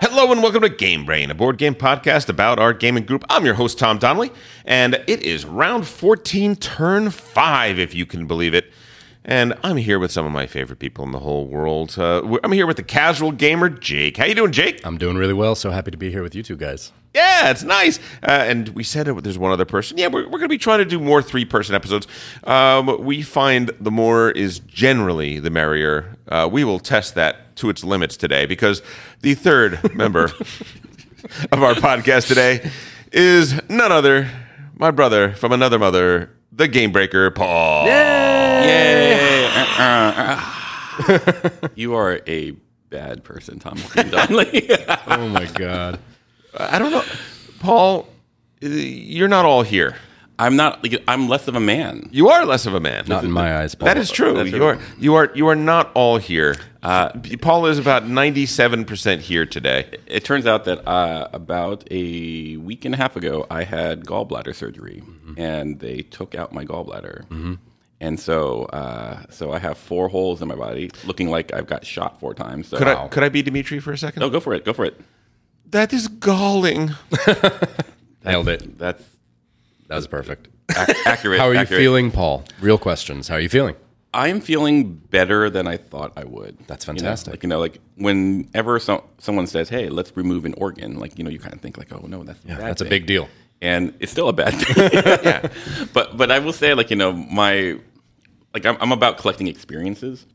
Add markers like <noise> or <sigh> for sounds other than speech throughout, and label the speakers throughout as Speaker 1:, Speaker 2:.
Speaker 1: Hello and welcome to Game Brain, a board game podcast about our gaming group. I'm your host, Tom Donnelly, and it is round 14, turn 5, if you can believe it. And I'm here with some of my favorite people in the whole world. Uh, we're- I'm here with the casual gamer, Jake. How you doing, Jake?
Speaker 2: I'm doing really well. So happy to be here with you two guys.
Speaker 1: Yeah, it's nice. Uh, and we said it, there's one other person. Yeah, we're, we're going to be trying to do more three person episodes. Um, we find the more is generally the merrier. Uh, we will test that to its limits today because the third member of our podcast today is none other, my brother from another mother, the Game Breaker, Paul.
Speaker 2: <laughs>
Speaker 3: You are a bad person, Tom <laughs> Donnelly.
Speaker 2: Oh my god.
Speaker 1: I don't know. Paul, uh, you're not all here.
Speaker 3: I'm not. like, I'm less of a man.
Speaker 1: You are less of a man.
Speaker 2: Not in my eyes, Paul.
Speaker 1: That is true.
Speaker 3: That's
Speaker 1: you
Speaker 3: true.
Speaker 1: are you are you are not all here. Uh, Paul is about ninety seven percent here today.
Speaker 3: It turns out that uh, about a week and a half ago, I had gallbladder surgery,
Speaker 2: Mm-hmm.
Speaker 3: and they took out my gallbladder. And so, uh, so I have four holes in my body, looking like I've got shot four times. So,
Speaker 1: Could I could I be Dimitri for a second?
Speaker 3: No, go for it. Go for it.
Speaker 1: That is galling.
Speaker 2: Nailed it.
Speaker 3: That's
Speaker 2: That was perfect. <laughs>
Speaker 3: ac- accurate.
Speaker 2: How are you
Speaker 3: accurate.
Speaker 2: feeling, Paul? Real questions. How are you feeling?
Speaker 3: I'm feeling better than I thought I would.
Speaker 2: That's
Speaker 3: You know,
Speaker 2: fantastic.
Speaker 3: like, you know, like whenever so, someone says, "Hey, let's remove an organ," like you know, you kind of think like, "Oh no, that's yeah,
Speaker 2: That's a big deal.
Speaker 3: and it's still
Speaker 2: <laughs>
Speaker 3: a bad thing. <laughs> yeah, but but I will say like you know my like I'm, I'm about collecting experiences,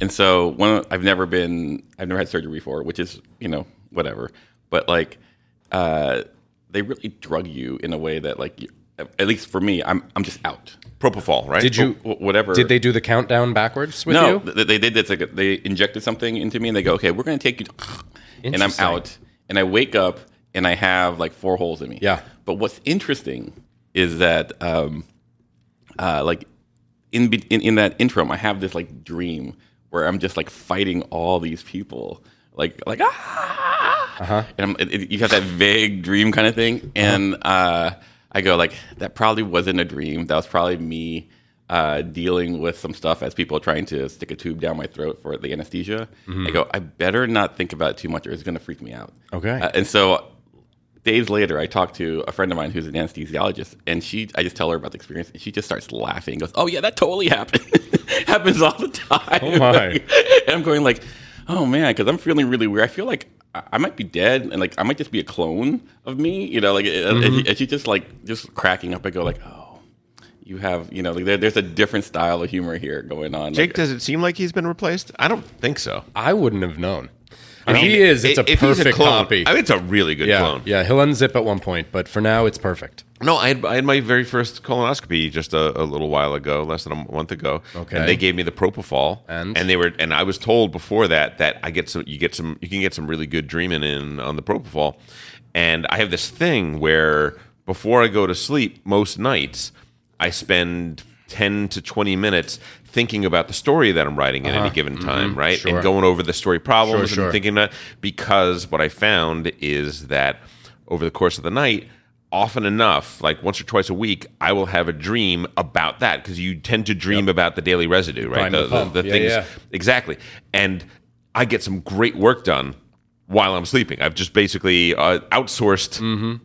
Speaker 3: and so one I've never been I've never had surgery before, which is you know whatever, but like uh, they really drug you in a way that like you, at least for me I'm I'm just out.
Speaker 1: Propofol, right?
Speaker 2: Did you?
Speaker 3: Wh- whatever
Speaker 2: Did they do the countdown backwards with
Speaker 3: no,
Speaker 2: you?
Speaker 3: th- they did. It's like they injected something into me, and they go, "Okay, we're going to take you," and I'm
Speaker 2: Interesting.
Speaker 3: out, and I wake up, and I have like four holes in me.
Speaker 2: Yeah.
Speaker 3: But what's interesting is that, um, uh, like, in, be- in in that interim, I have this like dream where I'm just like fighting all these people, like like ah, and I'm, it, it- you have that vague dream kind of thing, and uh, I go like, that probably wasn't a dream. That was probably me uh, dealing with some stuff as people are trying to stick a tube down my throat for the anesthesia. I go, I better not think about it too much, or it's going to freak me out.
Speaker 2: Okay.
Speaker 3: Uh, and so days later, I talked to a friend of mine who's an anesthesiologist, and she, I just tell her about the experience, and she just starts laughing. and Goes, "Oh yeah, that totally happened. <laughs> Happens all the time."
Speaker 2: Oh, my.
Speaker 3: <laughs> and I'm going like, "Oh man," because I'm feeling really weird. I feel like I I might be dead, and like I might just be a clone of me. You know, like and-
Speaker 2: Mm-hmm.
Speaker 3: and, she- and she's just like just cracking up. I go like, "Oh." You have, you know, like there, there's a different style of humor here going on.
Speaker 1: Jake,
Speaker 3: Like,
Speaker 1: does it seem like he's been replaced? I don't think so.
Speaker 2: I wouldn't have known. If he is, it's a
Speaker 1: If he's
Speaker 2: perfect
Speaker 1: clone,
Speaker 2: copy.
Speaker 1: I mean, it's a really good
Speaker 2: yeah,
Speaker 1: clone.
Speaker 2: yeah. He'll unzip at one point, but for now, it's perfect.
Speaker 1: No, I had, I had my very first colonoscopy just a, a little while ago, less than a month ago.
Speaker 2: Okay.
Speaker 1: And they gave me the propofol,
Speaker 2: And?
Speaker 1: they were and I was told before that that I get some you get some you can get some really good dreaming in on the propofol, and I have this thing where before I go to sleep most nights I spend ten to twenty minutes thinking about the story that I'm writing at any given time, right?
Speaker 2: Uh-huh. Mm-hmm. sure.
Speaker 1: And going over the story problems
Speaker 2: Sure, sure.
Speaker 1: and thinking that because what I found is that over the course of the night, often enough, like once or twice a week, I will have a dream about that because you tend to dream about the daily residue, right?
Speaker 2: Prime the pump. Yeah, yeah.
Speaker 1: exactly. And I get some great work done while I'm sleeping. I've just basically uh, outsourced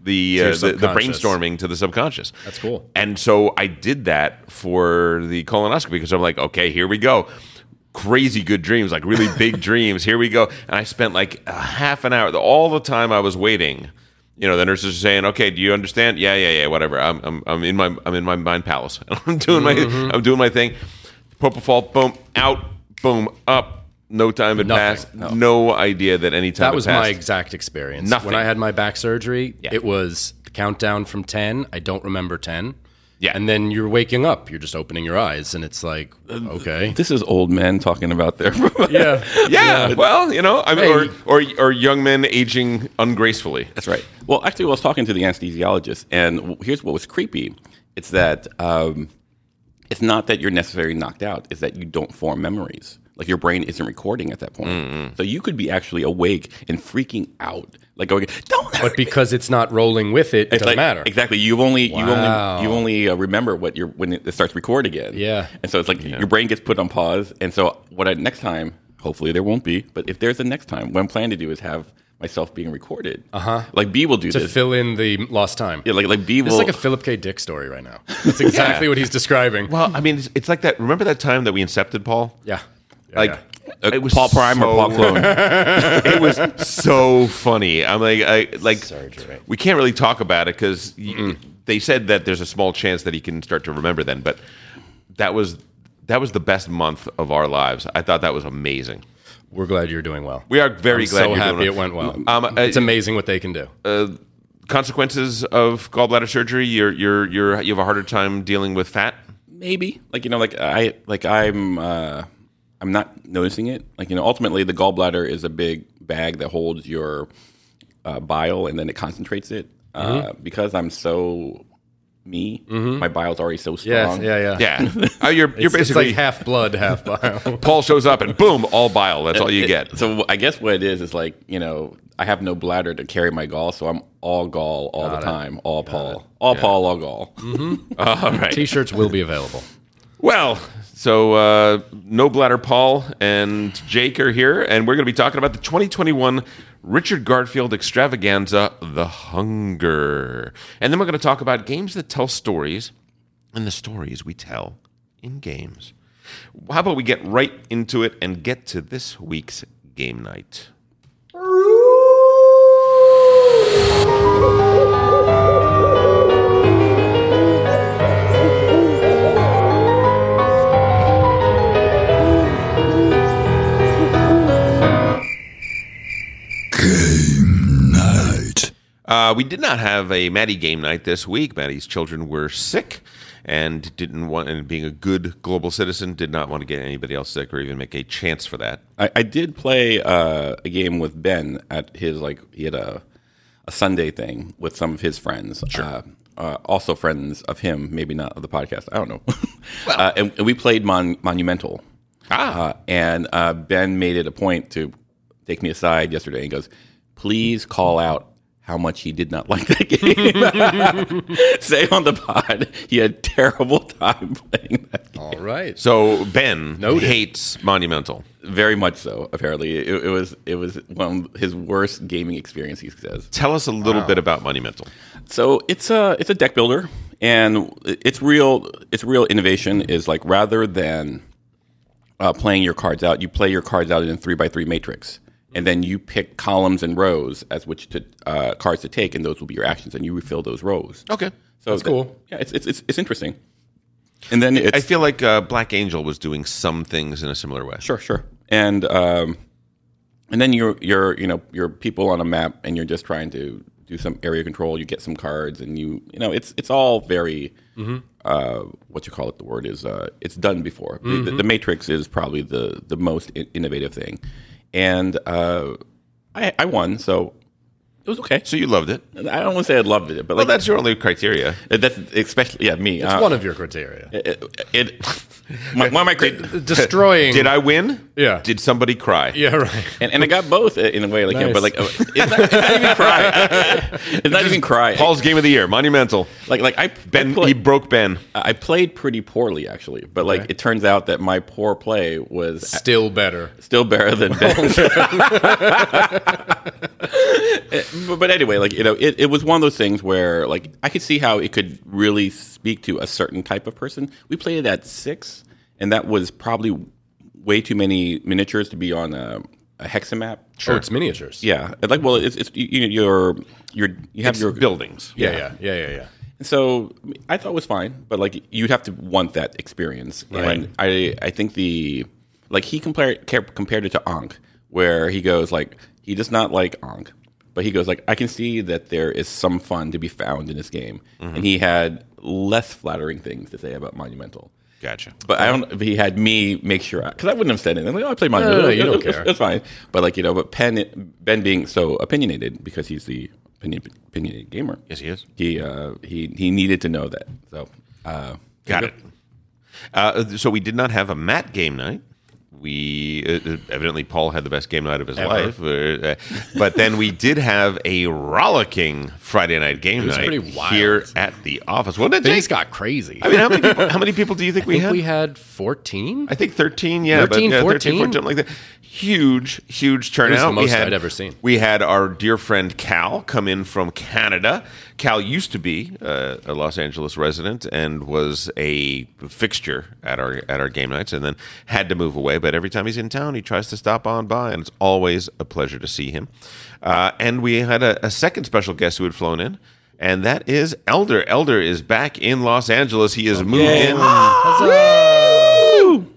Speaker 1: the, uh, the the
Speaker 2: Mm-hmm. subconscious.
Speaker 1: brainstorming to the subconscious.
Speaker 2: That's cool.
Speaker 1: And so I did that for the colonoscopy because I'm like, okay, here we go. Crazy good dreams, like
Speaker 2: <laughs>
Speaker 1: really big dreams. Here we go. And I spent like a half an hour, all the time I was waiting. You know, the nurses are saying, "Okay, do you understand? Yeah, yeah, yeah, whatever. I'm, I'm, I'm in my, I'm in my mind palace. <laughs> I'm doing
Speaker 2: Mm-hmm.
Speaker 1: my, I'm doing my thing. Propofol, boom, out, boom, up. No time had
Speaker 2: Nothing.
Speaker 1: passed. No. idea that any time
Speaker 2: That
Speaker 1: had
Speaker 2: was my
Speaker 1: passed.
Speaker 2: exact experience.
Speaker 1: Nothing.
Speaker 2: When I had my back surgery, it was the countdown from 10. I don't remember 10.
Speaker 1: Yeah.
Speaker 2: And then you're waking up, you're just opening your eyes, and it's like, okay.
Speaker 3: this is old men talking
Speaker 2: <laughs>
Speaker 3: about their. <laughs>
Speaker 2: Yeah.
Speaker 1: <laughs> Yeah,
Speaker 2: <laughs>
Speaker 1: well, you know, I mean,
Speaker 2: Hey.
Speaker 1: or, or or young men aging ungracefully.
Speaker 3: That's right. Well, actually, I was talking to the anesthesiologist, and w- here's what was creepy: it's that um, it's not that you're necessarily knocked out; it's that you don't form memories. Like your brain isn't recording at that point,
Speaker 2: Mm-hmm.
Speaker 3: so you could be actually awake and freaking out, like going, "Don't." hurt
Speaker 2: But because it's not rolling with it, it doesn't
Speaker 3: like-
Speaker 2: matter.
Speaker 3: Exactly. You only
Speaker 2: Wow.
Speaker 3: you only you only uh, remember what you're when it starts record again.
Speaker 2: Yeah.
Speaker 3: And so it's like your brain gets put on pause. And so what I, next time, hopefully there won't be, but if there's a next time, what I'm planning to do is have myself being recorded. Uh
Speaker 2: Uh-huh.
Speaker 3: huh. Like B will do
Speaker 2: to
Speaker 3: this.
Speaker 2: fill in the lost time.
Speaker 3: yeah, like like B will.
Speaker 2: It's like a Philip K. Dick story right
Speaker 1: <laughs>
Speaker 2: now. That's exactly what he's describing.
Speaker 1: Well, I mean, it's, it's like that. Remember that time that we incepted Paul?
Speaker 2: yeah. Yeah,
Speaker 1: Like,
Speaker 2: yeah.
Speaker 1: uh, it was
Speaker 3: Paul Prime or
Speaker 1: so-
Speaker 3: Paul <laughs> Clone.
Speaker 1: <laughs> it was so funny. I'm like, I like, we can't really talk about it because they said that there's a small chance that he can start to remember then. But that was that was the best month of our lives. I thought that was amazing.
Speaker 2: We're glad you're doing well.
Speaker 1: We are very
Speaker 2: I'm
Speaker 1: glad
Speaker 2: So
Speaker 1: you're
Speaker 2: happy
Speaker 1: doing
Speaker 2: it went well.
Speaker 1: Um, uh,
Speaker 2: it's amazing what they can do.
Speaker 1: Consequences of gallbladder surgery: you're you're you're you have a harder time dealing with
Speaker 2: <laughs>
Speaker 1: fat.
Speaker 3: Maybe like you know like I like I'm uh, I'm not noticing it. Like you know ultimately the gallbladder is a big bag that holds your uh, bile and then it concentrates it. Uh, because I'm so me, my bile's already so
Speaker 2: yeah,
Speaker 3: strong.
Speaker 2: yeah, yeah.
Speaker 1: Yeah, Uh, you're you're
Speaker 2: It's-
Speaker 1: basically
Speaker 2: it's like half blood,
Speaker 1: <laughs>
Speaker 2: half bile.
Speaker 1: Paul shows up and boom, all bile. That's all you
Speaker 3: It-
Speaker 1: get.
Speaker 3: So I guess what it is is like you know I have no bladder to carry my gall, so I'm all gall all the time, all Paul, all Paul, all gall.
Speaker 1: All right.
Speaker 2: T-shirts will be available.
Speaker 1: Well, so uh, No Bladder Paul and Jake are here, and we're going to be talking about the 2021 Richard Garfield extravaganza, The Hunger. And then we're going to talk about games that tell stories and the stories we tell in games. How about we get right into it and get to this week's game night? Uh, we did not have a Maddie game night this week. Maddie's children were sick and didn't want, and being a good global citizen, did not want to get anybody else sick or even make a chance for that.
Speaker 3: I, I did play uh, a game with Ben at his like he had a a Sunday thing with some of his friends, uh, uh, also friends of him, maybe not of the podcast. I don't know. <laughs> uh, and, and we played Mon- Monumental,
Speaker 1: Ah,
Speaker 3: uh, and uh, Ben made it a point to take me aside yesterday and goes, "Please call out." How much he did not <laughs> like that game. <laughs> Say on the pod, he had terrible <laughs> time playing that game.
Speaker 2: All right.
Speaker 1: So Ben
Speaker 2: Noted.
Speaker 1: hates Monumental.
Speaker 3: Very much so. Apparently, it, it was it was one of his worst gaming experience. He says.
Speaker 1: Tell us a little bit about Monumental.
Speaker 3: So it's a it's a deck builder, and its real its real innovation is like rather than uh, playing your cards out, you play your cards out in a three by three matrix, and then you pick columns and rows as which to, uh, cards to take, and those will be your actions, and you refill those rows.
Speaker 1: Okay.
Speaker 3: so
Speaker 2: Oh, that's
Speaker 3: that-
Speaker 2: cool.
Speaker 3: Yeah, it's it's it's, it's interesting. And then it's,
Speaker 1: I feel like uh, Black Angel was doing some things in a similar way.
Speaker 3: Sure, sure. And um, and then you're you're you know you're people on a map, and you're just trying to do some area control. You get some cards, and you you know it's it's all very
Speaker 2: Mm-hmm.
Speaker 3: uh, what you call it. The word is uh, it's done before. The-
Speaker 2: Mm-hmm.
Speaker 3: The, the Matrix is probably the the most i- innovative thing, and uh, I I won, so it was okay.
Speaker 1: So you loved it.
Speaker 3: I don't want to say I loved it, but
Speaker 1: Well,
Speaker 3: like
Speaker 1: that's your only criteria.
Speaker 3: that's especially yeah me.
Speaker 2: It's
Speaker 3: uh,
Speaker 2: one of your criteria.
Speaker 3: it, it, my, one
Speaker 2: <laughs>
Speaker 3: of my crit-
Speaker 1: <laughs>
Speaker 2: Destroying.
Speaker 1: Did I win?
Speaker 2: Yeah.
Speaker 1: Did somebody cry?
Speaker 2: Yeah, right.
Speaker 3: and, and I got both in a way, like you know, but
Speaker 2: Nice.
Speaker 3: like uh, it's not, it's not
Speaker 1: <laughs>
Speaker 3: even cry, it's not even cry.
Speaker 1: Paul's game of the year, Monumental.
Speaker 3: like like I I,
Speaker 1: Ben,
Speaker 3: play-
Speaker 1: he broke Ben.
Speaker 3: I played pretty poorly actually, but like it turns out that my poor play was
Speaker 2: Still better.
Speaker 3: still better
Speaker 1: <laughs>
Speaker 3: than Ben's. <laughs> but, but anyway, like you know, it, it was one of those things where like I could see how it could really speak to a certain type of person. We played it at six, and that was probably way too many miniatures to be on a, a hexa map.
Speaker 2: Sure. it's miniatures.
Speaker 3: Yeah, like well, it's, it's you, you- you're you're you have your
Speaker 1: buildings.
Speaker 2: Yeah, yeah, yeah, yeah, yeah.
Speaker 3: so I thought it was fine, but like you'd have to want that experience, and I I think the like he compared ca- compared it to Ankh, where he goes like he does not like Ankh, but he goes like I can see that there is some fun to be found in this game, and he had less flattering things to say about Monumental.
Speaker 1: Gotcha.
Speaker 3: But I don't. He had me make sure because I wouldn't have said anything. Like, oh, I played my.
Speaker 2: No, no, no, you
Speaker 3: <laughs>
Speaker 2: don't
Speaker 3: it's,
Speaker 2: care.
Speaker 3: It's fine. But like you know, but Penn, Ben being so opinionated because he's the opinion, opinionated gamer.
Speaker 1: Yes, he is.
Speaker 3: He uh, he he needed to know that. So uh,
Speaker 1: Got it. Uh, so we did not have a Matt game night. we uh, evidently Paul had the best game night of his life, Uh, uh, but then we did have a rollicking Friday night game
Speaker 2: was
Speaker 1: night
Speaker 2: pretty wild.
Speaker 1: here at the office. What did it
Speaker 2: Things
Speaker 1: take?
Speaker 2: got crazy.
Speaker 1: I mean, how many people, how many people do you think we
Speaker 2: I think
Speaker 1: had?
Speaker 2: we had 14.
Speaker 1: I think 13, yeah,
Speaker 2: 13,
Speaker 1: but yeah, 13,
Speaker 2: 14?
Speaker 1: 14, something like that. Huge, huge turnout.
Speaker 2: the
Speaker 1: we
Speaker 2: most
Speaker 1: had,
Speaker 2: I'd ever seen.
Speaker 1: We had our dear friend Cal come in from Canada. Cal used to be uh, a Los Angeles resident and was a fixture at our at our game nights, and then had to move away. But every time he's in town, he tries to stop on by, and it's always a pleasure to see him. Uh, and we had a, a second special guest who had flown in. And that is Elder. Elder is back in Los Angeles. He has moved in. Woo!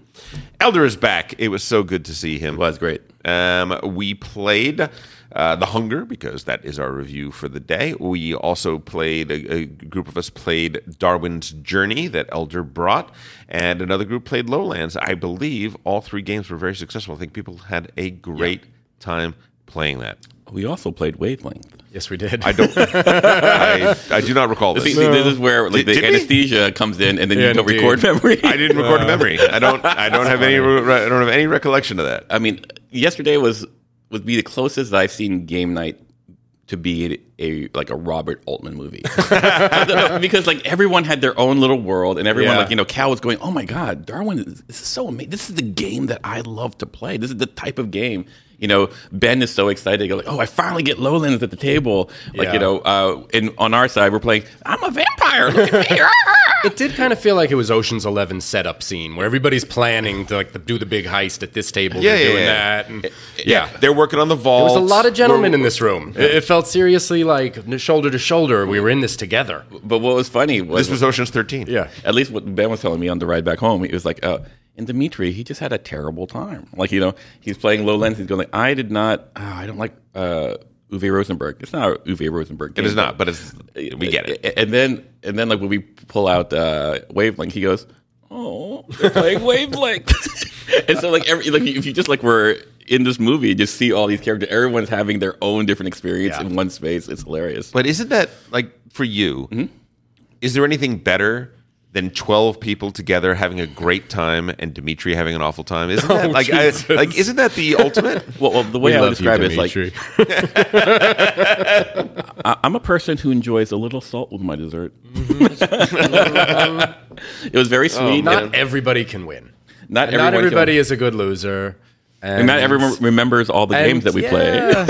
Speaker 1: Elder is back. It was so good to see him.
Speaker 3: Well, that's great.
Speaker 1: Um, we played uh, The Hunger because that is our review for the day. We also played, a, a group of us played Darwin's Journey that Elder brought, and another group played Lowlands. I believe all three games were very successful. I think people had a great time playing
Speaker 3: <laughs>
Speaker 1: that.
Speaker 3: We also played Wavelength.
Speaker 2: Yes, we did.
Speaker 1: I don't, I, I do not recall this.
Speaker 3: See, see, this is where like
Speaker 1: Did-
Speaker 3: the
Speaker 1: did we?
Speaker 3: anesthesia comes in, and then
Speaker 2: Yeah,
Speaker 3: you don't
Speaker 2: indeed.
Speaker 3: record memory.
Speaker 1: I didn't
Speaker 3: Uh.
Speaker 1: record a memory. I don't. I
Speaker 3: <laughs>
Speaker 1: don't have any. re- I don't have any recollection of that.
Speaker 3: I mean, yesterday was would be the closest I've seen game night to be a like a Robert Altman movie <laughs> because like everyone had their own little world and everyone
Speaker 2: Yeah.
Speaker 3: like you know Cal was going oh my god Darwin is, this is so amazing this is the game that I love to play this is the type of game you know Ben is so excited You're like oh I finally get Lowlands at the table like
Speaker 2: Yeah.
Speaker 3: you know uh, and on our side we're playing I'm a vampire look at
Speaker 2: <laughs>
Speaker 3: me
Speaker 2: <laughs>
Speaker 3: <laughs>
Speaker 2: it did kind of feel like it was Ocean's Eleven setup scene where everybody's planning to like do the big heist at this table.
Speaker 1: Yeah,
Speaker 2: they're
Speaker 1: yeah,
Speaker 2: doing
Speaker 1: yeah.
Speaker 2: that. And, yeah.
Speaker 1: they're working on the vault.
Speaker 2: There was a lot of gentlemen
Speaker 1: We're-
Speaker 2: in this room. It, it felt seriously like shoulder to shoulder. We were in this together.
Speaker 3: but what was funny was
Speaker 1: This was Ocean's Thirteen.
Speaker 3: at least what Ben was telling me on the ride back home, it was like, uh, and Dimitri, he just had a terrible time. Like, you know, he's playing Lowlands. He's going like, I did not, oh, I don't like uh, Uwe Rosenberg. It's not a Uwe Rosenberg.
Speaker 1: it is not. But it's we get it.
Speaker 3: And then, and then like when we pull out uh, Wavelength, he goes, oh,
Speaker 1: <laughs>
Speaker 3: they're playing Wavelength. <laughs> and so like, every, like if you just like were in this movie, just see all these characters, everyone's having their own different experience
Speaker 2: Yeah.
Speaker 3: in one space. It's hilarious.
Speaker 1: But isn't that like for you?
Speaker 2: Mm-hmm.
Speaker 1: Is there anything better than twelve people together having a great time and Dimitri having an awful time? Isn't
Speaker 2: <laughs>
Speaker 1: that like I,
Speaker 2: Oh, Jesus.
Speaker 1: like isn't that the
Speaker 2: <laughs>
Speaker 1: ultimate?
Speaker 3: Well, well, the way I would describe it is like I- I'm a person who enjoys a little salt with my dessert. <laughs> it was very sweet.
Speaker 2: Mm-hmm. Oh, not
Speaker 3: and
Speaker 2: everybody can win.
Speaker 3: not
Speaker 2: And not
Speaker 3: everyone
Speaker 2: everybody
Speaker 3: can-
Speaker 2: is a good loser. And,
Speaker 3: and not everyone remembers all the
Speaker 2: and
Speaker 3: games that we
Speaker 1: <laughs>
Speaker 3: play.
Speaker 2: yeah.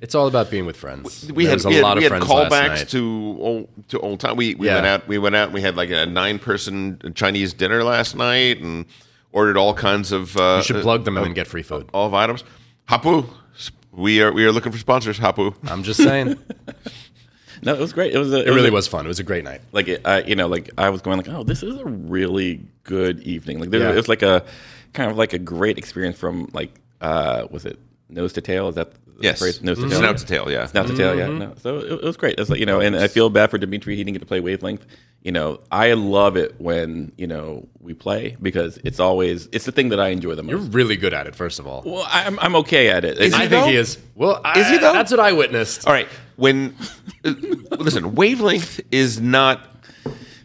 Speaker 2: It's all about being with friends.
Speaker 1: Oh. we
Speaker 2: There
Speaker 1: had
Speaker 2: was
Speaker 1: we had, we had
Speaker 2: friends last
Speaker 1: callbacks
Speaker 2: night.
Speaker 1: to old to old time. We we
Speaker 2: Yeah.
Speaker 1: went out we went out and we had like a nine person Chinese dinner last night and ordered all kinds of. Uh,
Speaker 2: You should plug them and then get free food.
Speaker 1: all of items. Hapu, we are we are looking for sponsors. Hapu,
Speaker 2: I'm just saying.
Speaker 3: <laughs> No, it was great. It was. A,
Speaker 2: It really
Speaker 3: a-
Speaker 2: was fun. It was a great night.
Speaker 3: Like it- I, you know, like I was going like, oh, this is a really good evening. Like there,
Speaker 2: Yeah.
Speaker 3: it was like a kind of like a great experience from like uh, was it nose to tail? Is that the
Speaker 1: yes,
Speaker 3: phrase?
Speaker 1: no
Speaker 3: nose
Speaker 2: Mm-hmm.
Speaker 3: to tail?
Speaker 1: snout to tail, yeah.
Speaker 3: Not to tell you.
Speaker 1: Mm-hmm.
Speaker 3: No. So it, it was great. It's like, you know, and I feel bad for Dimitri. He didn't get to play wavelength. You know, I love it when you know we play because it's always it's the thing that I enjoy the most.
Speaker 2: You're really good at it, first of all.
Speaker 3: well, I'm I'm okay at it. It's-
Speaker 1: he
Speaker 2: I think
Speaker 1: though?
Speaker 2: he is. Well, I,
Speaker 1: Is he though?
Speaker 2: That's what I witnessed.
Speaker 1: All right, when uh, listen, wavelength is not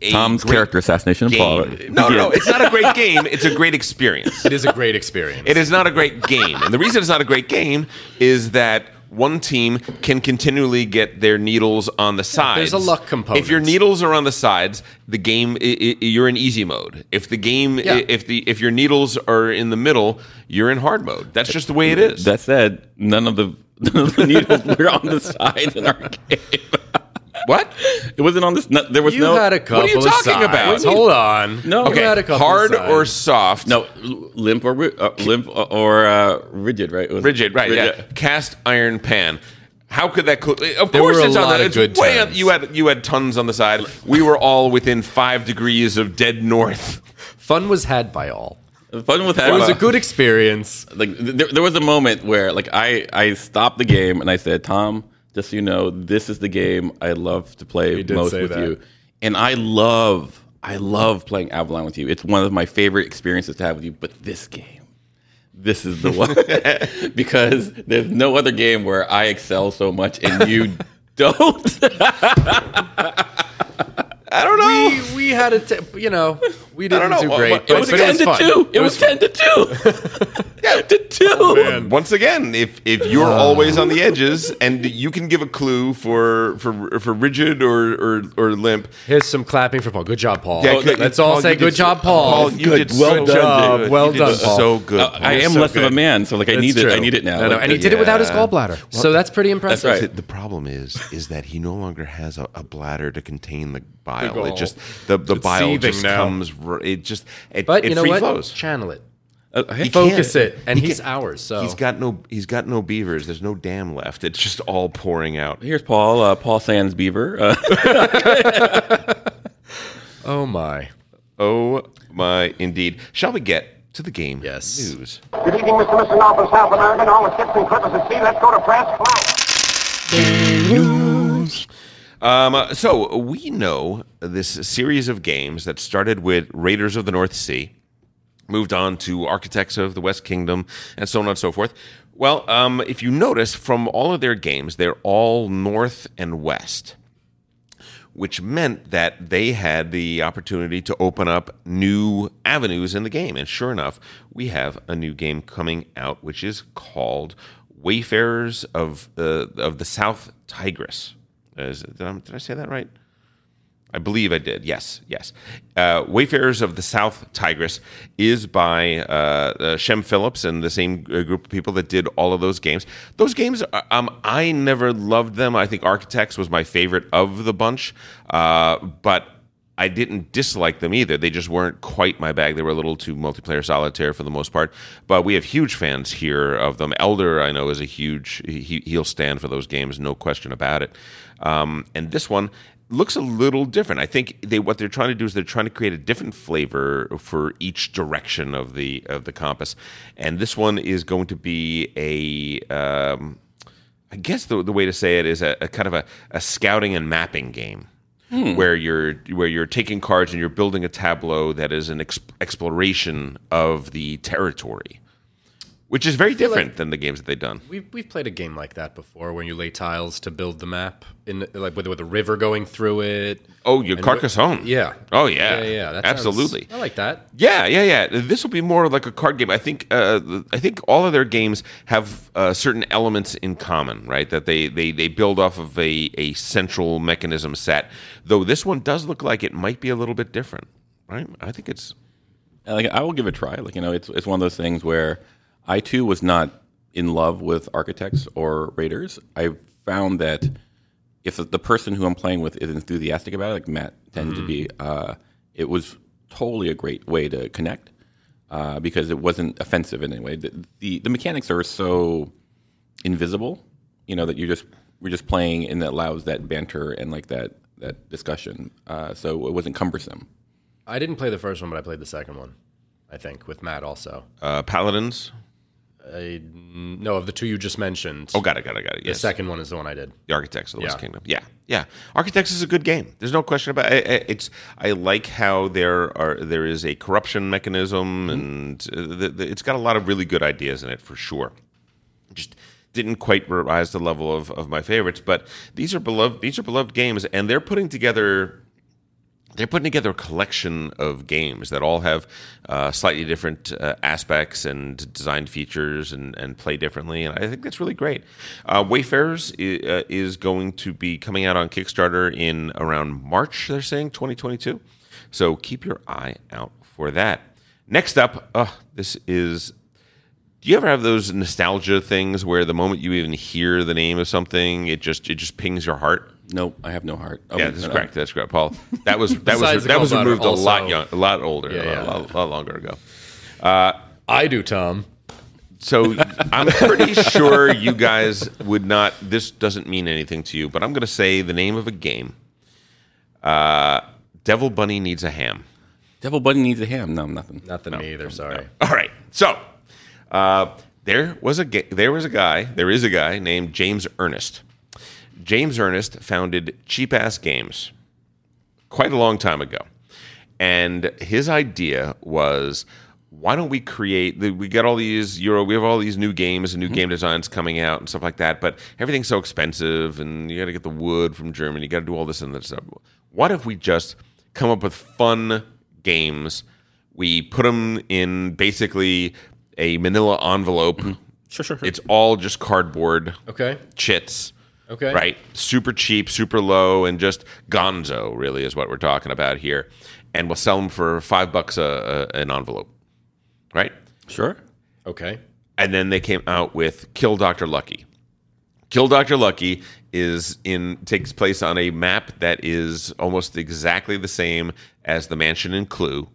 Speaker 1: a
Speaker 3: Tom's
Speaker 1: great
Speaker 3: character assassination.
Speaker 1: game.
Speaker 3: Paul.
Speaker 1: No, no, no, it's not a great game. It's a great experience.
Speaker 2: It is a great experience.
Speaker 1: It is not a great game, and the reason it's not a great game is that. One team can continually get their needles on the sides.
Speaker 2: there's a luck component.
Speaker 1: If your needles are on the sides, the game i- i- you're in easy mode. If the game
Speaker 2: Yeah.
Speaker 1: if the if your needles are in the middle, you're in hard mode. That's just the way it is.
Speaker 3: <laughs> That said, none of the none of the needles <laughs> were on the sides in our game. <laughs>
Speaker 1: What?
Speaker 3: It wasn't on this. No, there was
Speaker 2: You
Speaker 3: no.
Speaker 2: had a couple
Speaker 1: are you
Speaker 2: of
Speaker 1: talking about?
Speaker 2: sides. Hold on.
Speaker 3: No.
Speaker 2: You
Speaker 3: Okay,
Speaker 2: had a couple of
Speaker 1: Hard
Speaker 2: sides.
Speaker 1: or soft?
Speaker 3: no limp or ri- uh, limp or uh, rigid, right? It was-
Speaker 1: Rigid, right? Yeah. Cast iron pan. How could that? Cl- of course,
Speaker 2: were a
Speaker 1: it's on
Speaker 2: lot
Speaker 1: that.
Speaker 2: of
Speaker 1: It's
Speaker 2: good
Speaker 1: way
Speaker 2: turns.
Speaker 1: up. You had you had tons on the side. We were all within five degrees of dead north.
Speaker 2: Fun was had by all.
Speaker 3: Fun with that.
Speaker 2: It was a good experience.
Speaker 3: like th- there, there was a moment where like I I stopped the game and I said, Tom, just so you know, this is the game I love to play
Speaker 2: did
Speaker 3: most
Speaker 2: say
Speaker 3: with
Speaker 2: that.
Speaker 3: you, and I love I love playing Avalon with you. It's one of my favorite experiences to have with you. But this game. This is the one <laughs> because there's no other game where I excel so much
Speaker 2: <laughs>
Speaker 3: and you don't.
Speaker 1: I don't know.
Speaker 2: We, we had a, t- you know, we didn't
Speaker 1: know.
Speaker 2: do
Speaker 1: Well,
Speaker 2: great.
Speaker 1: but it
Speaker 2: but-
Speaker 3: It was
Speaker 2: but
Speaker 3: ten to
Speaker 2: fun.
Speaker 3: two. It,
Speaker 2: It
Speaker 3: was,
Speaker 2: fun. Oh,
Speaker 3: ten to two.
Speaker 2: <laughs>
Speaker 3: yeah, <laughs> to two.
Speaker 1: <laughs> Once again, if if you're
Speaker 2: Uh.
Speaker 1: always on the edges and you can give a clue for for for rigid or or, or limp,
Speaker 2: Here's some clapping for Paul. Good job, Paul.
Speaker 1: Yeah, good-
Speaker 2: Let's Oh, all
Speaker 1: Paul,
Speaker 2: say
Speaker 1: you
Speaker 2: good
Speaker 1: did-
Speaker 2: job, Paul.
Speaker 1: Paul, you
Speaker 3: Good.
Speaker 1: did
Speaker 3: Well
Speaker 1: so
Speaker 2: done,
Speaker 1: good.
Speaker 2: well
Speaker 1: you
Speaker 2: done,
Speaker 1: did
Speaker 2: Paul.
Speaker 1: so good.
Speaker 3: Uh, I
Speaker 1: Paul.
Speaker 3: am
Speaker 2: so
Speaker 3: less of a
Speaker 2: good.
Speaker 3: man, so like I
Speaker 2: It's
Speaker 3: need it. I
Speaker 2: true.
Speaker 3: need it now.
Speaker 2: No, no,
Speaker 3: Like,
Speaker 2: and he
Speaker 3: uh,
Speaker 2: did it without his
Speaker 1: yeah.
Speaker 2: gallbladder. so that's pretty impressive.
Speaker 3: right.
Speaker 1: The- The problem is, is that he no longer has a, a bladder to contain the bile.
Speaker 2: gall.
Speaker 1: it just the, the bile
Speaker 2: seething
Speaker 1: just
Speaker 2: now.
Speaker 1: comes. r- It just it,
Speaker 2: But
Speaker 1: it
Speaker 2: you know
Speaker 1: free
Speaker 2: what?
Speaker 1: flows.
Speaker 2: Channel it.
Speaker 3: Uh, hey,
Speaker 1: can't.
Speaker 2: Focus it. And
Speaker 1: He
Speaker 2: he's
Speaker 1: can't-
Speaker 2: ours. So
Speaker 1: He's got no he's got no beavers. There's no dam left. It's just all pouring out.
Speaker 3: Here's Paul. Uh, Paul Sands Beaver. Uh, <laughs>
Speaker 2: oh my.
Speaker 1: Oh my, indeed. Shall we get to the game?
Speaker 2: Yes.
Speaker 1: News.
Speaker 4: Good evening, Mr. Listenau from South America. and All the ships and clippers at sea. Let's go to France. Fly.
Speaker 1: Um, uh, so we know this series of games that started with Raiders of the North Sea, moved on to Architects of the West Kingdom, and so on and so forth. Well, um, if you notice from all of their games, they're all North and West, which meant that they had the opportunity to open up new avenues in the game. And sure enough, we have a new game coming out, which is called Wayfarers of the of the South Tigris. Is, did, I, did I say that right? I believe I did. Yes, yes. Uh, Wayfarers of the South Tigris is by uh, uh, Shem Phillips and the same uh, group of people that did all of those games. Those games, uh, um, I never loved them. I think Architects was my favorite of the bunch, uh, but I didn't dislike them either. They just weren't quite my bag. They were a little too multiplayer solitaire for the most part. But we have huge fans here of them. Elder, I know, is a huge. He, he'll stand for those games, no question about it. Um, and this one looks a little different. I think they what they're trying to do is they're trying to create a different flavor for each direction of the of the compass. And this one is going to be a. Um, I guess the, the way to say it is a, a kind of a, a scouting and mapping game. Where you're where you're taking cards and you're building a tableau that is an exp- exploration of the territory, which is very different than the games that they've done.
Speaker 2: We've, we've played a game like that before when you lay tiles to build the map in like with, with a river going through it.
Speaker 1: Oh, your Carcassonne,
Speaker 2: Yeah.
Speaker 1: Oh yeah,
Speaker 2: Yeah, yeah. That sounds-
Speaker 1: absolutely.
Speaker 2: I like that.
Speaker 1: Yeah, yeah, yeah. This will be more like a card game. I think. Uh, I think all of their games have uh, certain elements in common, right? That they they, they build off of a, a central mechanism set. Though this one does look like it might be a little bit different, right? I think it's
Speaker 3: like I will give it a try. Like you know, it's it's one of those things where I too was not in love with architects or raiders. I found that if the person who I'm playing with is enthusiastic about it, like Matt tends to be, uh, it was totally a great way to connect uh, because it wasn't offensive in any way. The, the the mechanics are so invisible, you know, that you just we're just playing and that allows that banter and like that that discussion. Uh, so it wasn't cumbersome.
Speaker 2: I didn't play the first one, but I played the second one. I think with Matt also.
Speaker 1: uh, paladins.
Speaker 2: I, no, of the two you just mentioned,
Speaker 1: Oh, got it, got it, got it.
Speaker 2: the
Speaker 1: Yes,
Speaker 2: second one is the one I did.
Speaker 1: the Architects of the West
Speaker 2: Yeah.
Speaker 1: Kingdom. Yeah, yeah. Architects is a good game. There's no question about it. I- I- It's. I like how there are there is a corruption mechanism, and uh, the, the, it's got a lot of really good ideas in it for sure. just didn't quite rise to the level of, of my favorites. But these are beloved these are beloved games, and they're putting together they're putting together a collection of games that all have uh, slightly different uh, aspects and design features and, and play differently. And I think that's really great. Uh, Wayfarers is, uh, is going to be coming out on Kickstarter in around March, they're saying, 2022. So keep your eye out for that. Next up, uh, this is do you ever have those nostalgia things where the moment you even hear the name of something, it just it just pings your heart?
Speaker 3: No, I have no heart. Oh,
Speaker 1: Yeah,
Speaker 3: wait,
Speaker 1: that's
Speaker 3: no, no.
Speaker 1: correct. That's correct, Paul. That
Speaker 2: <laughs>
Speaker 1: was that
Speaker 2: Besides
Speaker 1: was
Speaker 2: the
Speaker 1: that was
Speaker 2: gallbladder
Speaker 1: removed a lot
Speaker 2: also.
Speaker 1: young, a lot older, a,
Speaker 2: Yeah,
Speaker 1: lot, a lot longer ago.
Speaker 2: I do, Tom.
Speaker 1: So I'm
Speaker 2: <laughs>
Speaker 1: pretty sure you guys would not. This doesn't mean anything to you, but I'm going to say the name of a game. Uh, Devil Bunny needs a ham.
Speaker 3: Devil Bunny needs a ham. No, nothing.
Speaker 2: Nothing me either. Sorry.
Speaker 1: All right. So uh, there was a ga- there was a guy there is a guy named James Ernest. James Ernest founded Cheap Ass Games quite a long time ago, and his idea was. Why don't we create? the- We got all these Euro. We have all these new games and new game designs coming out and stuff like that. But everything's so expensive, and you got to get the wood from Germany. You got to do all this and that stuff. What if we just come up with fun games. We put them in basically a manila envelope.
Speaker 3: Sure, sure, sure.
Speaker 1: It's all just cardboard
Speaker 2: Okay.
Speaker 1: chits.
Speaker 2: Okay.
Speaker 1: Right? Super cheap, super low, and just gonzo, really, is what we're talking about here. And we'll sell them for five bucks a, a, an envelope. Right?
Speaker 3: sure.
Speaker 2: Okay.
Speaker 1: And then they came out with Kill Dr. Lucky. Kill Dr. Lucky is in takes place on a map that is almost exactly the same as the mansion in Clue.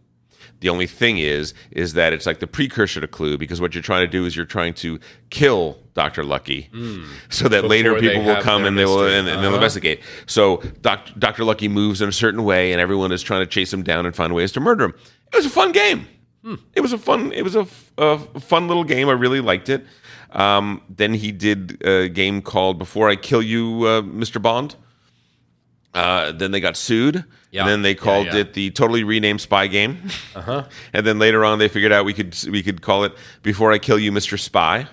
Speaker 1: The only thing is is that it's like the precursor to Clue because what you're trying to do is you're trying to kill Dr. Lucky so that later
Speaker 2: Hmm. Before they
Speaker 1: people will
Speaker 2: have
Speaker 1: come
Speaker 2: their
Speaker 1: and they will
Speaker 2: mystery.
Speaker 1: and,
Speaker 2: Uh-huh.
Speaker 1: and they'll investigate. So Doc, Dr. Lucky moves in a certain way and everyone is trying to chase him down and find ways to murder him. It was a fun game. It was a fun it was a, f- a f- fun little game. I really liked it. Um, then he did a game called Before I Kill You, uh, Mr. Bond. Uh, then they got sued.
Speaker 2: Yeah.
Speaker 1: And then they
Speaker 2: Yeah,
Speaker 1: called
Speaker 2: yeah. Uh-huh.
Speaker 1: it the totally renamed Spy Game. <laughs> And then later on, they figured out we could we could call it Before I Kill You, Mr. Spy.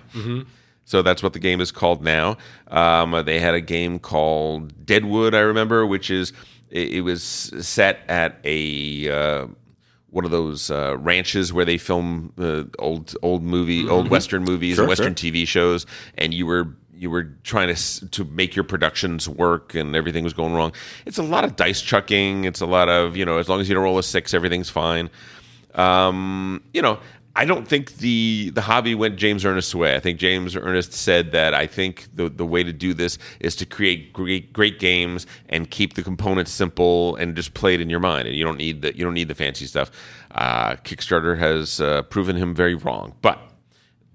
Speaker 1: So that's what the game is called now. Um, they had a game called Deadwood, I remember, which is it, it was set at a uh, one of those uh, ranches where they film uh, old old movie, old western movies,
Speaker 3: Mm-hmm. Sure,
Speaker 1: and western
Speaker 3: sure.
Speaker 1: TV shows, and you were you were trying to s- to make your productions work, and everything was going wrong. It's a lot of dice chucking. It's a lot of you know, as long as you don't roll a six, everything's fine. Um, you know, I don't think the the hobby went James Ernest's way. I think James Ernest said that I think the the way to do this is to create great great games and keep the components simple and just play it in your mind, and you don't need the you don't need the fancy stuff. Uh, Kickstarter has uh, proven him very wrong, but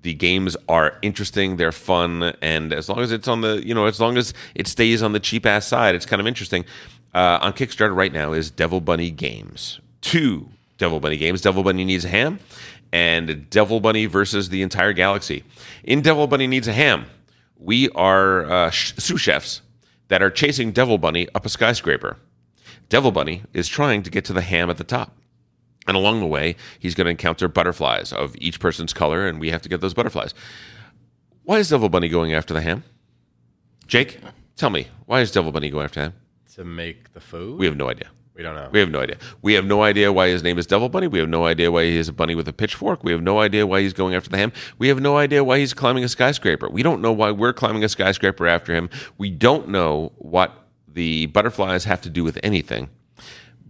Speaker 1: the games are interesting they're fun and as long as it's on the you know as long as it stays on the cheap ass side it's kind of interesting uh, on kickstarter right now is devil bunny games two devil bunny games devil bunny needs a ham and devil bunny versus the entire galaxy in devil bunny needs a ham we are uh, sh- sous chefs that are chasing devil bunny up a skyscraper devil bunny is trying to get to the ham at the top and along the way, he's going to encounter butterflies of each person's color, and we have to get those butterflies. Why is Devil Bunny going after the ham? Jake, tell me, why is Devil Bunny going after ham?
Speaker 2: To make the food?
Speaker 1: We have no idea.
Speaker 2: We don't know.
Speaker 1: We have no idea. We have no idea why his name is Devil Bunny. We have no idea why he is a bunny with a pitchfork. We have no idea why he's going after the ham. We have no idea why he's climbing a skyscraper. We don't know why we're climbing a skyscraper after him. We don't know what the butterflies have to do with anything.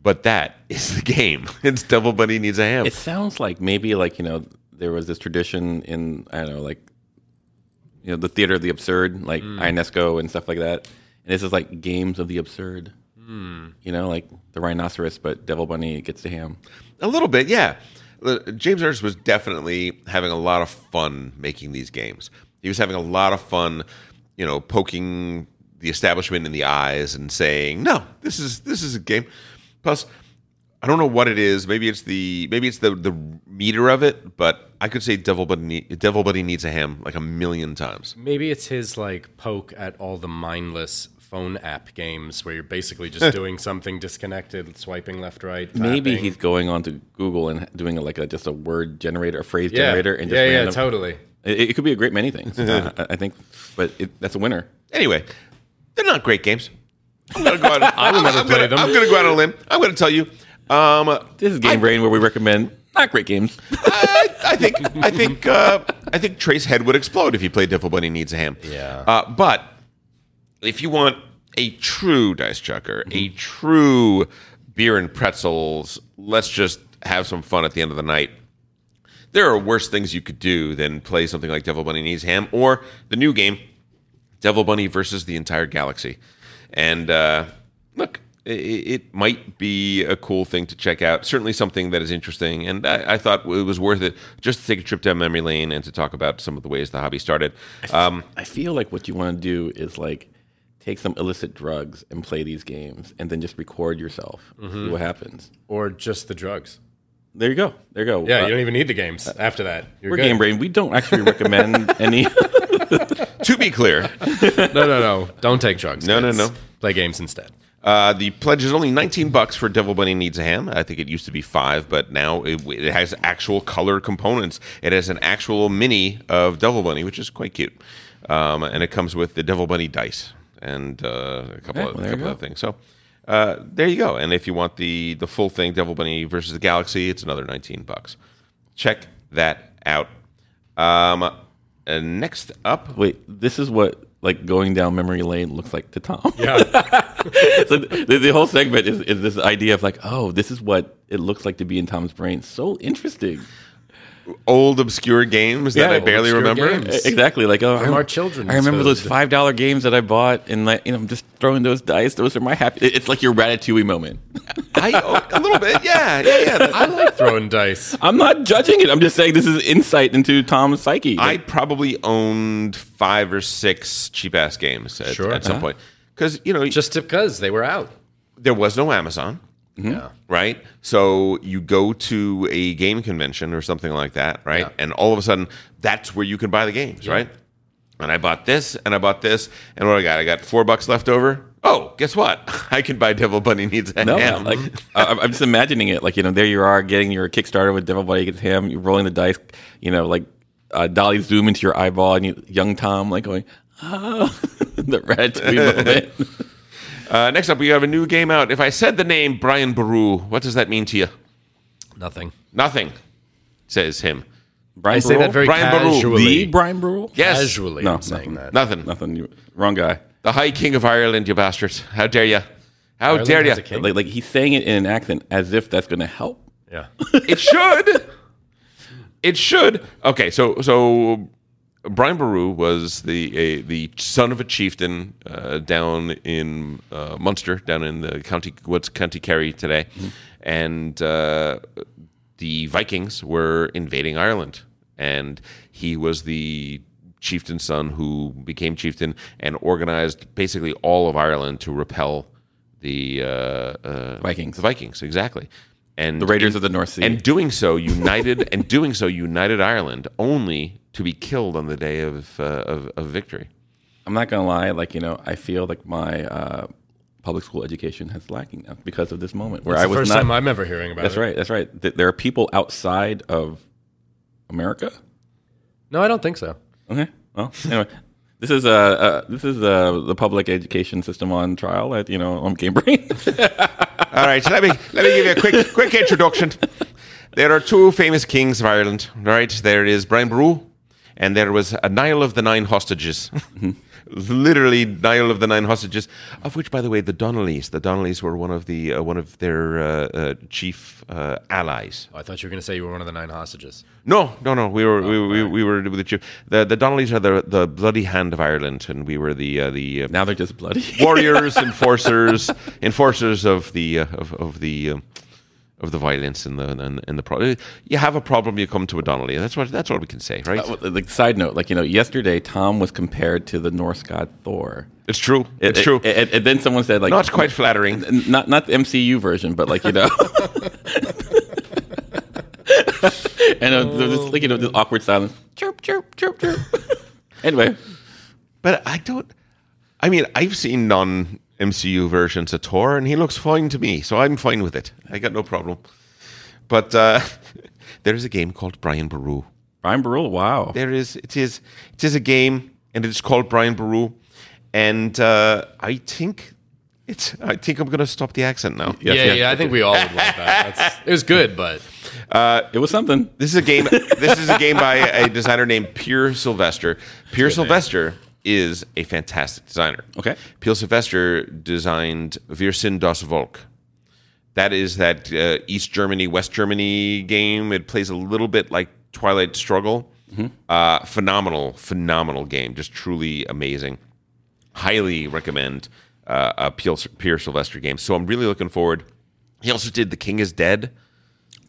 Speaker 1: But that is the game. <laughs> It's Devil Bunny needs a ham.
Speaker 3: It sounds like maybe like you know there was this tradition in I don't know like you know the theater of the absurd like E Ionesco and stuff like that, and this is like games of the absurd. You know, like the rhinoceros, but Devil Bunny gets to ham.
Speaker 1: A little bit, yeah. Uh, James Ernest was definitely having a lot of fun making these games. He was having a lot of fun, you know, poking the establishment in the eyes and saying, "No, this is this is a game." Plus, I don't know what it is. Maybe it's the maybe it's the the meter of it, but I could say Devil Buddy Devil Buddy needs a ham like a million times.
Speaker 2: Maybe it's his like poke at all the mindless phone app games where you're basically
Speaker 1: <laughs>
Speaker 2: just doing something disconnected, swiping left, right.
Speaker 3: Maybe
Speaker 2: tapping.
Speaker 3: he's going on to Google and doing like a, just a word generator, a phrase
Speaker 2: yeah,
Speaker 3: generator, and just
Speaker 2: yeah, yeah,
Speaker 3: random-
Speaker 2: totally.
Speaker 3: It, it could be a great many <laughs> things. uh, I I think, but it, that's a winner.
Speaker 1: Anyway, they're not great games. I'm gonna go
Speaker 2: <laughs>
Speaker 1: out. I
Speaker 2: will never
Speaker 1: I'm
Speaker 2: play
Speaker 1: gonna,
Speaker 2: them.
Speaker 1: I'm gonna go out on a limb. I'm gonna tell you. Um,
Speaker 3: This is Game Brain where we recommend not great games.
Speaker 1: I, I think I think uh, I think Trace Head would explode if he played Devil Bunny Needs a Ham.
Speaker 2: Yeah.
Speaker 1: Uh, but if you want a true dice chucker, a true beer and pretzels, let's just have some fun at the end of the night. There are worse things you could do than play something like Devil Bunny Needs Ham or the new game Devil Bunny versus the entire galaxy. And uh, look, it, it might be a cool thing to check out. Certainly something that is interesting. And I, I thought it was worth it just to take a trip down memory lane and to talk about some of the ways the hobby started. Um,
Speaker 3: I feel like what you want to do is like take some illicit drugs and play these games, and then just record yourself.
Speaker 2: Mm-hmm.
Speaker 3: See what happens.
Speaker 2: Or just the drugs.
Speaker 3: There you go. There you go.
Speaker 2: Yeah,
Speaker 3: Uh,
Speaker 2: you don't even need the games after that. You're
Speaker 3: we're
Speaker 2: good.
Speaker 3: Game Brain. We don't
Speaker 2: <laughs>
Speaker 3: actually recommend any. <laughs>
Speaker 1: to be clear,
Speaker 2: No, no, no. Don't take drugs.
Speaker 1: No, no,
Speaker 2: kids.
Speaker 1: no.
Speaker 2: Play games instead.
Speaker 1: Uh, the pledge is only 19 bucks for Devil Bunny Needs a Ham. I think it used to be five, but now it, it has actual color components. It has an actual mini of Devil Bunny, which is quite cute. Um, and it comes with the Devil Bunny dice and uh, a couple, of, a
Speaker 3: there you
Speaker 1: couple
Speaker 3: go.
Speaker 1: of things. So Uh, there you go. And if you want the the full thing, Devil Bunny versus the Galaxy, it's another nineteen bucks. Check that out. Um, and next up,
Speaker 3: Wait, this is what like going down memory lane looks like to Tom.
Speaker 2: <laughs> Yeah.
Speaker 3: <laughs> so the, the whole segment is, is this idea of like, oh, this is what it looks like to be in Tom's brain. So interesting.
Speaker 1: old obscure games that
Speaker 3: Yeah,
Speaker 1: I barely
Speaker 2: obscure
Speaker 1: remember.
Speaker 2: games.
Speaker 3: E- Exactly. Like oh,
Speaker 2: From
Speaker 3: I,
Speaker 2: our children's
Speaker 3: I remember those
Speaker 2: hood.
Speaker 3: five dollar games that I bought, and like you know, I'm just throwing those dice. Those are my happy. it- It's like your ratatouille moment.
Speaker 1: I oh, a little bit, yeah, yeah, yeah.
Speaker 3: <laughs>
Speaker 2: I like throwing dice.
Speaker 3: I'm not judging it. I'm just saying this is insight into Tom's psyche.
Speaker 1: I
Speaker 3: Like,
Speaker 1: probably owned five or six cheap ass games at,
Speaker 2: Sure.
Speaker 1: at some
Speaker 2: Uh-huh.
Speaker 1: point because you know
Speaker 2: Just because they were out.
Speaker 1: there was no Amazon.
Speaker 2: Yeah.
Speaker 1: right? So you go to a game convention or something like that, right?
Speaker 2: Yeah.
Speaker 1: And all of a sudden, that's where you can buy the games, right? And I bought this, and I bought this, and what I got? I got four bucks left over. Oh, guess what? <laughs> I can buy Devil Bunny Needs a
Speaker 3: no,
Speaker 1: Ham.
Speaker 3: like I, I'm- I'm just imagining it. Like you know, there you are getting your Kickstarter with Devil Body Gets Ham. You're rolling the dice. You know, like uh, dolly zoom into your eyeball, and you, young Tom like going, oh, <laughs> the
Speaker 1: <laughs>
Speaker 3: ratatouille moment.
Speaker 1: uh, next up, we have a new game out. If I said the name Brian Baru, what does that mean to you?
Speaker 2: Nothing.
Speaker 1: Nothing, says him.
Speaker 3: Brian
Speaker 2: I say that very
Speaker 1: Brian Baru,
Speaker 2: casually.
Speaker 3: the Brian Brule.
Speaker 1: Yes.
Speaker 2: Casually,
Speaker 3: No,
Speaker 2: I'm saying that.
Speaker 3: nothing.
Speaker 1: Nothing.
Speaker 3: nothing. You, wrong guy.
Speaker 1: The High King of Ireland, you bastards. How dare you? How
Speaker 2: Ireland
Speaker 1: dare
Speaker 2: has
Speaker 1: you?
Speaker 2: a king.
Speaker 3: Like, like he's saying it in an accent as if that's going to help.
Speaker 2: Yeah.
Speaker 1: It should. it should. Okay, so so Brian Baru was the a, the son of a chieftain uh, down in uh, Munster, down in the county what's County Kerry today,
Speaker 3: Mm-hmm.
Speaker 1: and uh, the Vikings were invading Ireland, and he was the chieftain's son who became chieftain and organized basically all of Ireland to repel the uh, uh,
Speaker 3: Vikings.
Speaker 1: The Vikings, exactly. And
Speaker 3: The Raiders of the North Sea.
Speaker 1: and doing so united and doing so united Ireland only to be killed on the day of uh, of, of victory.
Speaker 3: I'm not gonna lie, like you know, I feel like my uh, public school education has lacking now because of this moment where
Speaker 2: It's
Speaker 3: I
Speaker 2: the
Speaker 3: was
Speaker 2: first
Speaker 3: not.
Speaker 2: time I'm ever hearing about
Speaker 3: that's
Speaker 2: it.
Speaker 3: right. That's right. Th- there are people outside of America.
Speaker 2: No, I don't think so.
Speaker 3: Okay. Well, anyway, this is uh, uh this is uh, the public education system on trial at you know on Game Brain.
Speaker 1: All right, so let me let me give you a quick quick introduction. There are two famous kings of Ireland, right? There is Brian Boru, and there was a Niall of the Nine Hostages. Literally, Niall of the Nine Hostages, of which, by the way, the Donnellys. The Donnellys were one of the uh, one of their uh, uh, chief uh, allies.
Speaker 2: Oh, I thought you were going to say you were one of the nine hostages.
Speaker 1: No, no, no. We were
Speaker 3: Oh,
Speaker 1: we, we, we were with the chief. The the Donnellys are the the bloody hand of Ireland, and we were the uh, the uh,
Speaker 3: <laughs> now they're just bloody.
Speaker 1: warriors, enforcers, <laughs> enforcers of the uh, of, of the um, of the violence and the and, and the problem. You have a problem, you come to a Donnelly. That's what that's what we can say, right?
Speaker 3: Uh, well, <laughs> like side note, like you know, yesterday Tom was compared to the Norse god Thor.
Speaker 1: it's true. It's
Speaker 3: It-
Speaker 1: true.
Speaker 3: it- And, and then someone said like
Speaker 1: Not quite flattering.
Speaker 3: N- not not the MCU version, but like you know. <laughs> and uh, there was just, like you know,
Speaker 1: Oh,
Speaker 3: this awkward silence. Chirp, chirp, chirp, chirp. <laughs> anyway,
Speaker 1: But I don't. I mean, I've seen non MCU versions of Thor, and he looks fine to me, so I'm fine with it. I got no problem. But uh, <laughs> there is a game called Brian Baru.
Speaker 3: Brian Barul. Wow.
Speaker 1: There is it is it is a game, and it's called Brian Baru, and uh, I think it's. I think I'm gonna stop the accent now.
Speaker 2: yeah, yeah, I think we all would love that. That's, it was good, but
Speaker 3: It was something.
Speaker 1: This is a game. this is a game by a designer named Pierre Sylvester. Pierre Sylvester is a fantastic designer.
Speaker 3: Okay.
Speaker 1: Pierre Sylvester designed Wir sind das Volk. That is that uh, East Germany, West Germany game. It plays a little bit like Twilight Struggle. Uh, phenomenal, phenomenal game. Just truly amazing. Highly recommend uh, a Pierre, Pierre Sylvester game. So I'm really looking forward. He also did The King is Dead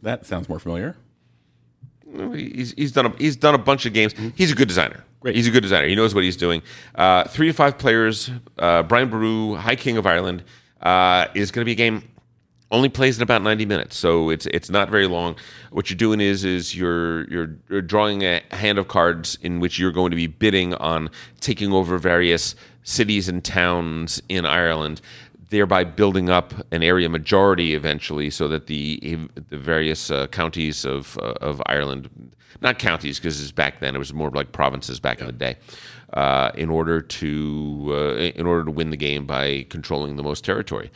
Speaker 3: That sounds more familiar.
Speaker 1: he's, he's done a, he's done a bunch of games. He's a good designer. Great. He's a good designer. He knows what he's doing. Uh, three to five players. Uh, Brian Baru, High King of Ireland, uh, is going to be a game. Only plays in about ninety minutes, so it's it's not very long. What you're doing is is you're you're, you're drawing a hand of cards in which you're going to be bidding on taking over various cities and towns in Ireland thereby building up an area majority eventually, so that the the various uh, counties of uh, of Ireland, not counties because back then it was more like provinces back in the day, uh, in order to uh, in order to win the game by controlling the most territory.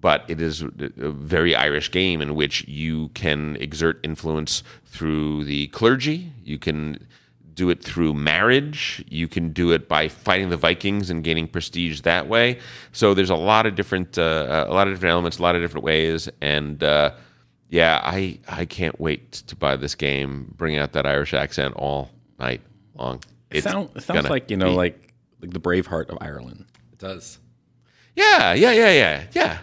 Speaker 1: but it is a very Irish game in which you can exert influence through the clergy. You can do it through marriage. You can do it by fighting the Vikings and gaining prestige that way. So there's a lot of different, uh, a lot of different elements, a lot of different ways, and uh, yeah, I I can't wait to buy this game. Bring out that Irish accent all night long.
Speaker 3: It,
Speaker 1: It's
Speaker 3: sound, it sounds
Speaker 1: gonna
Speaker 3: like you know,
Speaker 1: be-
Speaker 3: like like the Braveheart of Ireland.
Speaker 2: It does.
Speaker 1: yeah, yeah, yeah, yeah, yeah.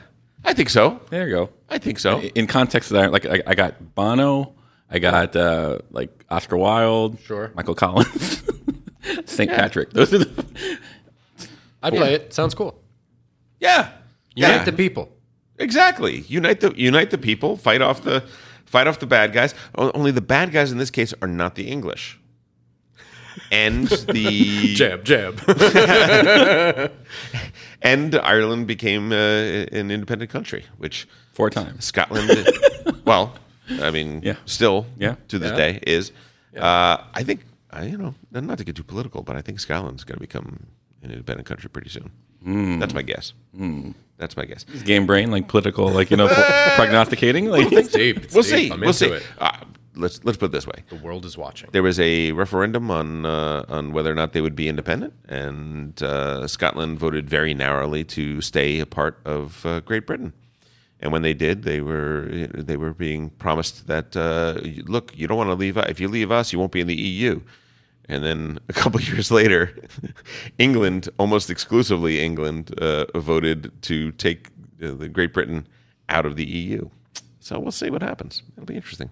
Speaker 1: I think so.
Speaker 3: There you go.
Speaker 1: I think so.
Speaker 3: In context of that, like I, I got Bono, I got uh, like Oscar Wilde,
Speaker 2: Sure.
Speaker 3: Michael Collins, <laughs> St. Patrick. Those are the,
Speaker 2: I'd play it. Sounds cool.
Speaker 1: Yeah,
Speaker 2: Unite
Speaker 1: yeah.
Speaker 2: the people.
Speaker 1: Exactly. Unite the unite the people. Fight off the fight off the bad guys. O- Only the bad guys in this case are not the English. And
Speaker 3: <laughs>
Speaker 1: the
Speaker 2: Jab, jab.
Speaker 1: and Ireland became uh, an independent country, which
Speaker 3: four times. <laughs>
Speaker 1: Scotland, well, I mean,
Speaker 3: Yeah.
Speaker 1: still
Speaker 3: Yeah.
Speaker 1: to this day is. Uh, I think I, you know, not to get too political, but I think Scotland's going to become an independent country pretty soon.
Speaker 3: Hmm.
Speaker 1: That's my guess. That's my guess.
Speaker 3: Game brain, like political, like
Speaker 1: <laughs>
Speaker 3: you know, prognosticating. Like
Speaker 2: It's deep. It's
Speaker 1: We'll
Speaker 2: deep.
Speaker 1: see.
Speaker 2: I'm
Speaker 1: we'll
Speaker 2: into
Speaker 1: see.
Speaker 2: it.
Speaker 1: Uh, let's let's put it this way.
Speaker 2: The world is watching.
Speaker 1: there was a referendum on uh, on whether or not they would be independent, and uh, Scotland voted very narrowly to stay a part of uh, Great Britain. And when they did, they were they were being promised that uh, look, you don't want to leave. If you leave us, you won't be in the EU. And then a couple <laughs> years later, England, almost exclusively England, uh, voted to take uh, the Great Britain out of the EU. So we'll see what happens. It'll be interesting.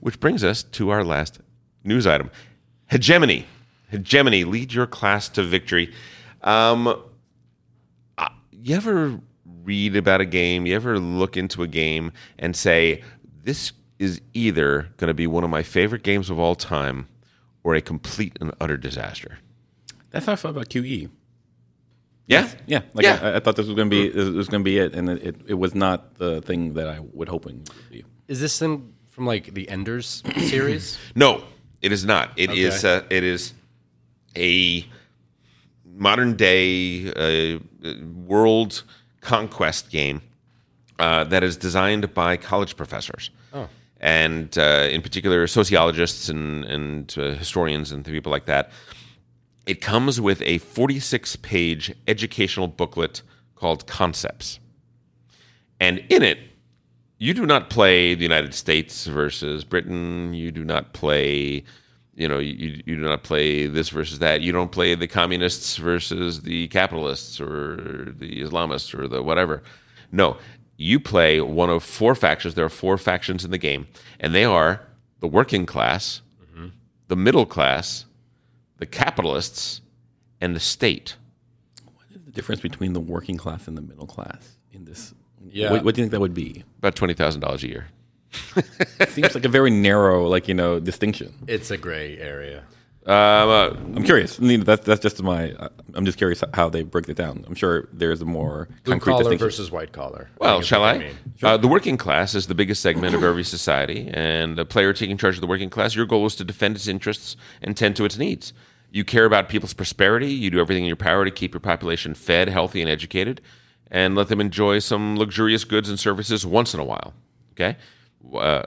Speaker 1: Which brings us to our last news item hegemony. Hegemony, lead your class to victory. Um, uh, you ever read about a game, you ever look into a game and say, this is either going to be one of my favorite games of all time or a complete and utter disaster?
Speaker 3: that's how I felt about E. QE.
Speaker 1: Yeah?
Speaker 3: Yeah, like
Speaker 1: Yeah.
Speaker 3: I, I thought this was gonna be this was gonna be it, and it, it, it was not the thing that I would hoping. It would be.
Speaker 2: Is this thing from like the <clears throat> Enders series?
Speaker 1: No, it is not. It is uh, it is a modern day uh, world conquest game uh, that is designed by college professors. And uh, in particular, sociologists and, and uh, historians and people like that. It comes with a 46 page educational booklet called Concepts. And in it, you do not play the United States versus Britain. You do not play, you know, you, you do not play this versus that. You don't play the communists versus the capitalists or the Islamists or the whatever. No, you play one of four factions. There are four factions in the game, and they are the working class, the middle class, the capitalists, and the state.
Speaker 3: The difference between the working class and the middle class in this.
Speaker 2: Yeah.
Speaker 3: What, what do you think that would be?
Speaker 1: About twenty thousand dollars a year.
Speaker 3: It seems like a very narrow, like you know, distinction.
Speaker 2: It's a gray area.
Speaker 1: Um, uh,
Speaker 3: I'm curious. I mean, that's that's just my. I- I'm just curious how they break it down. I'm sure there's a more
Speaker 2: Blue
Speaker 3: concrete
Speaker 2: collar
Speaker 3: distinction.
Speaker 2: versus white collar.
Speaker 1: Well,
Speaker 2: think is
Speaker 1: shall
Speaker 2: what
Speaker 1: I?
Speaker 2: they mean.
Speaker 1: Uh, the working class is the biggest segment of every society, and a player taking charge of the working class, your goal is to defend its interests and tend to its needs. You care about people's prosperity. You do everything in your power to keep your population fed, healthy, and educated, and let them enjoy some luxurious goods and services once in a while. Okay? Uh,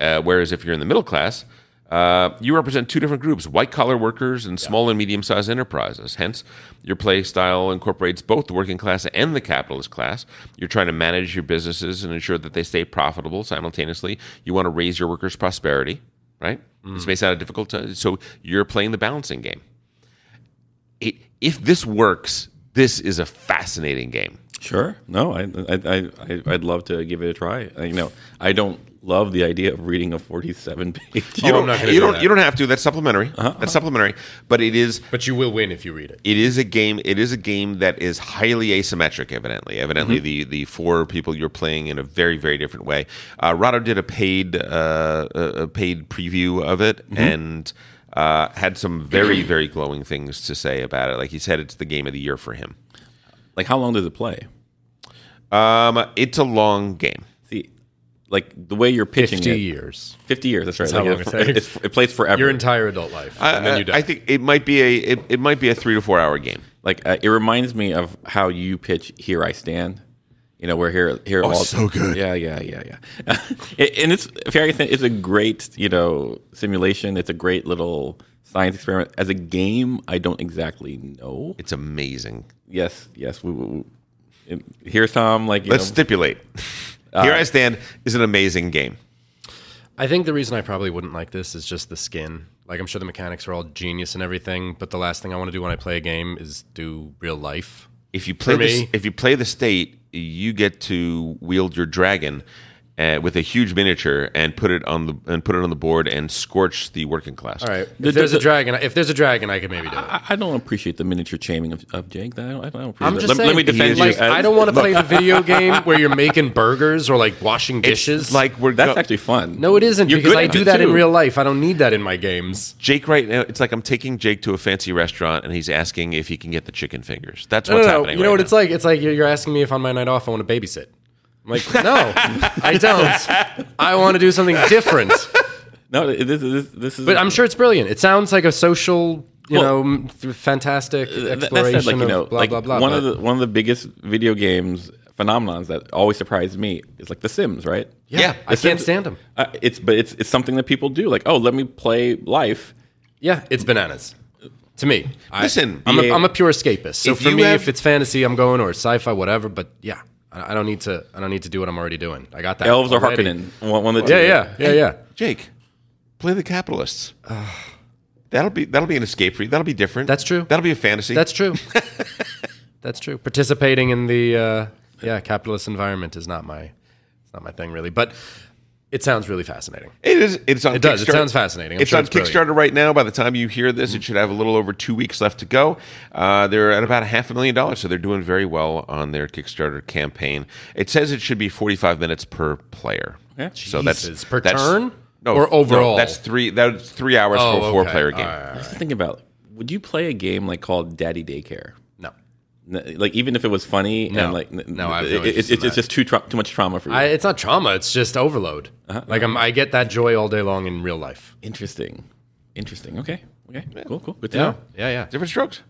Speaker 1: uh, whereas if you're in the middle class, uh, you represent two different groups white collar workers and small and medium sized enterprises. Hence, your play style incorporates both the working class and the capitalist class. You're trying to manage your businesses and ensure that they stay profitable simultaneously. You want to raise your workers' prosperity, right?
Speaker 2: Mm-hmm.
Speaker 1: This may sound a difficult time. So, you're playing the balancing game. It, if this works, this is a fascinating game.
Speaker 3: Sure. No, I, I, I, I, I'd love to give it a try. I, you know, I don't love the idea of reading a 47 page.
Speaker 1: You
Speaker 2: Oh, I'm
Speaker 1: don't,
Speaker 2: not gonna
Speaker 1: you
Speaker 2: do
Speaker 1: don't,
Speaker 2: that. Uh-huh.
Speaker 1: you don't have to. That's supplementary. That's supplementary. But it is
Speaker 2: But you will win if you read it.
Speaker 1: it is a game it is a game that is highly asymmetric evidently evidently the the four people you're playing in a very very different way uh Rado did a paid uh a a paid preview of it and uh had some very very glowing things to say about it like he said it's the game of the year for him
Speaker 3: <laughs> Like, how long does it play?
Speaker 1: um it's a long game
Speaker 3: See, like the way you're pitching
Speaker 2: 50
Speaker 3: it.
Speaker 2: years.
Speaker 3: 50 years. That's right.
Speaker 2: how
Speaker 3: Like,
Speaker 2: long
Speaker 3: it's-
Speaker 2: it takes.
Speaker 3: it's- it plays forever.
Speaker 2: Your entire adult life.
Speaker 1: I,
Speaker 2: and then you die.
Speaker 1: I think it might be a it, it might be a 3 to 4 hour game
Speaker 3: like uh, it reminds me of how you pitch here i stand you You know, we're here here. Oh, all,
Speaker 1: so good.
Speaker 3: Yeah, yeah, yeah, yeah. <laughs> It- and it's very. It's a great you know simulation. It's a great little science experiment. As a game, I don't exactly know.
Speaker 1: It's amazing.
Speaker 3: Yes, yes. We, we, we here's Tom. Like you
Speaker 1: Let's
Speaker 3: know,
Speaker 1: stipulate. Here I stand is an amazing game.
Speaker 2: I think the reason I probably wouldn't like this is just the skin. Like I'm sure the mechanics are all genius and everything, but the last thing I want to do when I play a game is do real life.
Speaker 1: If you play
Speaker 2: For me-
Speaker 1: this, if you play the state, you get to wield your dragon uh, with a huge miniature and put it on the and put it on the board and scorch the working class.
Speaker 2: All right. If
Speaker 3: The-
Speaker 2: there's
Speaker 3: the-
Speaker 2: a dragon, if there's a dragon, I could maybe do it.
Speaker 3: I, I don't appreciate the miniature chaining of, of Jake. I don't, I don't appreciate
Speaker 2: I'm
Speaker 3: that.
Speaker 2: just
Speaker 3: let,
Speaker 2: saying,
Speaker 3: let me defend
Speaker 2: like,
Speaker 3: you. as-
Speaker 2: I don't want to play
Speaker 1: <laughs>
Speaker 2: the video game where you're making burgers or like washing dishes.
Speaker 1: It's like we're
Speaker 3: That's
Speaker 1: go-
Speaker 3: actually fun.
Speaker 2: no, it isn't
Speaker 3: You're
Speaker 2: because
Speaker 3: good
Speaker 2: I
Speaker 3: at
Speaker 2: do
Speaker 3: it,
Speaker 2: that in
Speaker 3: too.
Speaker 2: real life. I don't need that in my games.
Speaker 1: Jake right now. It's like I'm taking Jake to a fancy restaurant and he's asking if he can get the chicken fingers. That's
Speaker 2: No,
Speaker 1: what's
Speaker 2: no, no.
Speaker 1: happening.
Speaker 2: You know
Speaker 1: right
Speaker 2: what
Speaker 1: now.
Speaker 2: it's like? It's like you're, you're asking me if on my night off I want to babysit. I'm
Speaker 3: <laughs>
Speaker 2: like, no, I don't. I want to do something different.
Speaker 3: No, this, this, this is.
Speaker 2: But I'm sure it's brilliant. It sounds like a social, you know, m- th- fantastic
Speaker 3: Th- that-
Speaker 2: exploration of blah
Speaker 3: like
Speaker 2: blah blah.
Speaker 3: one of
Speaker 2: but-
Speaker 3: the one of the biggest video games phenomenons that always surprised me is like The Sims, right?
Speaker 2: yeah,
Speaker 1: Yeah,
Speaker 2: I
Speaker 1: it's-
Speaker 2: can't stand them.
Speaker 3: Uh, it's but it's it's something that people do. Like, oh, let me play life.
Speaker 2: Yeah, it's bananas. To me, I,
Speaker 1: Listen,
Speaker 2: I'm,
Speaker 3: yeah.
Speaker 2: a, I'm a pure escapist. So
Speaker 1: If
Speaker 2: for
Speaker 1: you
Speaker 2: me,
Speaker 1: have-
Speaker 2: if it's fantasy, I'm going or sci-fi, whatever. But yeah, I, I don't need to. I don't need to do what I'm already doing. I got that.
Speaker 3: Elves are
Speaker 2: already.
Speaker 3: Harkonnen. One, one of the
Speaker 2: Yeah,
Speaker 3: two.
Speaker 2: yeah, yeah, yeah.
Speaker 1: Jake, play the
Speaker 2: <sighs>
Speaker 1: capitalists. that'll be that'll be an escape for you. That'll be different.
Speaker 2: That's true.
Speaker 1: That'll be a fantasy.
Speaker 2: That's true. That's true. Participating in the uh, yeah capitalist environment is not my it's not my thing really, but it sounds really fascinating.
Speaker 1: it is. It's on.
Speaker 2: It does. It
Speaker 1: Kickstarter.
Speaker 2: sounds fascinating. I'm
Speaker 1: it's
Speaker 2: sure
Speaker 1: on
Speaker 2: it's
Speaker 1: Kickstarter
Speaker 2: brilliant.
Speaker 1: right now. By the time you hear this, it should have a little over two weeks left to go. Uh, they're at about a half a million dollars, so they're doing very well on their Kickstarter campaign. It says it should be forty-five minutes per player. Yeah. So
Speaker 2: Jesus. Per turn? Or
Speaker 1: no,
Speaker 2: overall?
Speaker 1: that's three. That's three hours
Speaker 2: Oh,
Speaker 1: for a
Speaker 2: okay.
Speaker 1: four-player game.
Speaker 2: All right, all
Speaker 3: I was just thinking about would you play a game like called Daddy Daycare?
Speaker 2: No,
Speaker 3: N- Like even if it was funny and
Speaker 2: No.
Speaker 3: like n-
Speaker 2: No, I have
Speaker 3: it,
Speaker 2: no
Speaker 3: it-
Speaker 2: interest
Speaker 3: it's-
Speaker 2: in
Speaker 3: it's
Speaker 2: that.
Speaker 3: just too tra- too much trauma for you.
Speaker 2: I, it's not trauma. It's just overload. Like I'm, I get that joy all day long in real life.
Speaker 3: Interesting, interesting. Okay, okay, cool, cool. Good to
Speaker 2: Yeah,
Speaker 3: know.
Speaker 2: yeah, yeah.
Speaker 1: different strokes.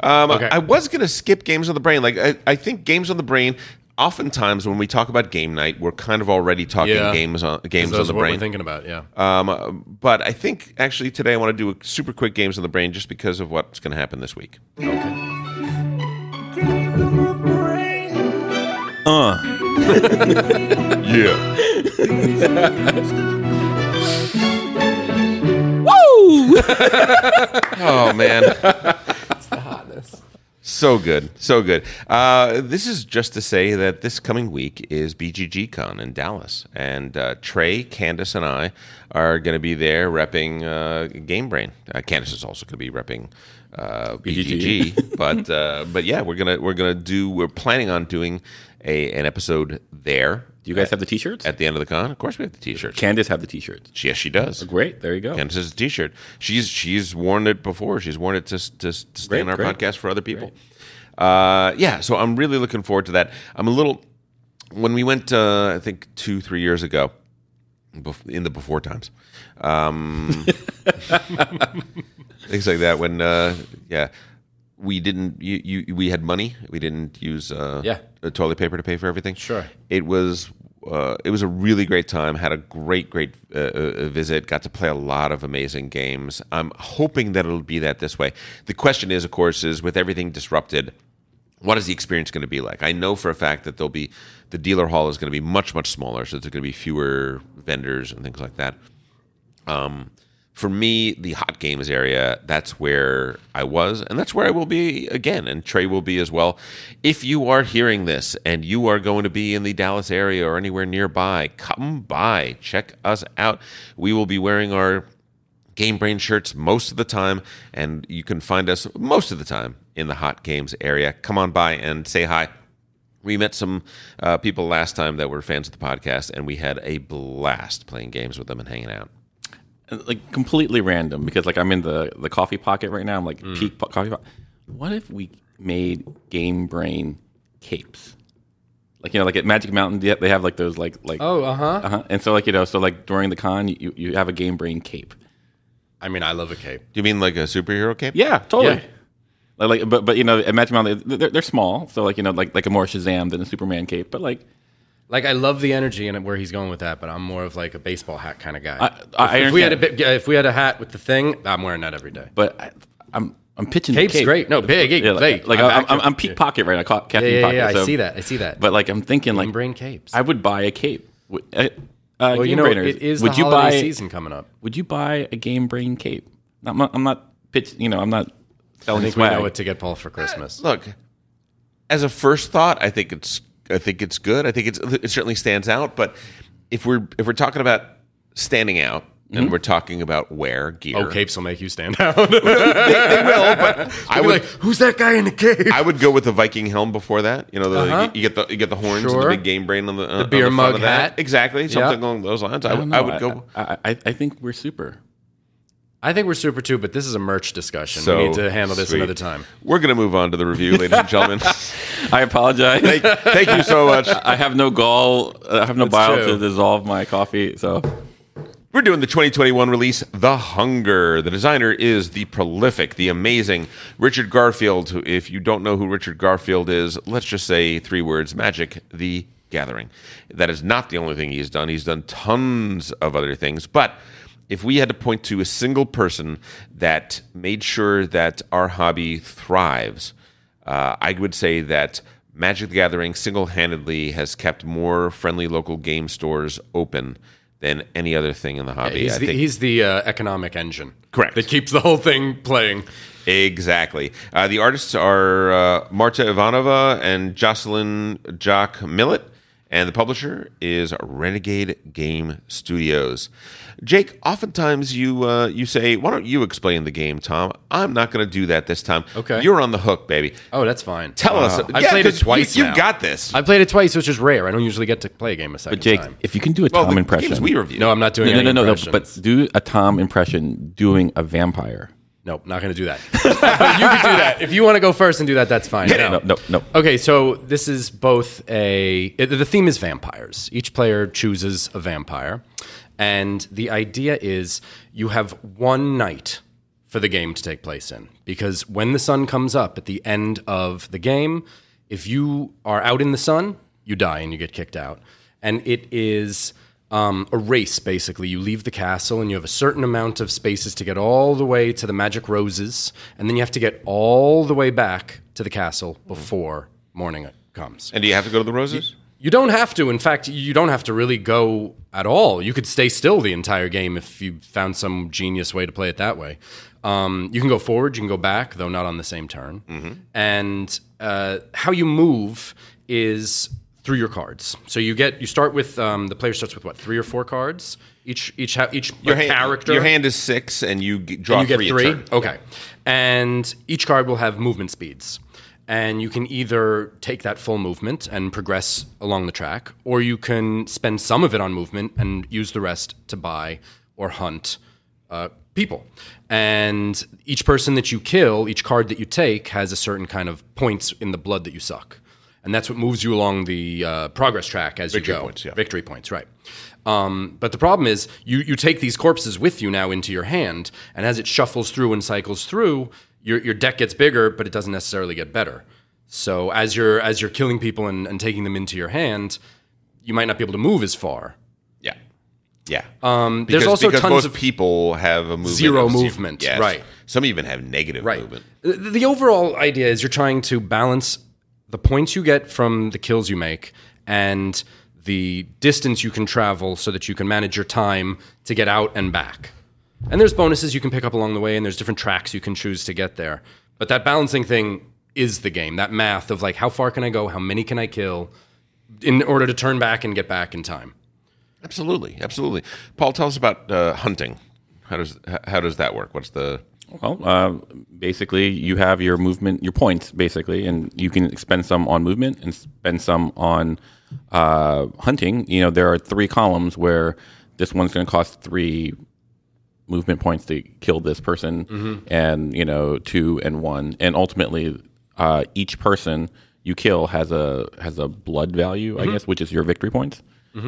Speaker 1: Um,
Speaker 2: Okay.
Speaker 1: I was going to skip games on the brain. Like I, I think games on the brain. Oftentimes, when we talk about game night, we're kind of already talking
Speaker 2: Yeah.
Speaker 1: games on games on
Speaker 2: Those
Speaker 1: the
Speaker 2: are what we're
Speaker 1: brain.
Speaker 2: thinking about. Yeah.
Speaker 1: Um, but I think actually today I want to do a super quick games on the brain just because of what's going to happen this week.
Speaker 3: Uh,
Speaker 1: <laughs> Yeah.
Speaker 3: woo!
Speaker 1: <laughs> Oh man. it's the hotness. So good, so good. Uh, this is just to say that this coming week is BGG Con in Dallas, and uh, Trey, Candace, and I are going to be there repping uh, Game Brain. Uh, Candace is also going to be repping uh, BGG, but uh, but yeah, we're gonna we're gonna do we're planning on doing a an episode there.
Speaker 3: Do you guys have the T-shirts?
Speaker 1: at the end of the con? Of course, we have the T-shirt.
Speaker 3: Uh, Candace have the T-shirts.
Speaker 1: Yes, she does.
Speaker 3: Great, there you go.
Speaker 1: Candace has a T-shirt. She's she's worn it before. She's worn it to to, to stay
Speaker 3: Great,
Speaker 1: on our
Speaker 3: great.
Speaker 1: podcast for other people. Uh, yeah, so I'm really looking forward to that. I'm a little. When we went, uh, I think two three years ago, bef- in the before times, um, <laughs> things like that. When uh, yeah, we didn't. You, you we had money. We didn't use uh,
Speaker 2: Yeah.
Speaker 1: uh, toilet paper to pay for everything.
Speaker 2: Sure.
Speaker 1: It was uh, it was a really great time. Had a great great uh, uh, visit. Got to play a lot of amazing games. I'm hoping that it'll be that this way. The question is, of course, is with everything disrupted. What is the experience going to be like? I know for a fact that there'll be the dealer hall is going to be much much smaller, so there's going to be fewer vendors and things like that Um, for me, the hot games area, that's where I was, and that's where I will be again, and Trey will be as well. If you are hearing this and you are going to be in the Dallas area or anywhere nearby, come by, check us out. We will be wearing our Game Brain shirts most of the time, and you can find us most of the time in the hot games area. Come on by and say hi. We met some uh, people last time that were fans of the podcast, and we had a blast playing games with them and hanging out.
Speaker 3: like completely random because like I'm in the the coffee pocket right now. I'm like peak po- coffee pocket. What if we made Game Brain capes? Like you know, like at Magic Mountain, they have- they have like those like like
Speaker 2: oh, uh huh.
Speaker 3: uh-huh. and so like you know, so like during the con, you you have a Game Brain cape.
Speaker 2: I mean, I love a cape.
Speaker 1: Do you mean like a superhero cape?
Speaker 3: Yeah, totally.
Speaker 2: Yeah.
Speaker 3: Like, like, but but you know, Imagine Mountain, they're, they're small, so like you know, like like a more Shazam than a Superman cape, but like
Speaker 2: Like I love the energy and where he's going with that, but I'm more of like a baseball hat kind of guy.
Speaker 3: I- I
Speaker 2: if, if we had a
Speaker 3: understand.
Speaker 2: big, if we had a hat with the thing, I'm wearing that every day.
Speaker 3: but I, I'm I'm pitching. the
Speaker 2: Cape's
Speaker 3: cape.
Speaker 2: great. No, big, big,
Speaker 3: Yeah, like,
Speaker 2: big.
Speaker 3: like
Speaker 2: I'm
Speaker 3: I'm, I'm,
Speaker 2: accurate.
Speaker 3: I'm peak pocket right now, ca-
Speaker 2: Yeah,
Speaker 3: caffeine
Speaker 2: yeah,
Speaker 3: pocket.
Speaker 2: yeah. I
Speaker 3: so-
Speaker 2: see that. I see that.
Speaker 3: But like I'm thinking, like
Speaker 2: brain capes.
Speaker 3: I would buy a cape. Would- Uh, uh,
Speaker 2: well, you
Speaker 3: Game
Speaker 2: know,
Speaker 3: Brainers,
Speaker 2: it is
Speaker 3: would
Speaker 2: the
Speaker 3: you
Speaker 2: holiday
Speaker 3: buy?
Speaker 2: season coming up.
Speaker 3: Would you buy a Game Brain cape? I'm not. I'm not pitch. You know, I'm not
Speaker 2: I
Speaker 3: selling
Speaker 2: think we
Speaker 3: swag.
Speaker 2: know what to get Paul for Christmas.
Speaker 1: Look, as a first thought, I think it's I think it's good. I think it's it certainly stands out. But if we're if we're talking about standing out and we're talking about wear gear,
Speaker 2: Oh, capes will make you stand out. <laughs> You'll
Speaker 1: they will. But I
Speaker 2: be
Speaker 1: would
Speaker 2: like, who's that guy in the cape?
Speaker 1: I would go with the Viking helm before that. You know, the, you, get the you get the horns and
Speaker 2: Sure.
Speaker 1: the big game brain on the, uh, on
Speaker 2: beer
Speaker 1: front
Speaker 2: mug
Speaker 1: of that.
Speaker 2: hat.
Speaker 1: Exactly, something
Speaker 2: Yeah.
Speaker 1: along those lines. I,
Speaker 3: I,
Speaker 1: would-
Speaker 3: don't know.
Speaker 1: I would go.
Speaker 3: I, I, I think we're super.
Speaker 2: I think we're super too, but this is a merch discussion.
Speaker 1: So
Speaker 2: we need to handle this
Speaker 1: sweet.
Speaker 2: another time.
Speaker 1: We're going to move on to the review, ladies and gentlemen.
Speaker 2: <laughs>
Speaker 3: I apologize.
Speaker 1: Thank you so much.
Speaker 3: I have no gall. I have no bile
Speaker 2: true.
Speaker 3: to dissolve my coffee. So
Speaker 1: We're doing the 2021 release, The Hunger. The designer is the prolific, the amazing Richard Garfield. who- If you don't know who Richard Garfield is, let's just say three words magic, The Gathering. That is not the only thing he's done. He's done tons of other things. But if we had to point to a single person that made sure that our hobby thrives, uh, I would say that Magic the Gathering single handedly has kept more friendly local game stores open than any other thing in the hobby.
Speaker 2: He's
Speaker 1: I
Speaker 2: the,
Speaker 1: think.
Speaker 2: he's the uh, economic engine.
Speaker 1: Correct.
Speaker 2: That keeps the whole thing playing.
Speaker 1: exactly. Uh, the artists are uh, Marta Ivanova and Jocelyn Jock Millet. And the publisher is Renegade Game Studios. Jake, oftentimes you uh, you say, "Why don't you explain the game, Tom?" I'm not going to do that this time.
Speaker 2: Okay.
Speaker 1: you're on the hook, baby.
Speaker 2: Oh, that's fine.
Speaker 1: Tell us.
Speaker 2: I
Speaker 1: Yeah,
Speaker 2: played
Speaker 1: 'cause
Speaker 2: it twice.
Speaker 1: You,
Speaker 2: now.
Speaker 1: have got this.
Speaker 2: I played it twice, which is rare. I don't usually get to play a game a second
Speaker 3: but Jake,
Speaker 2: time.
Speaker 3: if you can do a
Speaker 1: well,
Speaker 3: Tom
Speaker 1: the
Speaker 3: impression,
Speaker 1: games we review.
Speaker 2: No, I'm not doing
Speaker 3: no,
Speaker 2: any
Speaker 3: no, no, no,
Speaker 2: impressions.
Speaker 3: But do a Tom impression doing a vampire.
Speaker 2: Nope, not going to do that. <laughs> But you could do that. If you want to go first and do that, that's fine.
Speaker 3: No, no, no.
Speaker 2: Okay, so this is both a. it- the theme is vampires. Each player chooses a vampire. And the idea is you have one night for the game to take place in. Because when the sun comes up at the end of the game, if you are out in the sun, you die and you get kicked out. And it is um, a race, basically. You leave the castle and you have a certain amount of spaces to get all the way to the magic roses. And then you have to get all the way back to the castle before morning comes.
Speaker 1: And do you have to go to the roses?
Speaker 2: You don't have to. In fact, you don't have to really go at all. You could stay still the entire game if you found some genius way to play it that way. Um, you can go forward, you can go back, though not on the same turn.
Speaker 1: Mm-hmm.
Speaker 2: And uh, how you move is through your cards. So you get you start with um, the player starts with what three or four cards each each ha- each like,
Speaker 1: hand,
Speaker 2: character
Speaker 1: Your hand is six, and you g- draw
Speaker 2: and you
Speaker 1: three.
Speaker 2: get
Speaker 1: a
Speaker 2: three.
Speaker 1: turn.
Speaker 2: Okay. And each card will have movement speeds. And you can either take that full movement and progress along the track, or you can spend some of it on movement and use the rest to buy or hunt uh, people. And each person that you kill, each card that you take, has a certain kind of points in the blood that you suck. And that's what moves you along the uh, progress track as you go.
Speaker 1: points, yeah.
Speaker 2: Victory points, right. Um, but the problem is, you, you take these corpses with you now into your hand, and as it shuffles through and cycles through, your, your deck gets bigger, but it doesn't necessarily get better. So as you're as you're killing people and, and taking them into your hand, you might not be able to move as far.
Speaker 1: Yeah, yeah.
Speaker 2: Um, there's
Speaker 1: Because-
Speaker 2: also
Speaker 1: because
Speaker 2: tons
Speaker 1: most
Speaker 2: of
Speaker 1: people have a movement
Speaker 2: Zero
Speaker 1: of
Speaker 2: movement,
Speaker 1: Yes.
Speaker 2: right.
Speaker 1: Some even have negative movement.
Speaker 2: The, the overall idea is you're trying to balance the points you get from the kills you make and the distance you can travel so that you can manage your time to get out and back. And there's bonuses you can pick up along the way, and there's different tracks you can choose to get there. But that balancing thing is the game, that math of like, how far can I go? How many can I kill in order to turn back and get back in time?
Speaker 1: Absolutely, absolutely. Paul, tell us about uh, hunting. How does h- how does that work? What's the
Speaker 3: Well, uh, basically, you have your movement, your points, basically, and you can spend some on movement and spend some on uh, hunting. You know, there are three columns where this one's going to cost three movement points to kill this person,
Speaker 1: Mm-hmm.
Speaker 3: and you know, two and one, and ultimately, uh, each person you kill has a has a
Speaker 1: Mm-hmm.
Speaker 3: blood value, I guess, which is your victory points.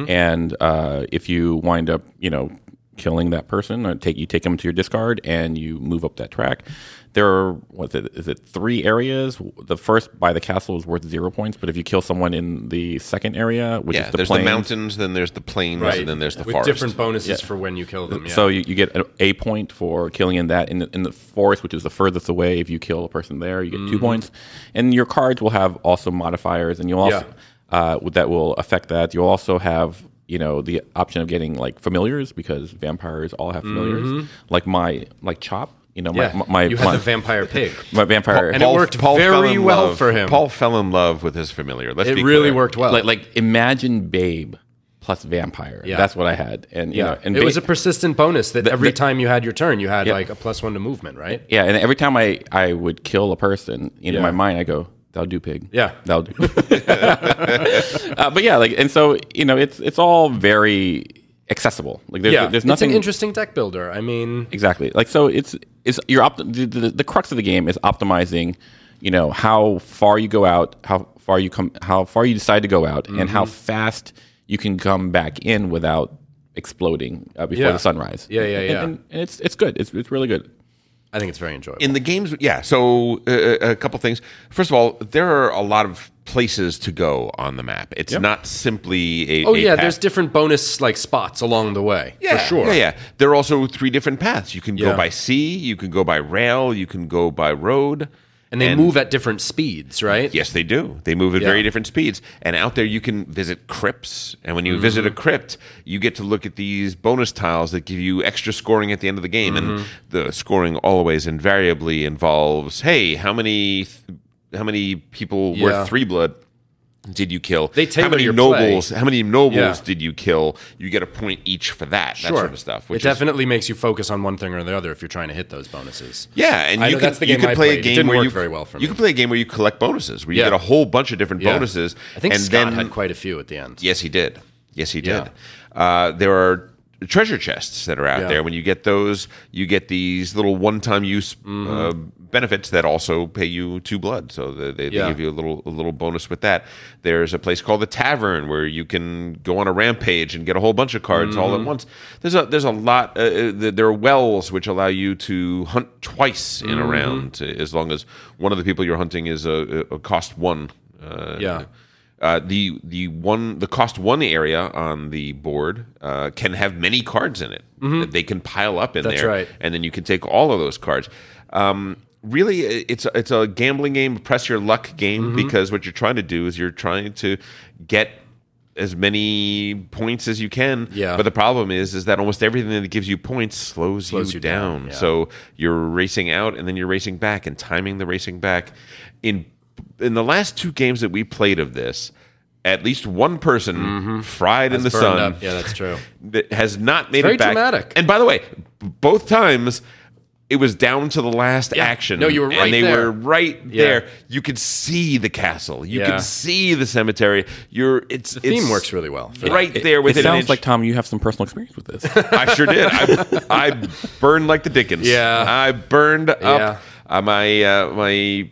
Speaker 3: And uh, if you wind up, you know, killing that person, or take you take them to your discard and you move up that track. There are what's it? Is it three areas? The first by the castle is worth zero points, but if you kill someone in the second area, which
Speaker 1: yeah,
Speaker 3: is the
Speaker 1: there's
Speaker 3: plains,
Speaker 1: the mountains, then there's the plains, and then there's the
Speaker 2: With
Speaker 1: forest.
Speaker 2: different bonuses for when you kill them. Yeah.
Speaker 3: So you, you get a, a point for killing in that in the, in the forest, which is the furthest away. If you kill a person there, you get
Speaker 2: Mm-hmm.
Speaker 3: two points, and your cards will have also modifiers, and you'll also uh, with- that will affect that. You'll also have you know the option of getting like familiars because vampires all have familiars, like my like chop. You know my
Speaker 2: Mm-hmm. yeah,
Speaker 3: my
Speaker 2: you had
Speaker 3: my,
Speaker 2: the vampire pig.
Speaker 3: my vampire.
Speaker 2: and it worked very
Speaker 1: fell in
Speaker 2: well
Speaker 1: love-
Speaker 2: for him.
Speaker 1: Paul fell in love with his familiar. Let's
Speaker 2: It
Speaker 1: be
Speaker 2: really
Speaker 1: clear.
Speaker 2: worked well.
Speaker 3: like like imagine Babe plus vampire.
Speaker 2: Yeah.
Speaker 3: That's what I had, and you
Speaker 2: yeah,
Speaker 3: know, and
Speaker 2: it
Speaker 3: Babe-
Speaker 2: was a persistent bonus that every
Speaker 3: the-
Speaker 2: time you had your turn, you had
Speaker 3: Yeah.
Speaker 2: like a plus one to movement, right?
Speaker 3: Yeah, and every time I, I would kill a person, in
Speaker 2: Yeah.
Speaker 3: my mind I go, "That'll do, pig."
Speaker 2: Yeah.
Speaker 3: that'll
Speaker 2: <laughs>
Speaker 3: do. <laughs> uh, but yeah, like, and so you know, it's it's all very accessible. Like, there's,
Speaker 2: Yeah,
Speaker 3: there's nothing
Speaker 2: It's an interesting deck builder. I mean,
Speaker 3: exactly like so. It's it's you're opt- the, the the crux of the game is optimizing. You know how far you go out, how far you come, how far you decide to go out, and
Speaker 2: Mm-hmm.
Speaker 3: how fast you can come back in without exploding uh, before
Speaker 2: Yeah.
Speaker 3: the sunrise.
Speaker 2: Yeah, yeah,
Speaker 3: And-
Speaker 2: yeah.
Speaker 3: And, and it's it's good. It's it's really good.
Speaker 2: I think it's very enjoyable.
Speaker 1: in the games yeah so uh, a couple things first of all there are a lot of places to go on the map it's not simply a
Speaker 2: oh
Speaker 1: a
Speaker 2: yeah,
Speaker 1: path.
Speaker 2: there's different bonus like spots along the way.
Speaker 1: yeah,
Speaker 2: for sure.
Speaker 1: yeah yeah there are also three different paths you can
Speaker 2: Yeah.
Speaker 1: go by sea you can go by rail you can go by road
Speaker 2: And they move at different speeds, right?
Speaker 1: Yes, they do. They move at very
Speaker 2: Yeah.
Speaker 1: different speeds. And out there, you can visit crypts. And when you
Speaker 2: Mm-hmm.
Speaker 1: visit a crypt, you get to look at these bonus tiles that give you extra scoring at the end of the game.
Speaker 2: Mm-hmm.
Speaker 1: And the scoring always invariably involves hey, how many. how many people
Speaker 2: Yeah.
Speaker 1: worth three blood did you kill?
Speaker 2: They tailor
Speaker 1: how many
Speaker 2: your play.
Speaker 1: nobles? How many nobles
Speaker 2: Yeah.
Speaker 1: did you kill? You get a point each for that.
Speaker 2: sure.
Speaker 1: That sort of stuff.
Speaker 2: it
Speaker 1: is-
Speaker 2: definitely makes you focus on one thing or the other if you're trying to hit those bonuses.
Speaker 1: Yeah, and
Speaker 2: I
Speaker 1: you
Speaker 2: know
Speaker 1: can,
Speaker 2: that's the
Speaker 1: you
Speaker 2: game
Speaker 1: can
Speaker 2: I
Speaker 1: play
Speaker 2: played.
Speaker 1: a
Speaker 2: It
Speaker 1: game
Speaker 2: didn't
Speaker 1: where
Speaker 2: work
Speaker 1: you
Speaker 2: very well for
Speaker 1: you
Speaker 2: me.
Speaker 1: can play a game where you collect bonuses, where you
Speaker 2: Yeah.
Speaker 1: get a whole bunch of different
Speaker 2: Yeah.
Speaker 1: bonuses.
Speaker 2: I think
Speaker 1: and
Speaker 2: Scott
Speaker 1: then,
Speaker 2: had quite a few at the end.
Speaker 1: Yes, he did. Yes, he
Speaker 2: Yeah.
Speaker 1: did. Uh, there are treasure chests that are out
Speaker 2: Yeah.
Speaker 1: there. When you get those, you get these little one-time use uh,
Speaker 2: Mm-hmm.
Speaker 1: benefits that also pay you two blood. So they, they,
Speaker 2: Yeah.
Speaker 1: they give you a little a little bonus with that. There's a place called the Tavern where you can go on a rampage and get a whole bunch of cards all
Speaker 2: Mm-hmm.
Speaker 1: at once. There's a there's a lot. Uh, uh, there are wells which allow you to hunt twice in a
Speaker 2: Mm-hmm.
Speaker 1: round, uh, as long as one of the people you're hunting is a, a a cost one. Uh,
Speaker 2: Yeah.
Speaker 1: uh, the the one the cost one area on the board uh, can have many cards in it that they can pile up in
Speaker 2: Mm-hmm. That's
Speaker 1: there,
Speaker 2: right.
Speaker 1: and then you can take all of those cards. Um, really, i- it's a- it's a gambling game, press your luck game
Speaker 2: Mm-hmm.
Speaker 1: because what you're trying to do is you're trying to get as many points as you can.
Speaker 2: Yeah.
Speaker 1: But the problem is is that almost everything that gives you points slows,
Speaker 2: Slows
Speaker 1: you
Speaker 2: you
Speaker 1: down.
Speaker 2: down, yeah.
Speaker 1: So you're racing out and then you're racing back and timing the racing back. In in the last two games that we played of this, at least one person fried in the
Speaker 2: Mm-hmm. Burned
Speaker 1: sun
Speaker 2: up. Yeah, that's true.
Speaker 1: that has not made
Speaker 2: Very
Speaker 1: it back.
Speaker 2: dramatic.
Speaker 1: And by the way, b- both times it was down to the last action.
Speaker 2: No, you were right
Speaker 1: and they
Speaker 2: there.
Speaker 1: were right
Speaker 2: Yeah.
Speaker 1: there. You could see the castle. You
Speaker 2: Yeah.
Speaker 1: could see the cemetery. You're <laughs> it's the
Speaker 2: Theme works really well. for
Speaker 1: right there
Speaker 3: It
Speaker 1: within an
Speaker 3: sounds
Speaker 1: inch.
Speaker 3: like Tom, you have some personal experience with this.
Speaker 1: I sure did. I, I burned like the Dickens.
Speaker 2: Yeah.
Speaker 1: I burned up.
Speaker 2: Yeah.
Speaker 1: Uh, my uh, my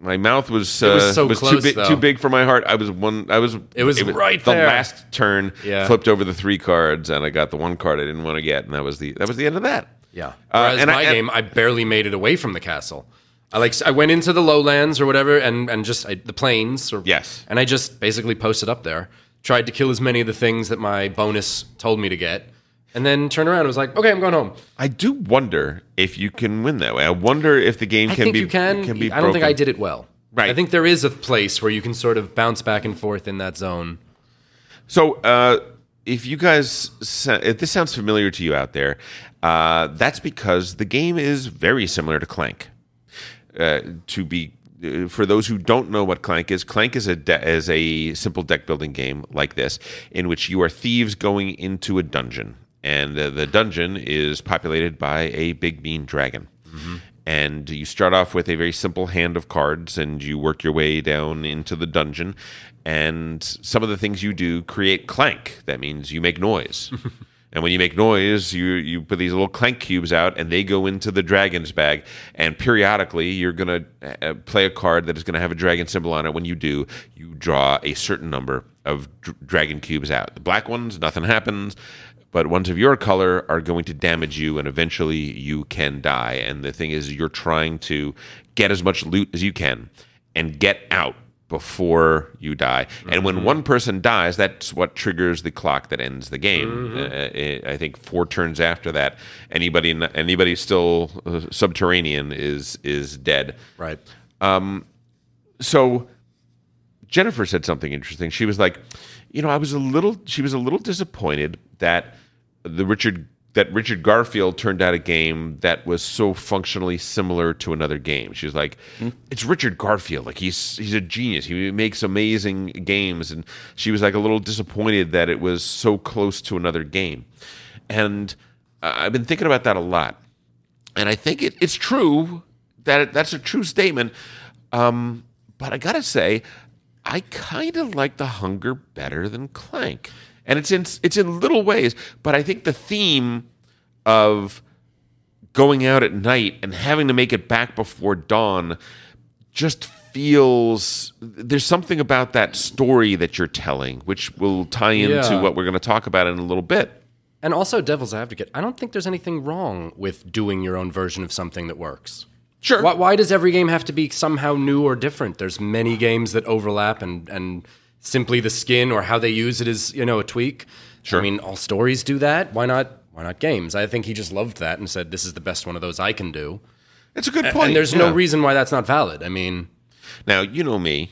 Speaker 1: my mouth was uh,
Speaker 2: was so
Speaker 1: too
Speaker 2: close,
Speaker 1: big
Speaker 2: though.
Speaker 1: too big for my heart. I was one. I was
Speaker 2: It was right
Speaker 1: the
Speaker 2: there.
Speaker 1: last turn.
Speaker 2: Yeah.
Speaker 1: Flipped over the three cards and I got the one card I didn't want to get, and that was the that was the end of that.
Speaker 2: Yeah.
Speaker 1: Uh,
Speaker 2: Whereas
Speaker 1: and I-
Speaker 2: my
Speaker 1: and-
Speaker 2: game, I barely made it away from the castle. I like I went into the lowlands or whatever, and and just I, the plains or
Speaker 1: Yes.
Speaker 2: and I just basically posted up there, tried to kill as many of the things that my bonus told me to get, and then turned around and was like, okay, I'm going home.
Speaker 1: I do wonder if you can win that way. I wonder if the game
Speaker 2: I
Speaker 1: can
Speaker 2: think
Speaker 1: be
Speaker 2: you can.
Speaker 1: be.
Speaker 2: I don't
Speaker 1: broken.
Speaker 2: think I did it well.
Speaker 1: Right.
Speaker 2: I think there is a place where you can sort of bounce back and forth in that zone.
Speaker 1: So, uh, if you guys, sa- if this sounds familiar to you out there, uh, that's because the game is very similar to Clank. Uh, to be, uh, for those who don't know what Clank is, Clank is a de- is a simple deck building game like this, in which you are thieves going into a dungeon, and uh, the dungeon is populated by a big mean dragon. And you start off with a very simple hand of cards, and you work your way down into the dungeon. And some of the things you do create clank. That means you make noise. and when you make noise, you you put these little clank cubes out, and they go into the dragon's bag. And periodically, you're gonna uh, play a card that is gonna have a dragon symbol on it. When you do, you draw a certain number of dr- dragon cubes out. The black ones, nothing happens, but ones of your color are going to damage you, and eventually you can die. And the thing is, you're trying to get as much loot as you can and get out before you die. And when one person dies, that's what triggers the clock that ends the game. Uh, I think four turns after that, anybody anybody still uh, subterranean is is dead.
Speaker 2: Right.
Speaker 1: So Jennifer said something interesting. She was like, you know, I was a little she was a little disappointed that the Richard that Richard Garfield turned out a game that was so functionally similar to another game. She was like, it's Richard Garfield. Like he's he's a genius. He makes amazing games and she was like a little disappointed that it was so close to another game. And I- I've been thinking about that a lot. And I think it, it's true that it, that's a true statement. Um, but I gotta say, I kind of like The Hunger better than Clank, and it's in it's in little ways. But I think the theme of going out at night and having to make it back before dawn just feels there's something about that story that you're telling, which will tie into
Speaker 2: Yeah.
Speaker 1: what we're going to talk about in a little bit.
Speaker 2: And also, devil's advocate, I don't think there's anything wrong with doing your own version of something that works.
Speaker 1: Sure.
Speaker 2: Why, why does every game have to be somehow new or different? There's many games that overlap, and, and simply the skin or how they use it is you know a tweak.
Speaker 1: Sure.
Speaker 2: I mean, all stories do that. Why not? Why not games? I think he just loved that and said, "This is the best one of those I can do."
Speaker 1: It's a good point.
Speaker 2: And there's no
Speaker 1: Oh, yeah.
Speaker 2: reason why that's not valid. I mean,
Speaker 1: Now you know me.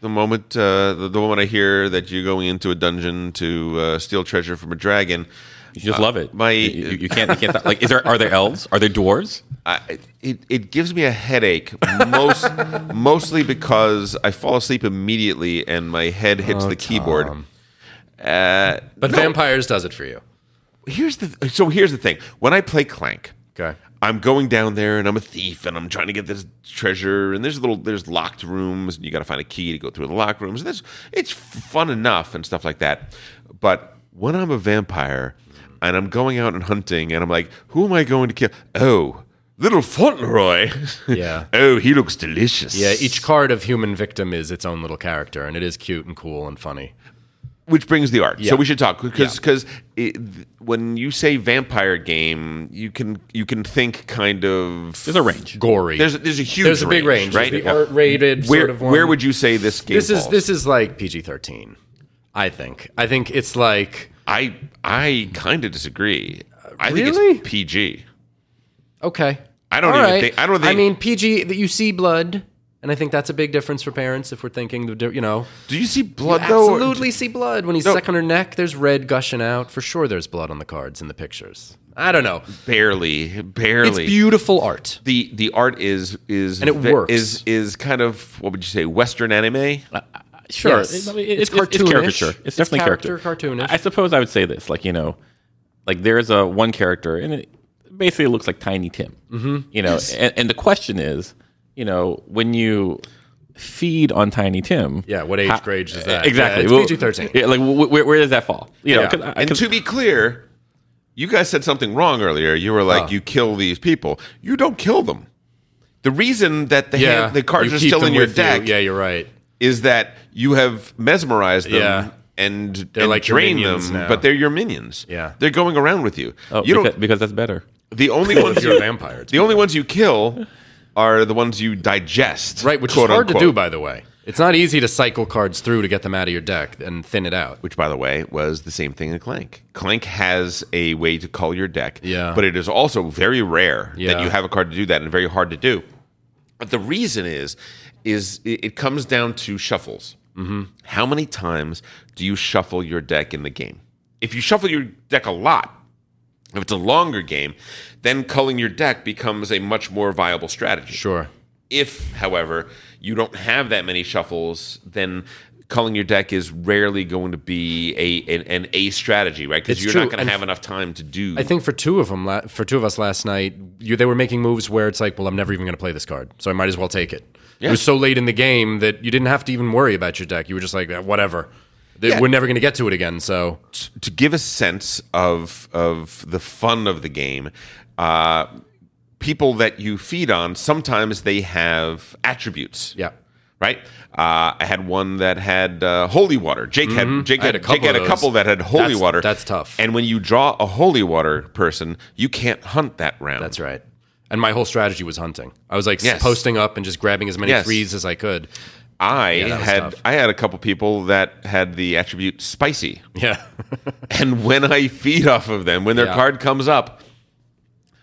Speaker 1: The moment, uh, the, the moment I hear that you're going into a dungeon to uh, steal treasure from a dragon,
Speaker 3: You just love it.
Speaker 1: Uh, my-
Speaker 3: you, you- you can't you can't stop. like is there are there elves? Are there dwarves?
Speaker 1: I, it, it gives me a headache. Most, mostly because I fall asleep immediately and my head hits the keyboard. Uh,
Speaker 2: but
Speaker 1: no,
Speaker 2: vampires does it for you.
Speaker 1: here's the so here's the thing. When I play Clank,
Speaker 2: Okay.
Speaker 1: I'm going down there and I'm a thief and I'm trying to get this treasure and there's little there's locked rooms and you got to find a key to go through the locked rooms. That's it's fun enough and stuff like that. But when I'm a vampire and I'm going out and hunting and I'm like, who am I going to kill? Oh, little Fauntleroy. <laughs>
Speaker 2: Yeah.
Speaker 1: oh, he looks delicious.
Speaker 2: Yeah, each card of human victim is its own little character, and it is cute and cool and funny.
Speaker 1: which brings the art.
Speaker 2: Yeah.
Speaker 1: So we should talk because when you say vampire game, you can you can think kind of
Speaker 3: There's a range.
Speaker 2: Gory.
Speaker 1: There's there's a huge
Speaker 2: There's a big range,
Speaker 1: right?
Speaker 2: There's the art rated
Speaker 1: where,
Speaker 2: sort of one.
Speaker 1: where would you say this game
Speaker 2: this is
Speaker 1: falls?
Speaker 2: this is like PG thirteen, I think. I think it's like
Speaker 1: I I kind of disagree. I
Speaker 2: Really?
Speaker 1: think it's PG.
Speaker 2: okay.
Speaker 1: I don't
Speaker 2: All
Speaker 1: even think- I don't
Speaker 2: I
Speaker 1: think-
Speaker 2: mean PG that you see blood, and I think that's a big difference for parents if we're thinking the di- you know
Speaker 1: Do you see blood though?
Speaker 2: absolutely see blood when he's sucking her neck. There's red gushing out for sure. There's blood on the cards in the pictures. I don't know.
Speaker 1: barely, barely.
Speaker 2: It's beautiful art.
Speaker 1: the the art is is
Speaker 2: And it
Speaker 1: ve-
Speaker 2: works.
Speaker 1: is is kind of what would you say Western anime?
Speaker 3: Sure,
Speaker 2: Yes.
Speaker 3: I mean, it-
Speaker 2: It's
Speaker 3: it- It's
Speaker 2: cartoonish.
Speaker 3: caricature. It's,
Speaker 2: It's
Speaker 3: definitely
Speaker 2: character
Speaker 3: caricature.
Speaker 2: cartoonish.
Speaker 3: I suppose I would say this, like you know, like there's a one character, and it basically looks like Tiny Tim. Mm-hmm. You know, and, and the question is, you know, when you feed on Tiny Tim,
Speaker 2: Yeah, what age grade
Speaker 1: e,
Speaker 2: is that?
Speaker 3: Exactly,
Speaker 2: Yeah, it's
Speaker 3: Well,
Speaker 2: PG-13.
Speaker 3: Yeah, like wh- wh- where, where does that fall? You know,
Speaker 2: Yeah.
Speaker 3: 'cause I-
Speaker 1: And
Speaker 3: 'cause-
Speaker 1: to be clear, you guys said something wrong earlier. You were
Speaker 2: Oh.
Speaker 1: like, you kill these people. You don't kill them. The reason that the hand, the cards
Speaker 2: you
Speaker 1: are
Speaker 2: keep
Speaker 1: still
Speaker 2: them
Speaker 1: in your
Speaker 2: with you.
Speaker 1: deck
Speaker 2: Yeah, you're right.
Speaker 1: is that you have mesmerized them
Speaker 2: Yeah.
Speaker 1: and they're and
Speaker 2: like your
Speaker 1: drained
Speaker 2: minions
Speaker 1: them,
Speaker 2: now.
Speaker 1: but they're your minions.
Speaker 2: Yeah.
Speaker 1: they're going around with you.
Speaker 3: oh,
Speaker 1: you
Speaker 3: because,
Speaker 1: don't.
Speaker 3: because that's better.
Speaker 1: The
Speaker 2: <laughs>
Speaker 1: only
Speaker 2: If
Speaker 1: ones
Speaker 2: you're a
Speaker 3: <laughs>
Speaker 1: you,
Speaker 2: vampire, it's
Speaker 1: the only ones you kill are the ones you digest.
Speaker 2: Right, which is
Speaker 1: quote
Speaker 2: hard to do,
Speaker 1: unquote.
Speaker 2: by the way. It's not easy to cycle cards through to get them out of your deck and thin it out.
Speaker 1: Which, by the way, was the same thing in Clank. Clank has a way to call your deck,
Speaker 2: Yeah.
Speaker 1: but it is also very rare
Speaker 2: Yeah.
Speaker 1: that you have a card to do that, and very hard to do. But the reason is, is it, it comes down to shuffles. Mm-hmm. How many times do you shuffle your deck in the game? If you shuffle your deck a lot, if it's a longer game, then culling your deck becomes a much more viable strategy.
Speaker 2: Sure.
Speaker 1: If, however, you don't have that many shuffles, then culling your deck is rarely going to be a an, an a strategy, right? Because
Speaker 2: It's
Speaker 1: you're
Speaker 2: true,
Speaker 1: not going
Speaker 2: and
Speaker 1: to have enough time to do.
Speaker 2: I think for two of them, la- for two of us last night, you, they were making moves where it's like, well, I'm never even going to play this card, so I might as well take it. It
Speaker 1: Yeah.
Speaker 2: was so late in the game that you didn't have to even worry about your deck. You were just like, "Eh, whatever. They-
Speaker 1: Yeah.
Speaker 2: We're never going to get to it again. So
Speaker 1: to give a sense of of the fun of the game. Uh, people that you feed on sometimes they have attributes.
Speaker 2: yeah,
Speaker 1: right? Uh, I had one that had uh, holy water. Jake had Jake
Speaker 2: Mm-hmm. I had
Speaker 1: had,
Speaker 2: a couple
Speaker 1: Jake had
Speaker 2: of
Speaker 1: a
Speaker 2: those.
Speaker 1: couple that had holy
Speaker 2: That's-
Speaker 1: water.
Speaker 2: that's tough.
Speaker 1: And when you draw a holy water person, you can't hunt that round.
Speaker 2: That's right. And my whole strategy was hunting. I was like
Speaker 1: Yes.
Speaker 2: posting up and just grabbing as many
Speaker 1: Yes.
Speaker 2: threes as I could.
Speaker 1: I
Speaker 2: that was
Speaker 1: had
Speaker 2: tough.
Speaker 1: I had a couple people that had the attribute spicy, <laughs>
Speaker 2: Yeah.
Speaker 1: and when I feed off of them, when their
Speaker 2: Yeah.
Speaker 1: card comes up,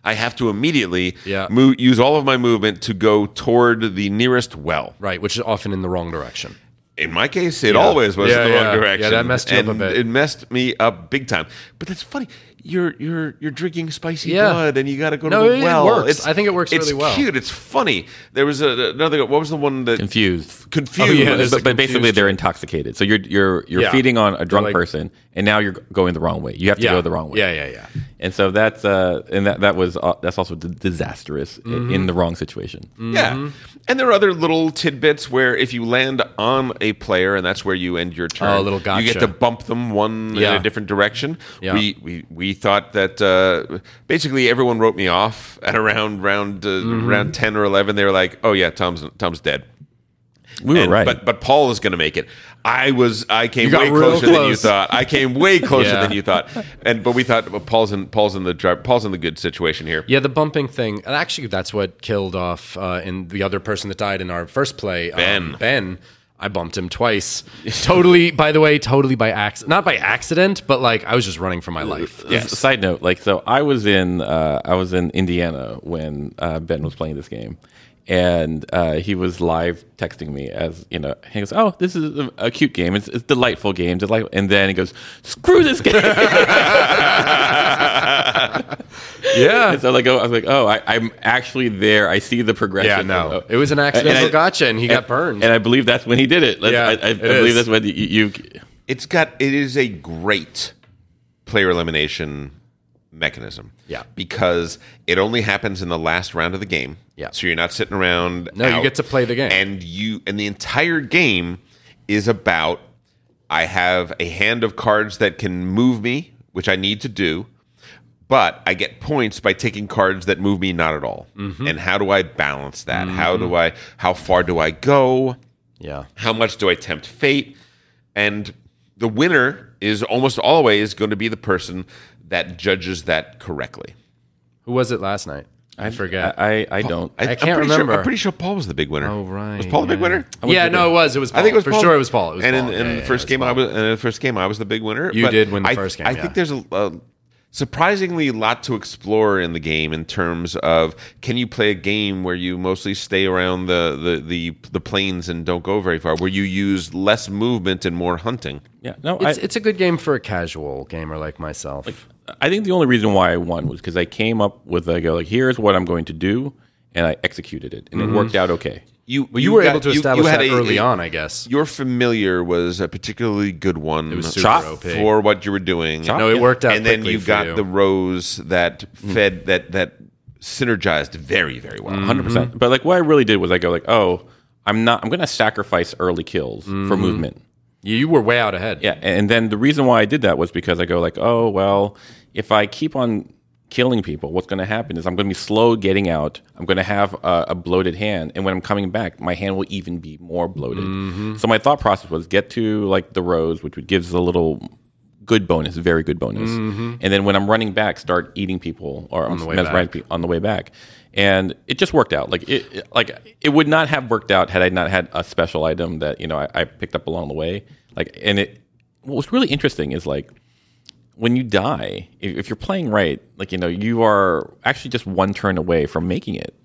Speaker 1: I have to immediately
Speaker 2: Yeah.
Speaker 1: mo- use all of my movement to go toward the nearest well.
Speaker 2: <laughs> right, which is often in the wrong direction.
Speaker 1: In my case, it always was
Speaker 2: Yeah,
Speaker 1: in the
Speaker 2: yeah.
Speaker 1: wrong direction.
Speaker 2: Yeah, that messed you up a
Speaker 1: And
Speaker 2: bit.
Speaker 1: It messed me up big time. But that's funny. You're you're you're drinking spicy
Speaker 2: Yeah.
Speaker 1: blood, and you got to go
Speaker 2: No,
Speaker 1: to the
Speaker 2: it
Speaker 1: well.
Speaker 2: works. I think it works
Speaker 1: it's
Speaker 2: really well.
Speaker 1: cute. It's funny. There was a, another. What was the one that
Speaker 3: Confused.
Speaker 1: Confused.
Speaker 3: Oh,
Speaker 1: There's
Speaker 3: yeah, but,
Speaker 1: a
Speaker 3: but basically
Speaker 2: confused-
Speaker 3: they're intoxicated. So you're you're you're
Speaker 2: Yeah.
Speaker 3: feeding on a drunk
Speaker 2: like-
Speaker 3: person, and now you're going the wrong way. You have to
Speaker 2: Yeah.
Speaker 3: go the wrong way.
Speaker 2: Yeah, yeah, yeah.
Speaker 3: And so that's uh, and that that was uh, that's also d- disastrous i-
Speaker 2: Mm-hmm.
Speaker 3: in the wrong situation.
Speaker 2: Mm.
Speaker 1: Yeah. And there are other little tidbits where if you land on a player and that's where you end your turn,
Speaker 2: Oh, little
Speaker 1: you
Speaker 2: gotcha.
Speaker 1: get to bump them one
Speaker 2: Yeah.
Speaker 1: in a different direction.
Speaker 2: Yeah.
Speaker 1: We, we we thought that uh, basically everyone wrote me off at around round uh,
Speaker 2: Mm-hmm.
Speaker 1: round 10 or 11 they were like, "Oh yeah, Tom's Tom's dead."
Speaker 3: We were
Speaker 1: And-
Speaker 3: right.
Speaker 1: But but Paul is going to make it. I was I came
Speaker 2: got
Speaker 1: way
Speaker 2: real
Speaker 1: closer than you
Speaker 2: close.
Speaker 1: thought. I came way closer
Speaker 2: <laughs> Yeah.
Speaker 1: than you thought. And but we thought well, Paul's in Paul's in the dri- Paul's in the good situation here.
Speaker 2: Yeah, the bumping thing. And actually, that's what killed off uh, in the other person that died in our first play. um,
Speaker 1: Ben.
Speaker 2: ben. I bumped him twice. totally, by the way, totally by accident. Not by accident, but like I was just running for my life.
Speaker 3: Yes. Side note, like so, I was in uh, I was in Indiana when uh, Ben was playing this game, and uh, he was live texting me as you know. He goes, "Oh, this is a, a cute game. It's, it's a delightful game. Delightful." And then he goes, "Screw this game."
Speaker 2: Yeah.
Speaker 3: <laughs> and so like, oh, I was like, "Oh, I, I'm actually there. I see the progression."
Speaker 2: Yeah, no.
Speaker 3: of-
Speaker 2: It was an accidental gotcha, and he got burned.
Speaker 3: And I believe that's when he did it. That's-
Speaker 2: Yeah,
Speaker 3: I, I, I
Speaker 2: it
Speaker 3: believe
Speaker 2: is.
Speaker 3: that's when you. you
Speaker 1: it's got it is a great player elimination mechanism.
Speaker 2: Yeah.
Speaker 1: Because it only happens in the last round of the game.
Speaker 2: Yeah.
Speaker 1: So you're not sitting around.
Speaker 2: No, you get to play the game.
Speaker 1: And you and the entire game is about I have a hand of cards that can move me, which I need to do. But I get points by taking cards that move me not at all.
Speaker 2: Mm-hmm.
Speaker 1: And how do I balance that? How do I how far do I go?
Speaker 2: yeah.
Speaker 1: how much do I tempt fate? And the winner is almost always going to be the person that judges that correctly.
Speaker 2: Who was it last night? I forget.
Speaker 3: I, I don't.
Speaker 1: I,
Speaker 2: can't
Speaker 1: am pretty Sure,
Speaker 2: remember.
Speaker 1: I'm pretty sure Paul was the big winner.
Speaker 2: Oh, right,
Speaker 1: was Paul the big
Speaker 2: yeah.
Speaker 1: winner?
Speaker 2: yeah, no, it was. It was. Paul.
Speaker 1: I think it was
Speaker 2: for
Speaker 1: Paul.
Speaker 2: sure. It was Paul. It was
Speaker 1: and
Speaker 2: Paul.
Speaker 1: in, in
Speaker 2: Yeah, yeah,
Speaker 1: the
Speaker 2: yeah,
Speaker 1: first
Speaker 2: it
Speaker 1: game,
Speaker 2: Paul.
Speaker 1: I was in the first game I was the big winner.
Speaker 2: You did win the
Speaker 1: I-
Speaker 2: first game,
Speaker 1: I
Speaker 2: yeah.
Speaker 1: think there's a, a surprisingly lot to explore in the game in terms of can you play a game where you mostly stay around the the the, the planes and don't go very far, where you use less movement and more hunting.
Speaker 3: yeah, no.
Speaker 2: It's,
Speaker 3: I,
Speaker 2: it's a good game for a casual gamer like myself.
Speaker 3: I think the only reason why I won was because I came up with like, like here's what I'm going to do, and I executed it, and it worked out okay.
Speaker 1: You
Speaker 2: well, you, were
Speaker 1: got-
Speaker 2: able to
Speaker 1: you- you
Speaker 2: establish
Speaker 1: had
Speaker 2: that
Speaker 1: a-
Speaker 2: early
Speaker 1: a-
Speaker 2: on, I guess.
Speaker 1: Your familiar was a particularly good one. It
Speaker 2: was super Chop. OP.
Speaker 1: for what you were doing.
Speaker 2: No, it worked out
Speaker 1: And then
Speaker 2: quickly
Speaker 1: you
Speaker 2: for
Speaker 1: got
Speaker 2: you. Hmm.
Speaker 1: the rose that fed that that synergized very very well.
Speaker 2: Mm-hmm.
Speaker 3: hundred percent. But like what I really did was I go like, oh, I'm not. I'm going to sacrifice early kills for movement.
Speaker 2: You, you were way out ahead.
Speaker 3: Yeah, and then the reason why I did that was because I go like, oh well, if I keep on killing people, what's going to happen is I'm going to be slow getting out. I'm going to have a, a bloated hand, and when I'm coming back, my hand will even be more bloated. So my thought process was get to like the rose, which would- gives a little good bonus, very good bonus, and then when I'm running back, start eating people or on the
Speaker 2: way back.
Speaker 3: pe- on the way back. And it just worked out. Like it, it- like it would not have worked out had I not had a special item that you know I, I picked up along the way. Like, and it. What was really interesting is like when you die, if, if you're playing right, like you know, you are actually just one turn away from making it.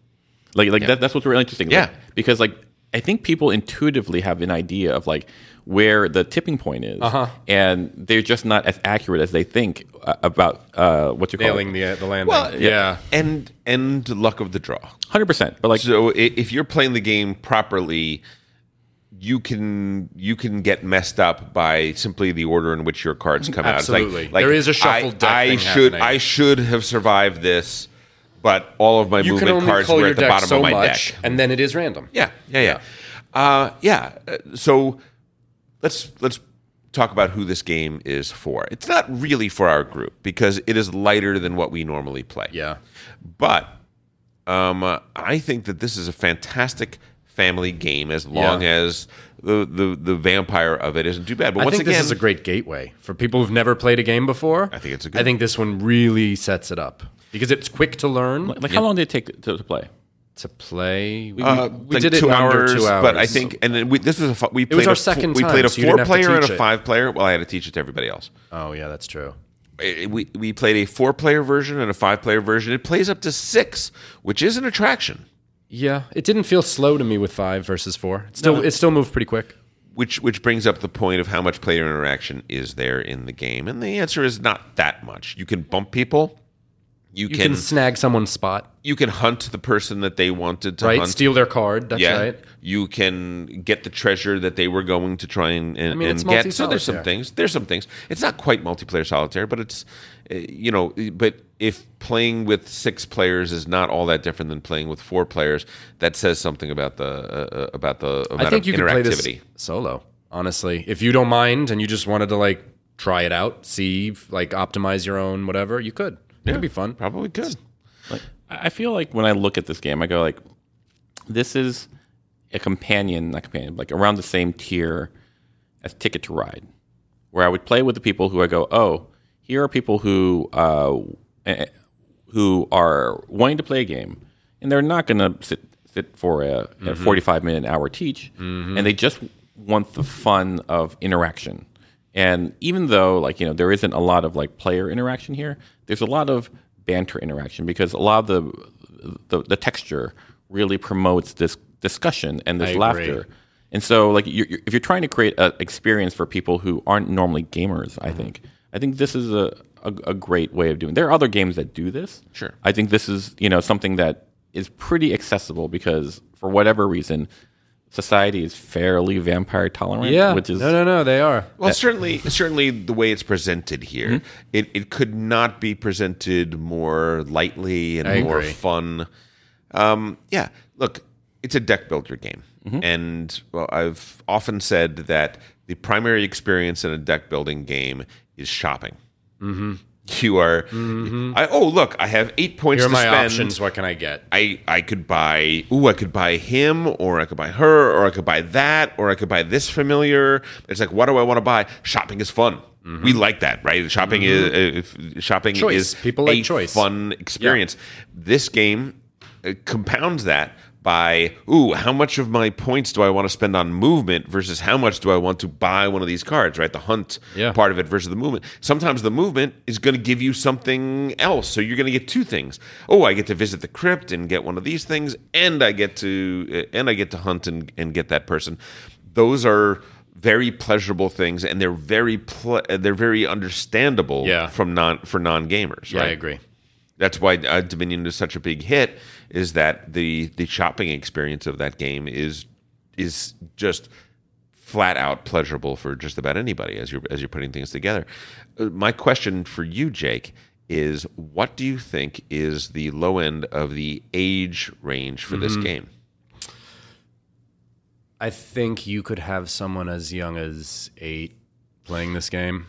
Speaker 3: Like, like that, that's what's really interesting. Like,
Speaker 1: Yeah.
Speaker 3: because like I think people intuitively have an idea of like where the tipping point is,
Speaker 2: Uh-huh.
Speaker 3: and they're just not as accurate as they think uh, about uh, what you call
Speaker 2: Nailing the, uh, the landing. yeah.
Speaker 1: And and luck of the draw.
Speaker 3: Hundred percent, but like
Speaker 1: So i- if you're playing the game properly, you can you can get messed up by simply the order in which your cards come out.
Speaker 2: Absolutely. There is a shuffled
Speaker 1: I,
Speaker 2: deck
Speaker 1: I
Speaker 2: thing
Speaker 1: should
Speaker 2: happening.
Speaker 1: I should have survived this, but all of my
Speaker 2: You can
Speaker 1: movement
Speaker 2: only
Speaker 1: cards
Speaker 2: call
Speaker 1: were
Speaker 2: your
Speaker 1: at the
Speaker 2: deck
Speaker 1: bottom
Speaker 2: so
Speaker 1: of my
Speaker 2: much,
Speaker 1: deck.
Speaker 2: and then it is random.
Speaker 1: Yeah, yeah, yeah. Yeah. Uh, yeah. uh, So let's let's talk about who this game is for. It's not really for our group because it is lighter than what we normally play.
Speaker 2: Yeah.
Speaker 1: But um, uh, I think that this is a fantastic family game as long
Speaker 2: Yeah.
Speaker 1: as the, the the vampire of it isn't too bad. But
Speaker 2: I
Speaker 1: once
Speaker 2: think
Speaker 1: again,
Speaker 2: this is a great gateway for people who've never played a game before.
Speaker 1: I think it's a good-
Speaker 2: I think this one really sets it up because it's quick to learn
Speaker 3: Like, how long did it take to, to play?
Speaker 2: to play. We,
Speaker 1: uh, like two hours, but I think, and then we, this was a fu- we played
Speaker 2: was our
Speaker 1: a fo-
Speaker 2: second
Speaker 1: we
Speaker 2: time,
Speaker 1: played a
Speaker 2: so you didn't have to
Speaker 1: four-player and
Speaker 2: teach
Speaker 1: a
Speaker 2: it.
Speaker 1: five-player. Well, I had to teach it to everybody else.
Speaker 2: Oh yeah, that's true.
Speaker 1: it- Eh, we, we played a four player version and a five player version. It plays up to six, which is an attraction,
Speaker 2: Yeah, it didn't feel slow to me with five versus four. It still it still moved pretty quick.
Speaker 1: which which brings up the point of how much player interaction is there in the game. And the answer is not that much. You can bump people. You,
Speaker 2: You
Speaker 1: can,
Speaker 2: can, snag someone's spot,
Speaker 1: you can hunt the person that they wanted to
Speaker 2: right?
Speaker 1: hunt.
Speaker 2: Steal their card. That's
Speaker 1: yeah,
Speaker 2: right.
Speaker 1: you can get the treasure that they were going to try and, and,
Speaker 2: mean,
Speaker 1: and
Speaker 2: it's
Speaker 1: get. So there's some
Speaker 2: multi-solitaire.
Speaker 1: things. There's some things. It's not quite multiplayer solitaire, but it's uh, you know. But if playing with six players is not all that different than playing with four players, that says something about the uh, uh, about the amount
Speaker 2: I think
Speaker 1: of
Speaker 2: you could play
Speaker 1: interactivity.
Speaker 2: this solo. Honestly, if you don't mind and you just wanted to like try it out, see like optimize your own whatever, you could.
Speaker 1: Yeah,
Speaker 2: It could be fun.
Speaker 1: Probably could.
Speaker 3: Like, I I feel like when I look at this game, I go like, this is a companion, not companion, like around the same tier as Ticket to Ride, where I would play with the people who I go, oh, here are people who uh, eh, who are wanting to play a game, and they're not going to sit sit for a, a
Speaker 2: Mm-hmm.
Speaker 3: forty five minute an hour teach, and they just want the fun of interaction. And even though like you know there isn't a lot of like player interaction here, there's a lot of banter interaction because a lot of the the, the texture really promotes this discussion and this
Speaker 2: I agree.
Speaker 3: laughter. And so, like, you're, you're- if you're trying to create an experience for people who aren't normally gamers,
Speaker 2: Mm-hmm.
Speaker 3: I think I think this is a, a a great way of doing. There are other games that do this.
Speaker 1: Sure.
Speaker 3: I think this is you know something that is pretty accessible because for whatever reason, society is fairly vampire tolerant.
Speaker 2: Yeah.
Speaker 3: which is
Speaker 2: no, no, no. They are.
Speaker 1: Well, certainly, certainly the way it's presented here,
Speaker 2: Hmm?
Speaker 1: it, it could not be presented more lightly and
Speaker 2: I
Speaker 1: more
Speaker 2: agree.
Speaker 1: fun. Um, yeah, look, it's a deck builder game,
Speaker 2: Mm-hmm.
Speaker 1: and well, I've often said that the primary experience in a deck building game is shopping. Mm-hmm. You are, I, oh look, I have eight points
Speaker 2: Here are
Speaker 1: to
Speaker 2: Mm-hmm. my
Speaker 1: spend.
Speaker 2: options. What can I get?
Speaker 1: I I could buy ooh I could buy him or I could buy her or I could buy that or I could buy this familiar. It's like what do I want to buy? Shopping is fun. We like that, right? Shopping is uh, if- shopping
Speaker 2: Mm-hmm. Choice.
Speaker 1: is
Speaker 2: People like
Speaker 1: a
Speaker 2: choice.
Speaker 1: fun experience. This game uh, compounds that by ooh how much of my points do I want to spend on movement versus how much do I want to buy one of these cards, right? The hunt
Speaker 2: Yeah.
Speaker 1: part of it versus the movement. Sometimes the movement is going to give you something else. So you're going to get two things. Oh, I get to visit the crypt and get one of these things and I get to uh, and I get to hunt and, and get that person. Those are very pleasurable things and they're very ple- uh, they're very understandable
Speaker 2: Yeah.
Speaker 1: from non for non-gamers,
Speaker 2: Yeah,
Speaker 1: right?
Speaker 2: I agree.
Speaker 1: That's why uh, Dominion is such a big hit is that the the shopping experience of that game is is just flat out pleasurable for just about anybody as you're as you're putting things together. Uh, my question for you, Jake, is what do you think is the low end of the age range for
Speaker 2: Mm-hmm.
Speaker 1: this game?
Speaker 2: I think you could have someone as young as eight playing this game.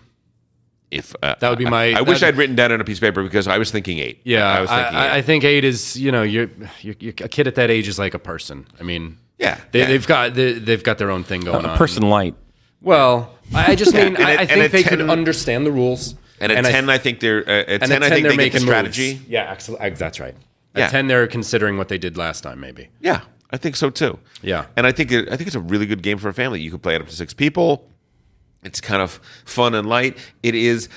Speaker 1: If uh,
Speaker 2: That would be
Speaker 1: I-
Speaker 2: my-
Speaker 1: I, wish
Speaker 2: that-
Speaker 1: I'd written down on a piece of paper because I was thinking eight.
Speaker 2: Yeah,
Speaker 1: I was thinking.
Speaker 2: I,
Speaker 1: eight.
Speaker 2: I think eight is you know you're, you're, you're a kid at that age is like a person. I mean,
Speaker 1: Yeah,
Speaker 2: they,
Speaker 1: yeah.
Speaker 2: they've got they, they've got their own thing going
Speaker 3: a
Speaker 2: on.
Speaker 3: person light.
Speaker 2: Well, I I just mean
Speaker 1: and
Speaker 2: I,
Speaker 1: a-
Speaker 2: I
Speaker 1: and a
Speaker 2: think they
Speaker 1: 10
Speaker 2: could understand the rules.
Speaker 1: and at
Speaker 2: I-
Speaker 1: ten, I, think they're uh, at
Speaker 2: and
Speaker 1: ten.
Speaker 2: at
Speaker 1: I think
Speaker 2: they're
Speaker 1: they get the
Speaker 2: making
Speaker 1: strategy.
Speaker 2: moves. Yeah, excellent. That's right.
Speaker 1: Yeah.
Speaker 2: At ten, they're considering what they did last time, maybe.
Speaker 1: Yeah, I think so too.
Speaker 2: Yeah.
Speaker 1: and I think it, I think it's a really good game for a family. You could play it up to six people. It's kind of fun and light. It is.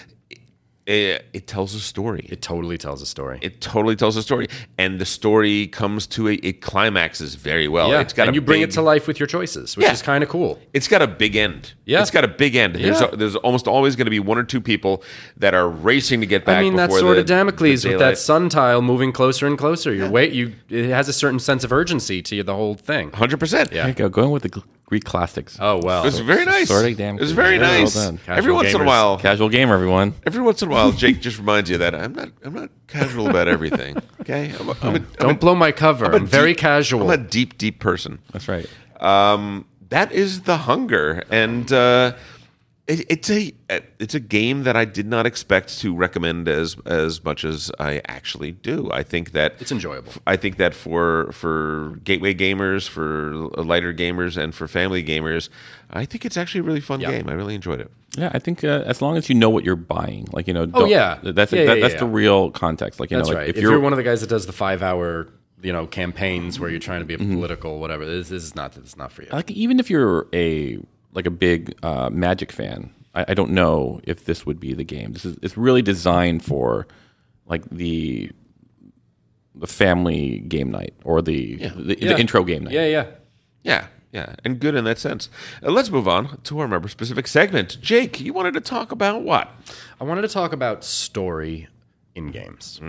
Speaker 1: It, it tells a story. It,
Speaker 2: It totally tells a story.
Speaker 1: totally tells a story, and the story comes to a it climaxes very well.
Speaker 2: yeah,
Speaker 1: oh, it's got a
Speaker 2: and you bring
Speaker 1: big,
Speaker 2: it to life with your choices, which
Speaker 1: Yeah.
Speaker 2: is kind of cool.
Speaker 1: It's got a big end.
Speaker 2: Yeah.
Speaker 1: it's got a big end.
Speaker 2: Yeah.
Speaker 1: There's there's almost always going to be one or two people that are racing to get back.
Speaker 2: I mean, that's
Speaker 1: before
Speaker 2: sort
Speaker 1: the-
Speaker 2: of Damocles
Speaker 1: the
Speaker 2: with that
Speaker 1: daylight.
Speaker 2: sun tile moving closer and closer. Your weight, you it has a certain sense of urgency to you, the whole thing.
Speaker 1: 100%.
Speaker 3: There you go, going with the Gl- Greek classics.
Speaker 2: Oh well,
Speaker 1: It was very nice.
Speaker 3: Sort of damn
Speaker 1: it was
Speaker 3: cool.
Speaker 1: very
Speaker 3: Yeah, well
Speaker 1: nice.
Speaker 3: done.
Speaker 1: Every
Speaker 2: Casual
Speaker 1: once in a
Speaker 2: gamers.
Speaker 1: while,
Speaker 3: Casual
Speaker 2: <laughs>
Speaker 3: gamer, everyone.
Speaker 1: Every once in a while, Jake just reminds you that I'm not I'm not casual about everything. Okay, I'm a, I'm a, I'm
Speaker 2: don't
Speaker 1: a-
Speaker 2: blow my cover. I'm,
Speaker 1: a
Speaker 2: very
Speaker 1: deep-
Speaker 2: casual.
Speaker 1: I'm a deep, deep person.
Speaker 3: That's right.
Speaker 1: Um, that is the hunger, and uh, It, it's a it's a game that I did not expect to recommend as as much as I actually do. I think that
Speaker 2: It's enjoyable.
Speaker 1: I think that for for gateway gamers, for lighter gamers, and for family gamers, I think it's actually a really fun game. I really enjoyed it.
Speaker 3: Yeah, I think uh, as long as you know what you're buying, like you know, oh
Speaker 2: yeah.
Speaker 3: that's
Speaker 2: Yeah,
Speaker 3: that,
Speaker 2: yeah,
Speaker 3: that's
Speaker 2: yeah.
Speaker 3: the real context. Like you
Speaker 2: That's
Speaker 3: know, like
Speaker 2: right. If, you're, one of the guys that does the five hour, you know, campaigns where you're trying to be a
Speaker 1: Mm-hmm.
Speaker 2: political, whatever, this, this is not this is not for you.
Speaker 3: like even if you're a like a big uh, Magic fan, I, I don't know if this would be the game. This is it's really designed for like the the family game night or the the,
Speaker 2: Yeah.
Speaker 3: the intro game night.
Speaker 2: yeah, yeah.
Speaker 1: Yeah, yeah, and good in that sense. Uh, let's move on to our member specific segment. Jake, you wanted to talk about what?
Speaker 2: I wanted to talk about story in games,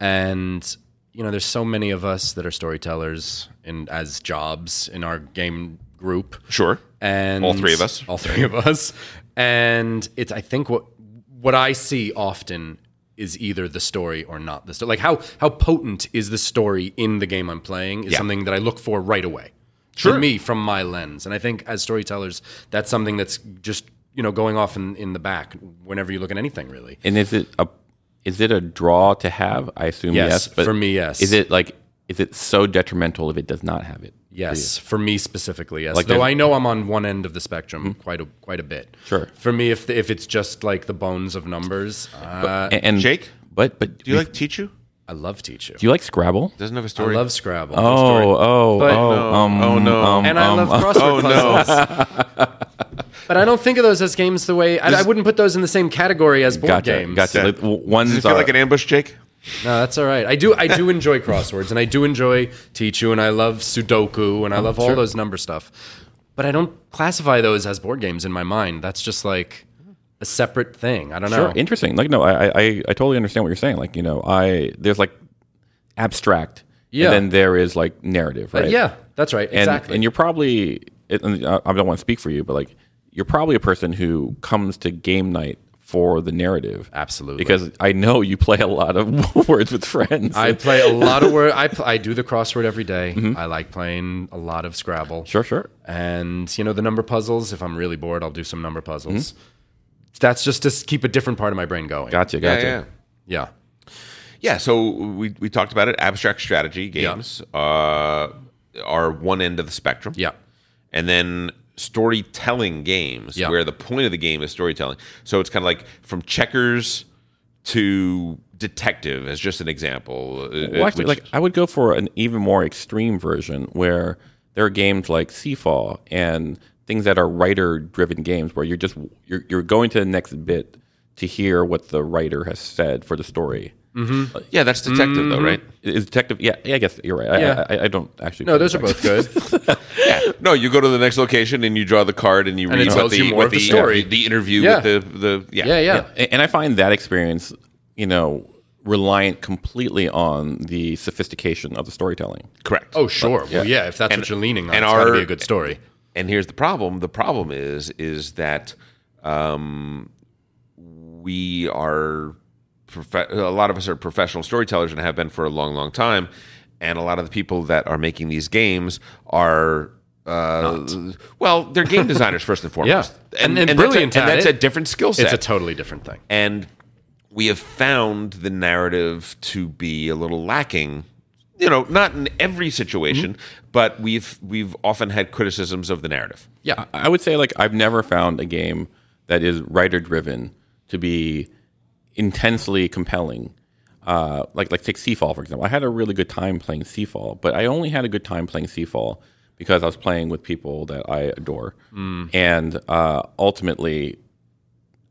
Speaker 2: and you know, there's so many of us that are storytellers and as jobs in our game group.
Speaker 1: Sure.
Speaker 2: and
Speaker 1: All three of us.
Speaker 2: all three of us and it's i think what what i see often is either the story or not the story like how how potent is the story in the game i'm playing is
Speaker 1: Yeah.
Speaker 2: something that i look for right away
Speaker 1: Sure.
Speaker 2: for me from my lens and i think as storytellers that's something that's just you know going off in, in the back whenever you look at anything really
Speaker 3: And is it a is it a draw to have? I assume
Speaker 2: Yes,
Speaker 3: yes. but
Speaker 2: for me, yes.
Speaker 3: Is it like is it so detrimental if it does not have it?
Speaker 2: Yes, for me specifically, yes.
Speaker 3: Like
Speaker 2: Though
Speaker 3: there's-
Speaker 2: I know I'm on one end of the spectrum quite a quite a bit.
Speaker 3: Sure.
Speaker 2: For me, if the, if it's just like the bones of numbers, uh,
Speaker 3: And, and-
Speaker 1: Jake?
Speaker 3: but but
Speaker 1: Do you like Teach You?
Speaker 2: I love teach you.
Speaker 3: do you like Scrabble?
Speaker 1: Doesn't have a
Speaker 2: I
Speaker 1: story.
Speaker 2: love Scrabble.
Speaker 3: Oh oh
Speaker 2: But-
Speaker 3: oh
Speaker 1: No.
Speaker 3: um,
Speaker 1: oh no.
Speaker 3: um,
Speaker 2: and I love
Speaker 1: oh,
Speaker 3: <laughs>
Speaker 2: crossword
Speaker 1: no.
Speaker 2: puzzles. but I don't think of those as games the way I, I wouldn't put those in the same category as board
Speaker 3: gotcha
Speaker 2: games.
Speaker 3: gotcha.
Speaker 1: Yeah.
Speaker 3: Like, w- one's
Speaker 1: Does it feel
Speaker 3: are-
Speaker 1: like an ambush, Jake?
Speaker 2: No, that's all right. I do I
Speaker 3: <laughs>
Speaker 2: do enjoy crosswords and I do enjoy teach you and I love Sudoku
Speaker 3: Oh,
Speaker 2: and I love all those number stuff. But I don't classify those as board games in my mind. That's just like a separate thing. I don't
Speaker 3: Sure,
Speaker 2: know.
Speaker 3: interesting. Like, no, I, I, I I totally understand what you're saying. Like, you know, I there's like abstract,
Speaker 2: Yeah.
Speaker 3: and then there is like narrative, right?
Speaker 2: But yeah, that's right.
Speaker 3: and
Speaker 2: Exactly.
Speaker 3: and you're probably, it- and uh, I I don't want to speak for you, but like, you're probably a person who comes to game night for the narrative,
Speaker 2: Absolutely.
Speaker 3: because I know you play a lot of <laughs> words with friends. <laughs>
Speaker 2: I play a lot of word. I, pl- I do the crossword every day.
Speaker 3: Mm-hmm.
Speaker 2: I like playing a lot of Scrabble.
Speaker 3: sure, sure.
Speaker 2: and you know the number puzzles if i'm really bored i'll do some number puzzles that's just to s- keep a different part of my brain going
Speaker 3: Gotcha,
Speaker 1: Yeah,
Speaker 3: gotcha.
Speaker 1: yeah.
Speaker 2: yeah
Speaker 1: Yeah, so we, we talked about it. Abstract strategy games uh, are one end of the spectrum.
Speaker 2: yeah
Speaker 1: and then storytelling games
Speaker 2: Yeah.
Speaker 1: where the point of the game is storytelling. So it's kind of like from checkers to detective as just an example. uh,
Speaker 3: Well, actually,
Speaker 1: which-
Speaker 3: like I would go for an even more extreme version where there are games like Seafall and things that are writer-driven games where you're just you're, you're going to the next bit to hear what the writer has said for the story.
Speaker 1: yeah, that's detective though, right?
Speaker 3: Is detective? Yeah, yeah, I guess you're right. I-
Speaker 2: Yeah.
Speaker 3: I, I, I don't actually.
Speaker 2: no those are both good
Speaker 1: No, you go to the next location and you draw the card and you
Speaker 2: And it
Speaker 1: read what
Speaker 2: tells
Speaker 1: the
Speaker 2: you more
Speaker 1: what
Speaker 2: of the story.
Speaker 1: the, interview
Speaker 2: Yeah.
Speaker 1: with the the yeah
Speaker 2: yeah yeah
Speaker 3: A- and I find that experience, you know, reliant completely on the sophistication of the storytelling.
Speaker 1: correct.
Speaker 2: oh sure well yeah if that's
Speaker 1: And-
Speaker 2: what you're leaning on
Speaker 1: and
Speaker 2: it's got to
Speaker 1: our-
Speaker 2: be a good story
Speaker 1: and here's the problem the problem is is that um, we are profe- a lot of us are professional storytellers and have been for a long long time and a lot of the people that are making these games are uh, well they're game designers first and foremost
Speaker 2: <laughs> Yeah. And- and brilliant
Speaker 1: that's a, and
Speaker 2: at
Speaker 1: that's
Speaker 2: it.
Speaker 1: a different skill set
Speaker 2: it's a totally different thing
Speaker 1: and we have found the narrative to be a little lacking you know not in every situation but we've we've often had criticisms of the narrative
Speaker 2: yeah
Speaker 3: I would say like I've never found a game that is writer driven to be intensely compelling. Uh, like like take Seafall for example. I had a really good time playing Seafall, but I only had a good time playing Seafall because I was playing with people that I adore,
Speaker 1: Mm.
Speaker 3: and uh, ultimately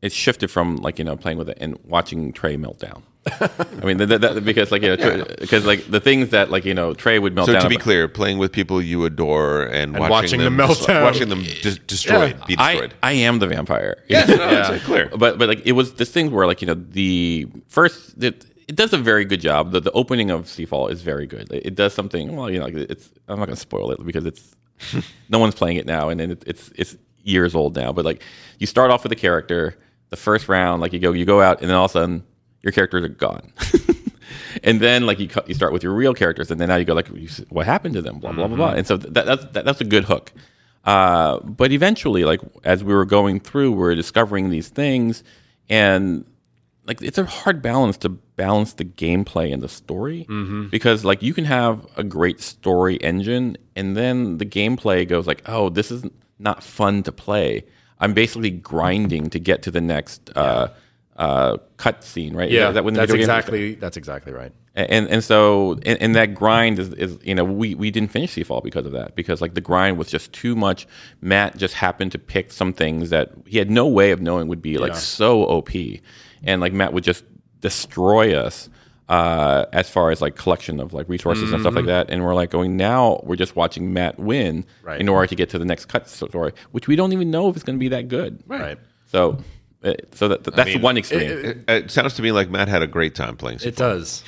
Speaker 3: it shifted from like you know playing with it and watching Trey melt
Speaker 1: <laughs>
Speaker 3: down. I mean, that, that, because like you know, because like the things that like you know Trey would melt
Speaker 1: So
Speaker 3: down.
Speaker 1: to be
Speaker 3: about-
Speaker 1: clear, playing with people you adore and, watching,
Speaker 2: watching
Speaker 1: them,
Speaker 2: them meltdown.
Speaker 1: watching them de- destroyed, be
Speaker 3: I, <laughs>
Speaker 1: destroyed.
Speaker 3: I am the vampire.
Speaker 1: yes, no, it's clear.
Speaker 3: but but like it was this thing where like you know the first it, it does a very good job. The, the opening of Seafall is very good. It, it does something well, you know. Like it's I'm not going to spoil it because it's no one's playing it now, and then it, it's it's years old now. But like you start off with a character, the first round, like you go you go out, and then all of a sudden your characters are gone. <laughs> And then, like you, cut- you
Speaker 2: Mm-hmm.
Speaker 3: start with your real characters, and then now you go like, you s- what happened to them? Blah blah blah blah. And so that, that's that, that's a good hook. Uh, but eventually, like as we were going through, we were discovering these things, and like it's a hard balance to balance the gameplay and the story
Speaker 2: Mm-hmm.
Speaker 3: because like you can have a great story engine, and then the gameplay goes like, oh, this is not fun to play. I'm basically grinding to get to the next uh, uh, cutscene, right? Is
Speaker 2: Yeah,
Speaker 3: that- is that when the
Speaker 2: that's
Speaker 3: video game-
Speaker 2: exactly that's exactly right.
Speaker 3: and and so and, and that grind is, is you know we we didn't finish Seafall because of that because like the grind was just too much. Matt just happened to pick some things that he had no way of knowing would be like so OP, and like Matt would just destroy us uh, as far as like collection of like resources and
Speaker 2: Mm-hmm.
Speaker 3: stuff like that. And we're like going now we're just watching Matt win
Speaker 2: Right.
Speaker 3: in order to get to the next cut story, which we don't even know if it's going to be that good.
Speaker 2: Right.
Speaker 3: So. uh, So that, that's
Speaker 1: mean,
Speaker 3: one extreme.
Speaker 1: It, it sounds to me like Matt had a great time playing.
Speaker 2: It does.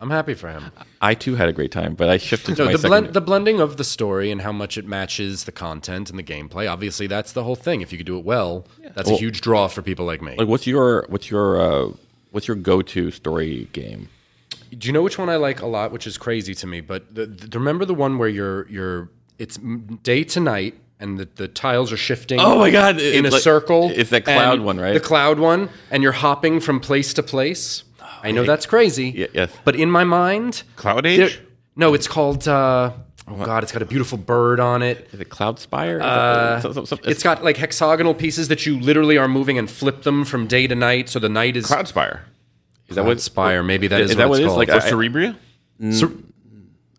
Speaker 2: I'm happy for him.
Speaker 3: I too had a great time, but I shifted to
Speaker 2: No,
Speaker 3: my
Speaker 2: the,
Speaker 3: second.
Speaker 2: blend, the blending of the story and how much it matches the content and the gameplay. Obviously, that's the whole thing. If you could do it well, that's a
Speaker 3: Well-
Speaker 2: huge draw for people like me.
Speaker 3: Like, what's your what's your uh, what's your go to story game?
Speaker 2: do you know which one I like a lot, which is crazy to me? But the, the, remember the one where you're you're it's m- day to night and the, the tiles are shifting.
Speaker 3: Oh my God, it-
Speaker 2: In a
Speaker 3: it's like-
Speaker 2: circle,
Speaker 3: it's that cloud
Speaker 2: and
Speaker 3: one, right?
Speaker 2: The cloud one, and you're hopping from place to place.
Speaker 3: Oh,
Speaker 2: I know that's crazy.
Speaker 3: Ye- yes.
Speaker 2: but in my mind,
Speaker 1: Cloud Age?
Speaker 2: there- no, it's called. Uh, oh God, it's got a beautiful bird on it.
Speaker 3: Is it Cloud Spire? Is that- so- so- so-
Speaker 2: Uh, It's got like hexagonal pieces that you literally are moving and flip them from day to night. So the night is
Speaker 1: Cloudspire.
Speaker 3: is that what
Speaker 2: Spire. Maybe that is,
Speaker 3: is that
Speaker 2: what
Speaker 3: what it
Speaker 2: it's
Speaker 3: is?
Speaker 2: called.
Speaker 3: Like,
Speaker 1: Or
Speaker 3: I-
Speaker 1: Cerebria?
Speaker 2: Cer-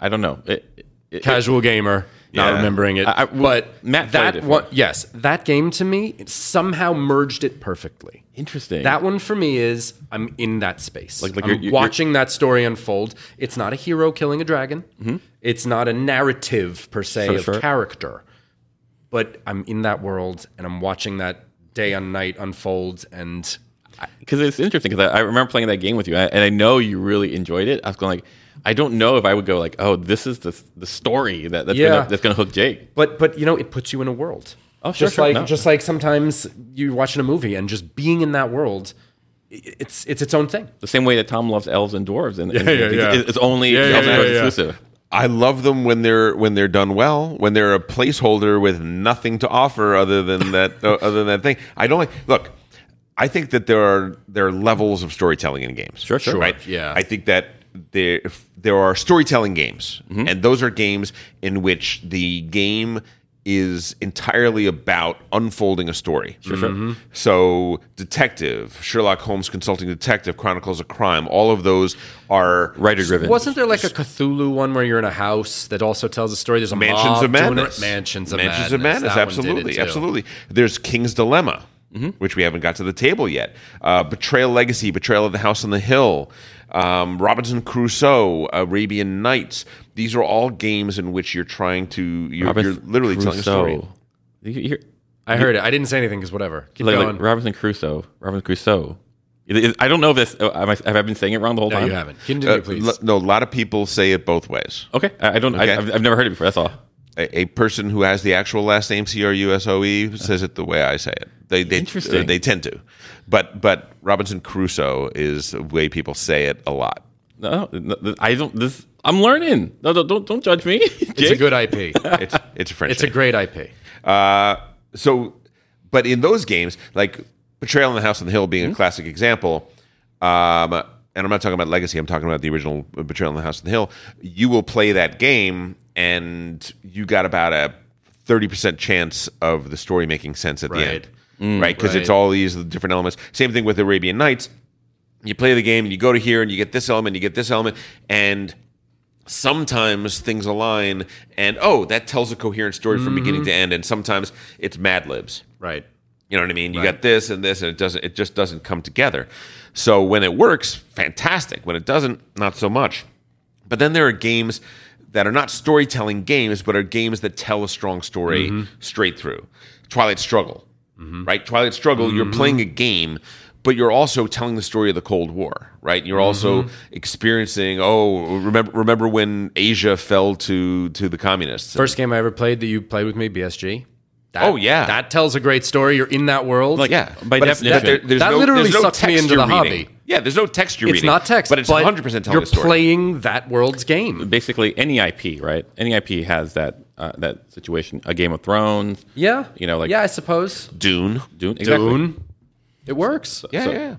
Speaker 3: I don't know. It, it- it-
Speaker 2: casual gamer, not
Speaker 1: Yeah.
Speaker 2: remembering it.
Speaker 3: I- I-
Speaker 2: but
Speaker 3: Matt played
Speaker 2: that
Speaker 3: it.
Speaker 2: one, yes, that game to me it somehow merged it perfectly.
Speaker 3: interesting.
Speaker 2: That one for me is I'm in that space.
Speaker 3: Like- like
Speaker 2: I'm
Speaker 3: you're- you're-
Speaker 2: watching that story unfold. It's not a hero killing a dragon. It's not a narrative per se
Speaker 3: Sure,
Speaker 2: of
Speaker 3: Mm-hmm. sure.
Speaker 2: character, but I'm in that world and I'm watching that day and night unfold. And
Speaker 3: because it's interesting because I, I remember playing that game with you, and I, and I know you really enjoyed it. I was going like, I don't know if I would go like, oh, this is the the story that, that's
Speaker 2: Yeah.
Speaker 3: gonna, that's gonna hook Jake.
Speaker 2: but but you know it puts you in a world.
Speaker 3: Oh, sure,
Speaker 2: just
Speaker 3: sure,
Speaker 2: like
Speaker 3: no.
Speaker 2: just like sometimes you're watching a movie and just being in that world, i- it's it's its own thing.
Speaker 3: The same way that Tom loves elves and dwarves, and, and-
Speaker 2: yeah,
Speaker 3: it's-
Speaker 2: yeah.
Speaker 3: it's, only
Speaker 2: Yeah, yeah,
Speaker 3: elves and
Speaker 2: yeah,
Speaker 3: dwarves
Speaker 2: yeah.
Speaker 3: exclusive.
Speaker 1: I love them when they're when they're done well, when they're a placeholder with nothing to offer other than that uh, other than that thing. I don't like look. I think that there are there are levels of storytelling in games.
Speaker 3: Sure, sure.
Speaker 1: right?
Speaker 2: yeah.
Speaker 1: I think that there if there are storytelling games, and those are games in which the game is entirely about unfolding a story. Sure, sure. So, detective, Sherlock Holmes consulting detective, Chronicles of Crime, all of those are
Speaker 3: Writer driven.
Speaker 2: Wasn't there like a Cthulhu one where you're in a house that also tells a story? There's a
Speaker 1: Mansions
Speaker 2: mob
Speaker 1: of
Speaker 2: doing it.
Speaker 1: Madness.
Speaker 2: Mansions of
Speaker 1: Mansions
Speaker 2: Madness.
Speaker 1: of Madness.
Speaker 2: That one did it
Speaker 1: absolutely,
Speaker 2: too. Mm-hmm.
Speaker 1: absolutely. There's King's Dilemma, which we haven't got to the table yet. Uh, Betrayal Legacy, Betrayal of the House on the Hill, um, Robinson Crusoe, Arabian Nights. These are all games in which you're trying to. You're, you're literally telling a story.
Speaker 3: You- you hear-
Speaker 2: I heard it. I didn't say anything because whatever. Keep
Speaker 3: like,
Speaker 2: going.
Speaker 3: like Robinson Crusoe. Robinson Crusoe. It- it- I don't know if this. oh, am I- Have I been saying it wrong the whole
Speaker 2: no,
Speaker 3: time?
Speaker 2: you haven't. Continue,
Speaker 1: Uh,
Speaker 2: please.
Speaker 1: l- no, a lot of people say it both ways.
Speaker 3: Okay, I, I don't.
Speaker 1: Okay.
Speaker 3: I, I've, I've never heard it before. That's all.
Speaker 1: A, a person who has the actual last name C R U S O E says it the way I say it. They they
Speaker 3: Interesting.
Speaker 1: uh, they tend to, but but Robinson Crusoe is the way people say it a lot.
Speaker 3: No, no, th- I don't. This. I'm learning. No, don't don't, don't judge me. <laughs>
Speaker 2: it's a
Speaker 3: Jake?
Speaker 2: good IP.
Speaker 1: It's it's a French. <laughs>
Speaker 2: it's a
Speaker 1: name.
Speaker 2: great IP.
Speaker 1: Uh, so, but in those games, like Betrayal in the House on the Hill being a
Speaker 2: Mm-hmm.
Speaker 1: classic example, um, and I'm not talking about Legacy, I'm talking about the original Betrayal in the House on the Hill, you will play that game and you got about a 30% chance of the story making sense at
Speaker 2: Right. Mm,
Speaker 1: the end. right? Because it's
Speaker 2: right.
Speaker 1: all these different elements. Same thing with Arabian Nights. You play the game and you go to here and you get this element, you get this element, and sometimes things align and oh that tells a coherent story from beginning to end and sometimes it's mad libs
Speaker 2: Right.
Speaker 1: you know what i mean you got this and this and it doesn't it just doesn't come together so when it works fantastic when it doesn't not so much but then there are games that are not storytelling games but are games that tell a strong story straight through twilight struggle right twilight struggle you're playing a game but you're also telling the story of the Cold War, right? You're also experiencing. Oh, remember, remember when Asia fell to to the communists?
Speaker 2: First game I ever played that you played with me, BSG. That,
Speaker 1: Oh, yeah.
Speaker 2: That tells a great story. You're in that world.
Speaker 1: Like, yeah,
Speaker 3: by
Speaker 1: But it's-
Speaker 3: definition.
Speaker 1: but there's
Speaker 2: That
Speaker 1: no-
Speaker 2: literally
Speaker 1: there's no
Speaker 2: sucked me
Speaker 1: text
Speaker 2: into
Speaker 1: you're
Speaker 2: the
Speaker 1: reading.
Speaker 2: hobby.
Speaker 1: Yeah, there's no text you're
Speaker 2: it's
Speaker 1: reading,
Speaker 2: not text,
Speaker 1: but it's 100 percent telling
Speaker 2: You're
Speaker 1: a story.
Speaker 2: playing that world's game.
Speaker 3: Basically, any IP, right? Any IP has that uh, that situation. A Game of Thrones.
Speaker 2: Yeah.
Speaker 3: You know, like-
Speaker 2: yeah, I suppose.
Speaker 1: Dune.
Speaker 3: Dune. Exactly.
Speaker 2: Dune. It works.
Speaker 1: Yeah,
Speaker 3: So-
Speaker 1: yeah.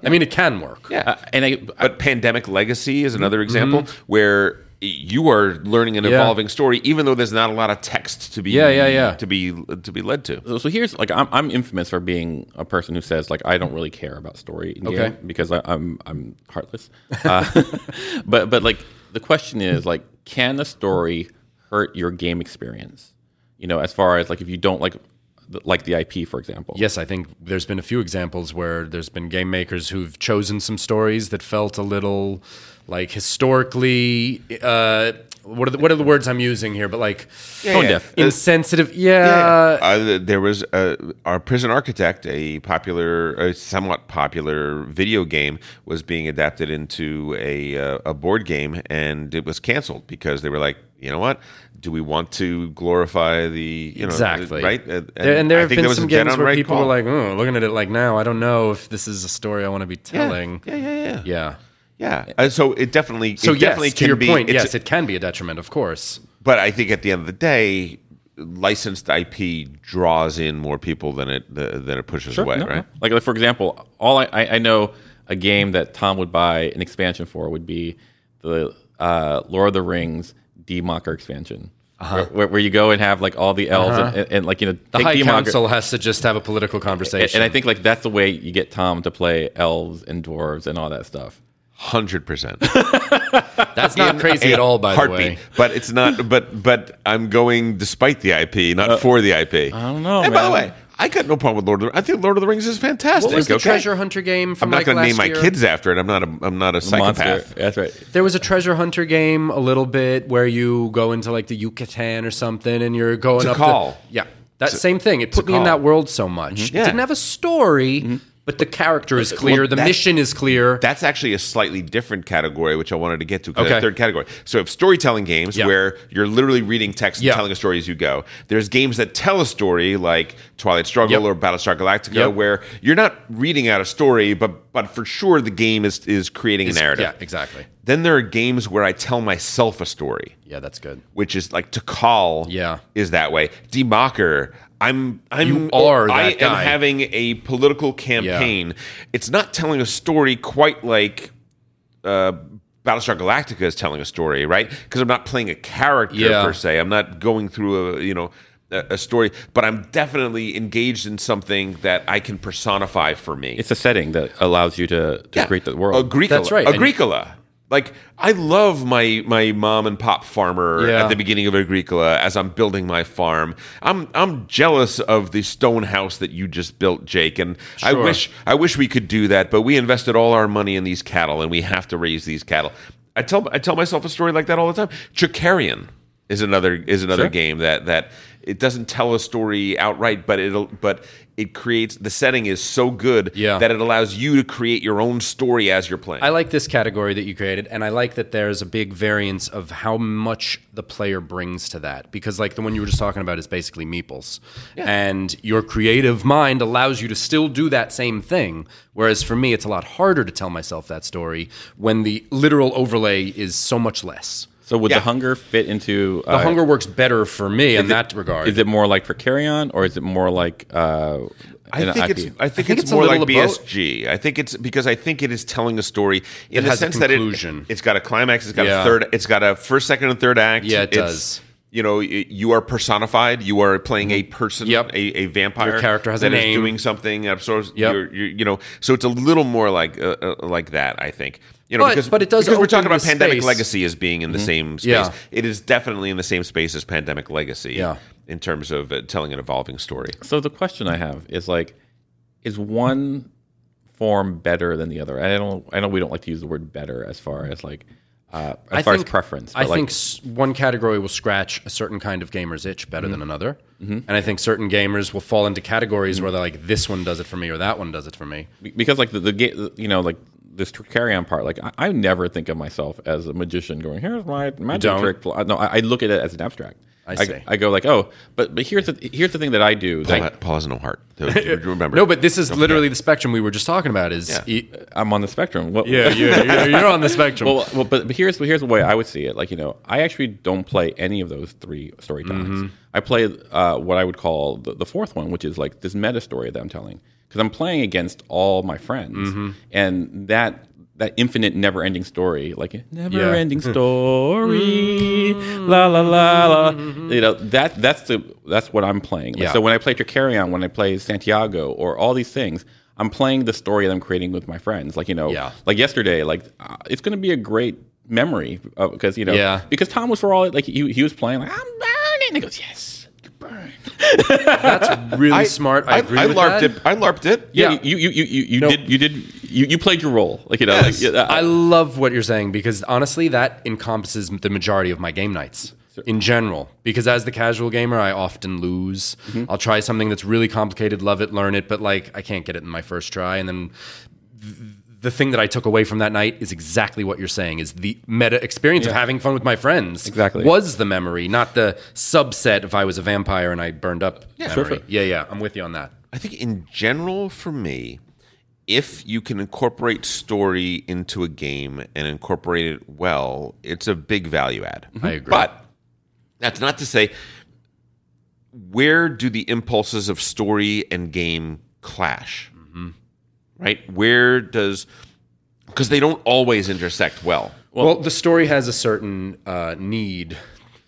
Speaker 2: I mean, it can work.
Speaker 1: Yeah.
Speaker 3: Uh, and I,
Speaker 1: but pandemic legacy
Speaker 2: Mm-hmm.
Speaker 1: is another example where you are learning an evolving story even though there's not a lot of text to be
Speaker 2: Yeah, yeah, yeah.
Speaker 1: to be to be led to
Speaker 3: so, so here's like I'm, I'm infamous for being a person who says like I don't really care about story in the
Speaker 2: Okay.
Speaker 3: end because I, I'm I'm heartless. Uh, <laughs> but but like the question is like can a story hurt your game experience? You know, as far as like if you don't like the- like the IP for example.
Speaker 2: Yes, I think there's been a few examples where there's been game makers who've chosen some stories that felt a little like historically. Uh, what are the, what are the words I'm using here? But like
Speaker 3: Tone deaf.
Speaker 2: insensitive. Yeah.
Speaker 1: uh, there was uh, our prison architect a popular a somewhat popular video game was being adapted into a uh, a board game and it was canceled because they were like you know what do we want to glorify the you know
Speaker 2: Exactly.
Speaker 1: right uh,
Speaker 2: There- And, there
Speaker 1: I
Speaker 2: have
Speaker 1: think
Speaker 2: been
Speaker 1: was a
Speaker 2: some
Speaker 1: dead
Speaker 2: games
Speaker 1: on
Speaker 2: where
Speaker 1: right
Speaker 2: people
Speaker 1: call.
Speaker 2: were like, oh, looking at it like now, I don't know if this is a story I want to be telling.
Speaker 1: yeah yeah yeah yeah,
Speaker 2: Yeah.
Speaker 1: yeah. Uh, so it definitely
Speaker 2: So
Speaker 1: it
Speaker 2: yes,
Speaker 1: definitely
Speaker 2: to
Speaker 1: can
Speaker 2: your
Speaker 1: be,
Speaker 2: point,
Speaker 1: it's-
Speaker 2: yes, it can be a detriment, of course.
Speaker 1: but I think at the end of the day, licensed IP draws in more people than it th- than it pushes away,
Speaker 3: No, no.
Speaker 1: right?
Speaker 3: Like, like for example, all I, I, I know a game that Tom would buy an expansion for would be the uh, Lord of the Rings Democker expansion, where, where you go and have like all the elves and, and, and, like you know
Speaker 2: Uh-huh. The
Speaker 3: take
Speaker 2: High
Speaker 3: Democker-
Speaker 2: Council has to just have a political
Speaker 3: And,
Speaker 2: conversation.
Speaker 3: and I think like that's the way you get Tom to play elves and dwarves and all that stuff.
Speaker 1: Hundred
Speaker 2: <laughs>
Speaker 1: percent.
Speaker 2: that's not crazy at all, by the way.
Speaker 1: But it's not. But but I'm going despite the IP,
Speaker 2: Uh,
Speaker 1: not for the IP. I
Speaker 3: don't know,
Speaker 1: And by the
Speaker 3: man.
Speaker 1: way, I got no problem with Lord of the. I think Lord of the Rings is fantastic.
Speaker 2: What was the
Speaker 1: okay?
Speaker 2: treasure hunter game from
Speaker 1: I'm not
Speaker 2: like
Speaker 1: going to
Speaker 2: last
Speaker 1: name my
Speaker 2: year?
Speaker 1: kids after it. I'm not a. I'm not a psychopath.
Speaker 3: Monster. That's right.
Speaker 2: There was a treasure hunter game a little bit where you go into like the Yucatan or something and you're going up
Speaker 1: Tikal.
Speaker 2: the Yeah. That same thing. It put me in
Speaker 1: Tikal.
Speaker 2: that world so much.
Speaker 1: Mm-hmm. Yeah. Mm-hmm.
Speaker 2: It didn't have a story, but the character is clear, the
Speaker 1: that-
Speaker 2: mission is clear.
Speaker 1: That's actually a slightly different category, which I wanted to get to. 'cause
Speaker 2: Okay.
Speaker 1: that Third category. So, if storytelling games
Speaker 2: Yeah.
Speaker 1: where you're literally reading text and
Speaker 2: Yeah.
Speaker 1: telling a story as you go, there's games that tell a story like Twilight Struggle
Speaker 2: Yep.
Speaker 1: or Battlestar Galactica,
Speaker 2: Yep.
Speaker 1: where you're not reading out a story, but but for sure the game is is creating a narrative.
Speaker 2: Yeah, exactly.
Speaker 1: Then there are games where I tell myself a story
Speaker 2: Yeah, that's good.
Speaker 1: which is like to call
Speaker 2: Yeah.
Speaker 1: is that way. Democker, I'm I'm
Speaker 2: You are
Speaker 1: I
Speaker 2: that guy.
Speaker 1: am having a political campaign. It's not telling a story quite like uh Battlestar Galactica is telling a story, right? Because I'm not playing a character
Speaker 2: Yeah.
Speaker 1: per se. I'm not going through a you know a, a story, but I'm definitely engaged in something that I can personify for me.
Speaker 3: It's a setting that allows you to, to create the world.
Speaker 1: Agricola.
Speaker 2: That's right. And-
Speaker 1: Agricola. like I love my my mom and pop farmer
Speaker 2: Yeah.
Speaker 1: at the beginning of Agricola as I'm building my farm. I'm I'm jealous of the stone house that you just built, Jake, and I
Speaker 2: Sure.
Speaker 1: wish I wish we could do that, but we invested all our money in these cattle and we have to raise these cattle. I tell I tell myself a story like that all the time. Chicarian is another is another
Speaker 3: Sure.
Speaker 1: game that that it doesn't tell a story outright, but it'll but it creates the setting is so good
Speaker 2: Yeah.
Speaker 1: that it allows you to create your own story as you're playing.
Speaker 2: I like this category that you created, and I like that there's a big variance of how much the player brings to that. Because, like the one you were just talking about, is basically meeples, and your creative mind allows you to still do that same thing. Whereas for me, it's a lot harder to tell myself that story when the literal overlay is so much less.
Speaker 3: So would
Speaker 1: Yeah.
Speaker 3: the hunger fit into uh,
Speaker 2: The hunger works better for me in that regard.
Speaker 3: Is it more like for carry on, or is it more like? Uh,
Speaker 1: I
Speaker 3: an
Speaker 1: think, it's,
Speaker 3: IP?
Speaker 1: I think
Speaker 2: think
Speaker 1: it's
Speaker 2: it's a
Speaker 1: more
Speaker 2: little
Speaker 1: like
Speaker 2: of both.
Speaker 1: BSG. I think it's because I think it is telling a story in
Speaker 2: It
Speaker 1: the
Speaker 2: has a
Speaker 1: sense that it,
Speaker 2: conclusion.
Speaker 1: it's got a climax, it's got
Speaker 2: Yeah.
Speaker 1: a third, it's got a first, second, and third act.
Speaker 2: Yeah, it
Speaker 1: It's-
Speaker 2: does. Mm-hmm.
Speaker 1: You know, y- you are personified. You are playing a person,
Speaker 2: Yep.
Speaker 1: a, a vampire.
Speaker 2: Your character has a
Speaker 1: that is
Speaker 2: name.
Speaker 1: doing something. Of sorts.
Speaker 2: Yep.
Speaker 1: You're, you're, you know, so it's a little more like uh, uh, like that. I think. You know,
Speaker 2: But-
Speaker 1: because
Speaker 2: but it does
Speaker 1: because we're
Speaker 2: open
Speaker 1: talking about
Speaker 2: the
Speaker 1: pandemic
Speaker 2: space. Mm-hmm.
Speaker 1: legacy as being in the same space.
Speaker 2: Yeah.
Speaker 1: It is definitely in the same space as pandemic legacy.
Speaker 2: Yeah.
Speaker 1: In terms of uh, telling an evolving story.
Speaker 3: So the question I have is like, is one form better than the other? I don't. I know we don't like to use the word better as far as like, uh, as far as preference.
Speaker 2: I
Speaker 3: but, like,
Speaker 2: think s- one category will scratch a certain kind of gamer's itch better than another, and I think certain gamers will fall into categories where they're like, "This one does it for me," or "That one does it for me."
Speaker 3: be- because like the, the ga- you know like this carry on part. Like I, I never think of myself as a magician going here's my magic
Speaker 2: don't?
Speaker 3: trick. No, I, I look at it as an abstract.
Speaker 2: I see.
Speaker 3: I, I go like, oh, but but here's the here's the thing that I do.
Speaker 1: Paul,
Speaker 3: That
Speaker 1: Paul has no heart.
Speaker 2: <laughs>
Speaker 1: Remember?
Speaker 2: no, but this is literally the spectrum we were just talking about. Is
Speaker 1: Yeah.
Speaker 2: e-
Speaker 3: I, am on the spectrum. What,
Speaker 2: yeah, yeah, yeah, you're <laughs> on the spectrum.
Speaker 3: Well, well, but, but here's here's the way I would see it. Like you know, I actually don't play any of those three story docs. I play uh, what I would call the, the fourth one, which is like this meta story that I'm telling because I'm playing against all my friends, and that that infinite, never ending story, like never ending story, la la la la. You know that that's the that's what I'm playing. Like,
Speaker 2: Yeah.
Speaker 3: So when I play Tricarion, when I play Santiago, or all these things. I'm playing the story that I'm creating with my friends. Like, you know,
Speaker 2: Yeah.
Speaker 3: like yesterday like uh, it's going to be a great memory because you know
Speaker 2: Yeah.
Speaker 3: because tom was for all like he, he was playing like i'm burning and he goes yes you burn
Speaker 2: That's really smart. I, agree
Speaker 1: I
Speaker 2: with
Speaker 1: larped
Speaker 2: that.
Speaker 1: it. I larped it.
Speaker 2: Yeah.
Speaker 3: you you you you, you
Speaker 2: No.
Speaker 3: did you did you, you played your role like you know
Speaker 1: Yes.
Speaker 3: like, yeah,
Speaker 2: I
Speaker 3: I,
Speaker 2: love what you're saying because honestly, that encompasses the majority of my game nights in general. Because as the casual gamer, I often lose.
Speaker 3: Mm-hmm.
Speaker 2: I'll try something that's really complicated, love it, learn it, but like I can't get it in my first try. And then th- the thing that I took away from that night is exactly what you're saying: is the meta experience of having fun with my friends.
Speaker 3: Exactly.
Speaker 2: was the memory, not the subset. If I was a vampire and I burned up, yeah,
Speaker 3: Sure,
Speaker 2: memory.
Speaker 3: sure.
Speaker 2: yeah, yeah, I'm with you on that.
Speaker 1: I think in general for me, if you can incorporate story into a game and incorporate it well, it's a big value add.
Speaker 2: I agree.
Speaker 1: But that's not to say where do the impulses of story and game clash?
Speaker 2: Mm-hmm.
Speaker 1: Right? Where does because they don't always intersect well.
Speaker 2: Well, the story has a certain uh, need,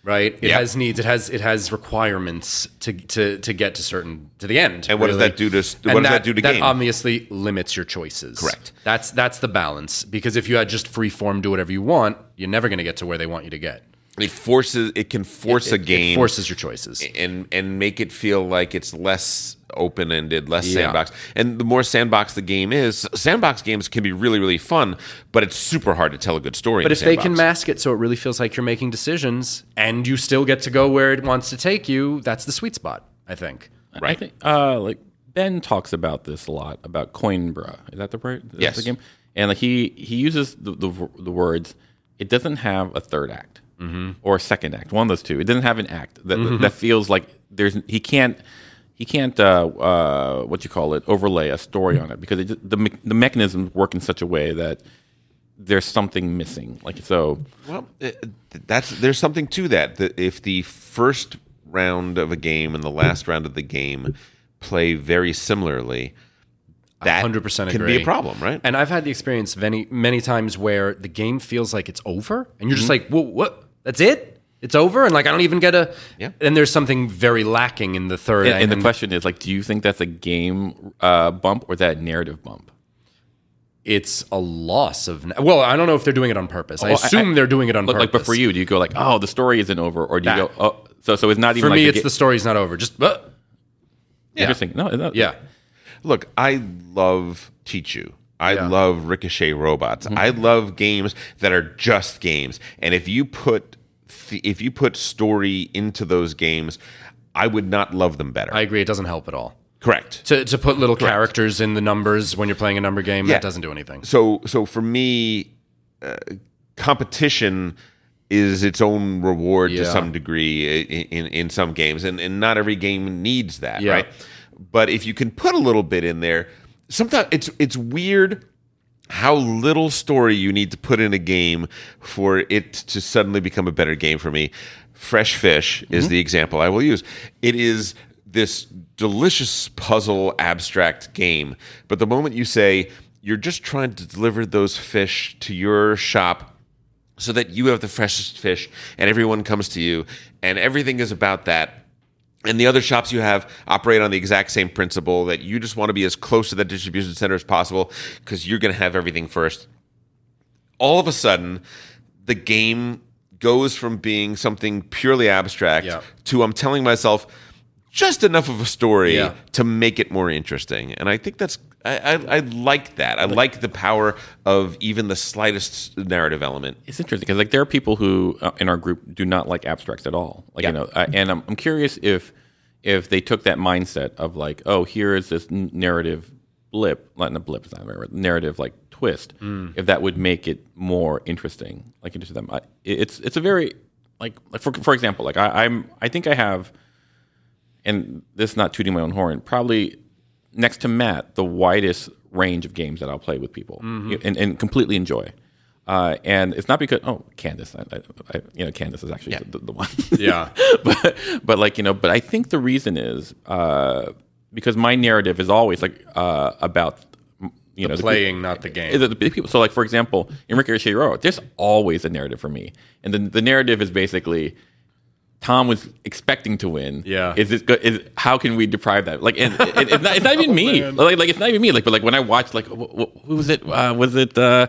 Speaker 2: right? It
Speaker 1: Yeah.
Speaker 2: has needs. It has it has requirements to to to get to certain to the end.
Speaker 1: And what does that do to- what
Speaker 2: And
Speaker 1: does that do to
Speaker 2: that
Speaker 1: game?
Speaker 2: obviously limits your choices.
Speaker 1: Correct.
Speaker 2: That's that's the balance because if you had just free form, do whatever you want, you're never going to get to where they want you to get.
Speaker 1: It forces it can force a
Speaker 2: It-
Speaker 1: game
Speaker 2: it forces your choices.
Speaker 1: and and make it feel like it's less open ended, less
Speaker 2: Yeah.
Speaker 1: sandbox. And the more sandbox the game is, sandbox games can be really really fun, but it's super hard to tell a good story.
Speaker 2: But if they can mask it so it really feels like you're making decisions and you still get to go where it wants to take you, that's the sweet spot, I think.
Speaker 3: I think uh like ben talks about this a lot about coinbra is that the right is that
Speaker 1: Yes.
Speaker 3: the game and like he he uses the, the v- the words it doesn't have a third act or a second act one of those two it doesn't have an act that that feels like there's he can't he can't uh, uh, what you call it overlay a story on it because it just, the me- the mechanisms work in such a way that there's something missing like so
Speaker 1: Well, uh, that's there's something to that. That if the first round of a game and the last round of the game play very similarly, that
Speaker 2: 100%
Speaker 1: can
Speaker 2: agree.
Speaker 1: be a problem, right?
Speaker 2: And I've had the experience many many times where the game feels like it's over, and you're just like, "Whoa, what? That's it? It's over?" And like, I don't even get a.
Speaker 1: Yeah.
Speaker 2: And there's something very lacking in the third.
Speaker 3: and, and the question is like do you think that's a game uh, bump or is that a narrative bump
Speaker 2: it's a loss of. Well, I don't know if they're doing it on purpose. I
Speaker 3: Well, I-
Speaker 2: assume
Speaker 3: I-
Speaker 2: they're doing it on
Speaker 3: But
Speaker 2: purpose.
Speaker 3: like, but for you, do you go like, oh, the story isn't over, or do you
Speaker 2: That.
Speaker 3: go, oh, so so it's not even
Speaker 2: for
Speaker 3: like
Speaker 2: me,
Speaker 3: a
Speaker 2: it's
Speaker 3: ga-
Speaker 2: the story's not over. Just uh,
Speaker 3: interesting. No, no,
Speaker 2: yeah.
Speaker 1: Look, I love Tichu. I
Speaker 2: Yeah. Mm-hmm.
Speaker 1: love Ricochet robots. I love games that are just games. And if you put th- if you put story into those games, I would not love them better.
Speaker 2: I agree. It doesn't help at all.
Speaker 1: Correct.
Speaker 2: To, to put little characters in the numbers when you're playing a number game,
Speaker 1: Yeah.
Speaker 2: that doesn't do anything.
Speaker 1: So so for me, uh, competition is its own reward to
Speaker 2: Yeah.
Speaker 1: some degree i- i- in in some games, and and not every game needs that,
Speaker 2: Yeah.
Speaker 1: right? But if you can put a little bit in there, sometimes it's it's weird how little story you need to put in a game for it to suddenly become a better game for me. Fresh Fish is
Speaker 2: Mm-hmm.
Speaker 1: the example I will use. It is this delicious puzzle abstract game, but the moment you say you're just trying to deliver those fish to your shop so that you have the freshest fish and everyone comes to you and everything is about that and the other shops you have operate on the exact same principle that you just want to be as close to that distribution center as possible because you're going to have everything first all of a sudden the game goes from being something purely abstract
Speaker 2: Yeah.
Speaker 1: to i'm telling myself just enough of a story
Speaker 2: Yeah.
Speaker 1: to make it more interesting and i think that's I, I, I like that. I like the power of even the slightest narrative element.
Speaker 3: it's interesting because like there are people who uh, in our group do not like abstracts at all. Like
Speaker 1: Yeah.
Speaker 3: you know, I, and I'm, I'm curious if if they took that mindset of like, oh, here is this n- narrative blip, not the blip, it's not the right word, narrative like
Speaker 2: Mm.
Speaker 3: twist. If that would make it more interesting, like into them, I, it- it's it's a very like like for for example, like I, I'm I think I have, and this is not tooting my own horn, probably next to Matt the widest range of games that I'll play with people and, and completely enjoy. Uh, and it's not because oh Candace, I, I, I, you know Candace is actually the, the one.
Speaker 2: <laughs> Yeah.
Speaker 3: <laughs> but but like you know but i think the reason is uh because my narrative is always like uh about m- you know the
Speaker 2: Playing, not the game.
Speaker 3: the, the big people. So, like for example, Enrique Ichiro, there's always a narrative for me, and then the narrative is basically Tom was expecting to win.
Speaker 2: Yeah.
Speaker 3: is this good? Is how can we deprive that? Like, and, and- it's, not, it's
Speaker 2: <laughs>
Speaker 3: not
Speaker 2: Oh,
Speaker 3: even me. Like, like it's not even me. Like, but like when I watched, like, wh- wh- who was it? Uh, was it? Uh,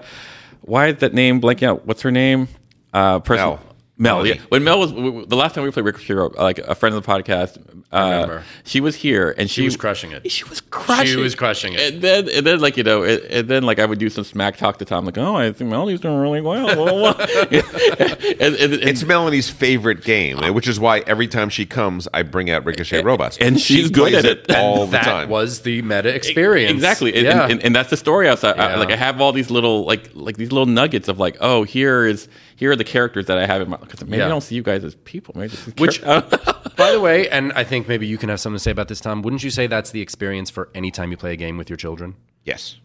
Speaker 3: why is that name blanking out? What's her name? Uh, person.
Speaker 1: Mel.
Speaker 3: Mel, yeah. When Mel was w- w- the last time we played Rick Shiro, like a friend of the podcast, uh,
Speaker 2: remember.
Speaker 3: she was here and she,
Speaker 2: was crushing <laughs> it.
Speaker 3: She was crushing.
Speaker 2: She was crushing it.
Speaker 3: And then, and then, like you know, and, and then like I would do some smack talk to Tom, like, "Oh, I think Melody's doing really well." <laughs> blah, blah, blah." and, and, and, Ah.
Speaker 1: It's Melanie's favorite game, which is why every time she comes, I bring out Ricochet Robots,
Speaker 3: and she's good
Speaker 1: plays
Speaker 3: at it.
Speaker 1: all the
Speaker 2: that
Speaker 1: time.
Speaker 2: was the meta experience.
Speaker 3: Exactly, and,
Speaker 2: yeah.
Speaker 3: and, and, and that's the story. Outside, I,
Speaker 2: Yeah.
Speaker 3: like I have all these little like like these little nuggets of like, oh, here is here are the characters that I have in my because maybe
Speaker 2: Yeah.
Speaker 3: I don't see you guys as people. Maybe this is
Speaker 2: Which- uh,
Speaker 3: char-
Speaker 2: <laughs> By the way, and I think maybe you can have something to say about this, Tom. Wouldn't you say that's the experience for any time you play a game with your children?
Speaker 1: yes.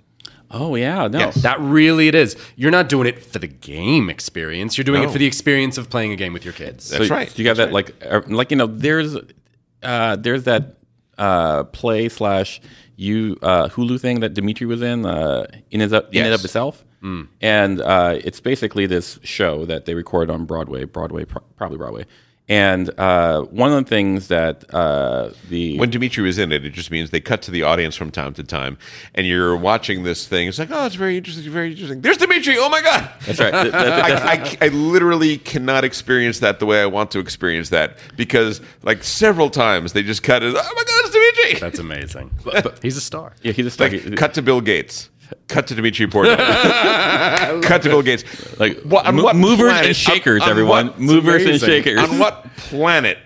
Speaker 3: oh yeah, no,
Speaker 1: Yes.
Speaker 2: That really it is. You're not doing it for the game experience. You're doing it
Speaker 1: No.
Speaker 2: for the experience of playing a game with your kids.
Speaker 1: That's
Speaker 3: so
Speaker 1: right.
Speaker 3: You got that like uh, like you know there's uh there's that uh play slash you uh Hulu thing that Dimitri was in uh in his up in
Speaker 1: Yes.
Speaker 3: it
Speaker 1: Mm.
Speaker 3: of itself. And uh, it's basically this show that they recorded on Broadway, Broadway, pro- probably Broadway. And uh, one of the things that uh, the
Speaker 1: When Dimitri was in it, it just means they cut to the audience from time to time, and you're watching this thing. It's like, oh, it's very interesting, very interesting. There's Dimitri. Oh my god!
Speaker 3: that's right, Th- th-
Speaker 1: I, I, I literally cannot experience that the way I want to experience that because, like, several times they just cut it. Oh my god, it's Dimitri!
Speaker 2: That's amazing. He's a star.
Speaker 3: yeah, he's just
Speaker 1: like, cut to Bill Gates. Cut to Dimitri
Speaker 3: <laughs>
Speaker 1: Portnoy. <laughs> cut to Bill Gates.
Speaker 3: like
Speaker 1: What- on
Speaker 3: mo-
Speaker 1: what
Speaker 3: movers
Speaker 1: planet- on-
Speaker 3: and shakers,
Speaker 1: on
Speaker 3: everyone,
Speaker 1: what-
Speaker 3: movers and
Speaker 2: amazing.
Speaker 3: shakers.
Speaker 1: On what planet?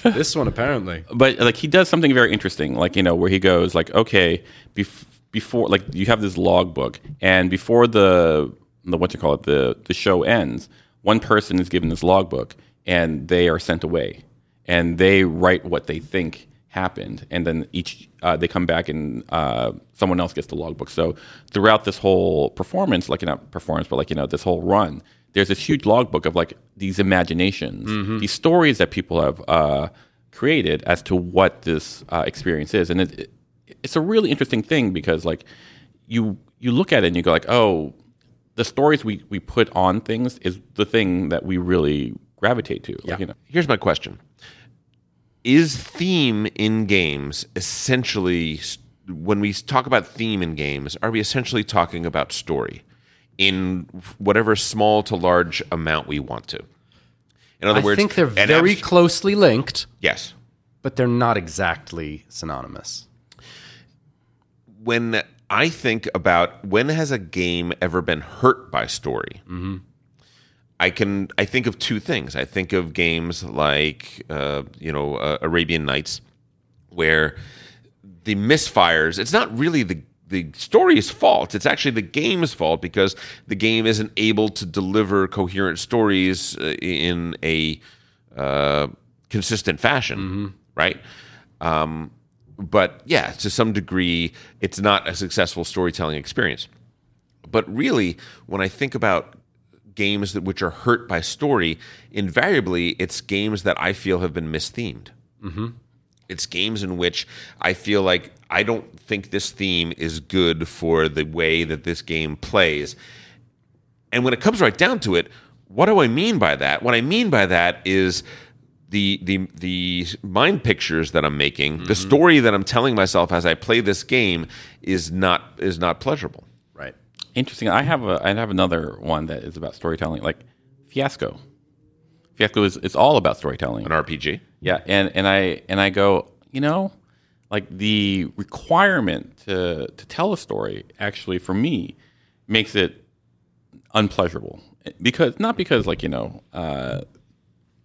Speaker 2: <laughs> This one apparently.
Speaker 3: but like he does something very interesting like you know where he goes like okay bef- before like you have this logbook and before the the what you call it the the show ends one person is given this logbook and they are sent away and they write what they think happened and then each uh, they come back and uh, someone else gets the logbook so throughout this whole performance like not performance but like you know this whole run there's this huge logbook of like these imaginations these stories that people have uh, created as to what this uh, experience is, and it, it, it's a really interesting thing because like you you look at it and you go like, oh, the stories we we put on things is the thing that we really gravitate to. Like, you know,
Speaker 1: Here's my question Is theme in games essentially, when we talk about theme in games, are we essentially talking about story in whatever small to large amount we want to? In other
Speaker 2: I
Speaker 1: words,
Speaker 2: think they're
Speaker 1: an
Speaker 2: very
Speaker 1: abst-
Speaker 2: closely linked,
Speaker 1: yes.
Speaker 2: but they're not exactly synonymous.
Speaker 1: when I think about when has a game ever been hurt by story, I can I think of two things. I think of games like uh, you know uh, Arabian Nights, where the misfires. It's not really the the story's fault. It's actually the game's fault because the game isn't able to deliver coherent stories uh, in a uh, consistent fashion, right? Um, but yeah, to some degree, it's not a successful storytelling experience. But really, when I think about games that which are hurt by story, invariably it's games that I feel have been misthemed. It's games in which I feel like I don't think this theme is good for the way that this game plays. And when it comes right down to it, what do I mean by that? What I mean by that is the the the mind pictures that I'm making, the
Speaker 3: Mm-hmm.
Speaker 1: story that I'm telling myself as I play this game is not is not pleasurable.
Speaker 2: Right.
Speaker 3: interesting. I have a I have another one that is about storytelling, like Fiasco. Fiasco is it's all about storytelling.
Speaker 1: An RPG.
Speaker 3: Yeah, and and I and I go, you know, like the requirement to to tell a story actually for me makes it unpleasurable because not because like you know uh,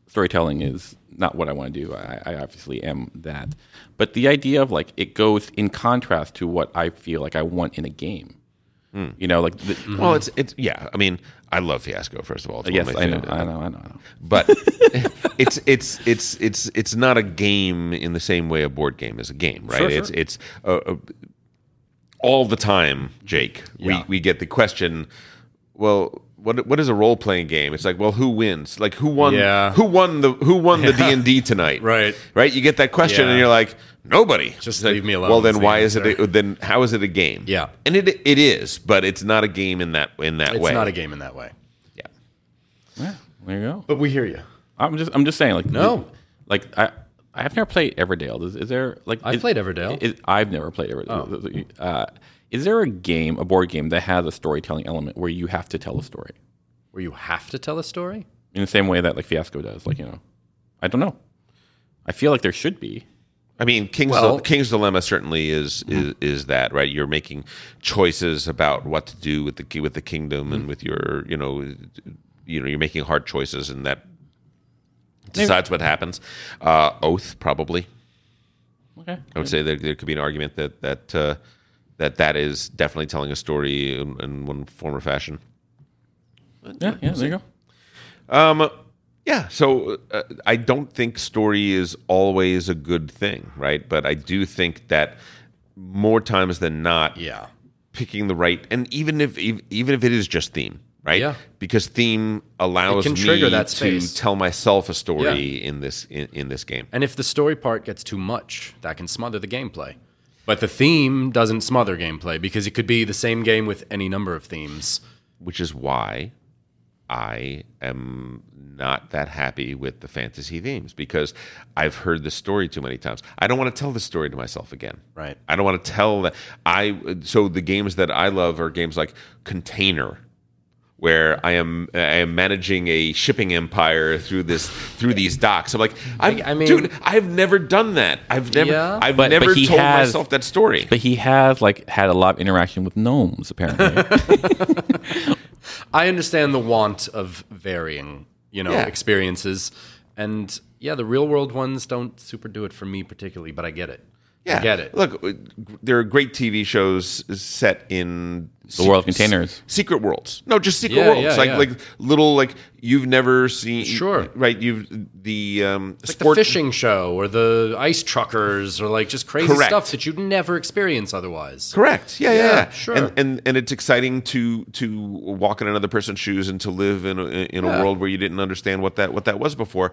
Speaker 3: storytelling is not what I want to do. I, I obviously am that, but the idea of like it goes in contrast to what I feel like I want in a game. You know, like the,
Speaker 1: Well, it's it's yeah. I mean, I love Fiasco first of all. It's one of
Speaker 3: yes,
Speaker 1: my
Speaker 3: I know,
Speaker 1: favorite-
Speaker 3: I know, I know, I know.
Speaker 1: but <laughs> it's it's it's it's it's not a game in the same way a board game is a game, right?
Speaker 2: Sure, sure.
Speaker 1: It's it's uh, uh, all the time, Jake.
Speaker 2: Yeah.
Speaker 1: We we get the question, well, what what is a role playing game? It's like, well, who wins? Like who won
Speaker 2: Yeah.
Speaker 1: who won the who won
Speaker 2: <laughs>
Speaker 1: the D&D tonight?
Speaker 2: Right.
Speaker 1: Right? You get that question and
Speaker 2: Yeah.
Speaker 1: you're like, nobody.
Speaker 2: Just
Speaker 1: It's like,
Speaker 2: leave me alone
Speaker 1: Well,
Speaker 2: is
Speaker 1: then
Speaker 2: the
Speaker 1: why is it
Speaker 2: answer.
Speaker 1: a, then how is it a game?
Speaker 2: Yeah.
Speaker 1: And it it is, but it's not a game in that in that
Speaker 2: It's
Speaker 1: way.
Speaker 2: not a game in that way.
Speaker 1: Yeah.
Speaker 3: Yeah, there you go.
Speaker 2: But we hear you.
Speaker 3: I'm just I'm just saying like
Speaker 2: No.
Speaker 3: like I I've never played Everdale. Is, is there like
Speaker 2: I've
Speaker 3: is-
Speaker 2: played Everdale. Oh.
Speaker 3: Is, I've never played Everdale. Uh, is there a game, a board game that has a storytelling element where you have to tell a story
Speaker 2: Where you have to tell a story?
Speaker 3: in the same way that like Fiasco does? Like you know, I don't know. I feel like there should be.
Speaker 1: I mean, King's
Speaker 2: Well-
Speaker 1: King's Dilemma certainly is, is is that right? You're making choices about what to do with the ki- with the kingdom and with your you know you know you're making hard choices and that decides what happens. Uh, oath probably.
Speaker 3: Okay.
Speaker 1: I would say there, there could be an argument that that uh, that that is definitely telling a story in, in one form or fashion.
Speaker 3: Yeah, yeah. There you go.
Speaker 1: Um, yeah. So uh, I don't think story is always a good thing, right? But I do think that more times than not,
Speaker 2: Yeah.
Speaker 1: picking the right and even if ev- even if it is just theme right
Speaker 2: Yeah.
Speaker 1: because theme allows
Speaker 2: can
Speaker 1: me
Speaker 2: trigger that
Speaker 1: to
Speaker 2: space.
Speaker 1: tell myself a story in this in, in this game
Speaker 2: And if the story part gets too much, that can smother the gameplay. But the theme doesn't smother gameplay because it could be the same game with any number of themes.
Speaker 1: which is why i am not that happy with the fantasy themes because i've heard the story too many times i don't want to tell the story to myself again
Speaker 2: Right.
Speaker 1: i don't want to tell that i so the games that i love are games like container where I am I am managing a shipping empire through this through these docks. I'm like, I'm,
Speaker 2: I mean-
Speaker 1: dude, I've never done that. I've never
Speaker 2: Yeah.
Speaker 1: I've
Speaker 3: But- but
Speaker 1: never
Speaker 3: he
Speaker 1: told
Speaker 3: has-
Speaker 1: myself that story.
Speaker 3: But he has like had a lot of interaction with gnomes apparently.
Speaker 2: I understand the want of varying, you know,
Speaker 1: Yeah.
Speaker 2: experiences. And yeah, the real world ones don't super do it for me particularly, but I get it.
Speaker 1: yeah,
Speaker 2: I get it.
Speaker 1: Look, uh, there are great TV shows set in the
Speaker 3: world of containers.
Speaker 1: secret worlds. No, just secret
Speaker 2: Yeah,
Speaker 1: worlds,
Speaker 2: yeah,
Speaker 1: like
Speaker 2: yeah.
Speaker 1: like little like you've never seen.
Speaker 2: Sure.
Speaker 1: right? You've the um,
Speaker 2: Like
Speaker 1: sport.
Speaker 2: the fishing show or the ice truckers or like just crazy
Speaker 1: Correct.
Speaker 2: stuff that you'd never experience otherwise.
Speaker 1: Correct. Yeah, yeah,
Speaker 2: Yeah,
Speaker 1: yeah.
Speaker 2: sure.
Speaker 1: And, and and it's exciting to to walk in another person's shoes and to live in a, in a
Speaker 2: Yeah.
Speaker 1: world where you didn't understand what that what that was before.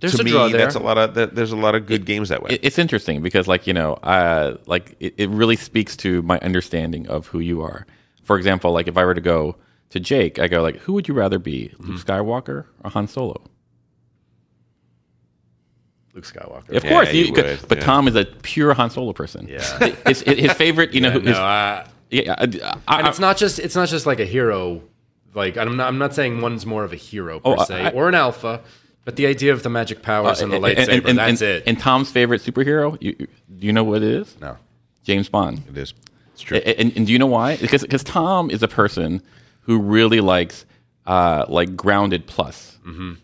Speaker 2: There's
Speaker 1: to
Speaker 2: a
Speaker 1: me,
Speaker 2: draw there.
Speaker 1: that's a lot of that, there's a lot of good games that way.
Speaker 3: It- it's interesting because like you know uh like it, it really speaks to my understanding of who you are for example like if i were to go to jake i go like who would you rather be luke skywalker or han solo
Speaker 2: Luke Skywalker.
Speaker 3: of
Speaker 1: Yeah,
Speaker 3: course
Speaker 1: you
Speaker 3: you could,
Speaker 1: would,
Speaker 3: but
Speaker 1: yeah.
Speaker 3: tom is a pure han solo person
Speaker 2: Yeah.
Speaker 3: his, his favorite you know his,
Speaker 2: No, I-
Speaker 3: yeah I, I,
Speaker 2: and it's not just it's not just like a hero. Like I'm not I'm not saying one's more of a hero per
Speaker 3: Oh,
Speaker 2: se
Speaker 3: I- Uh,
Speaker 2: or an alpha, but the idea of the magic powers and the lightsaber that's it.
Speaker 3: and tom's favorite superhero you you- do you know what it is
Speaker 2: no,
Speaker 3: james bond
Speaker 1: it is. It's true.
Speaker 3: A- a- And, and do you know why? Because because Tom is a person who really likes uh, like grounded plus.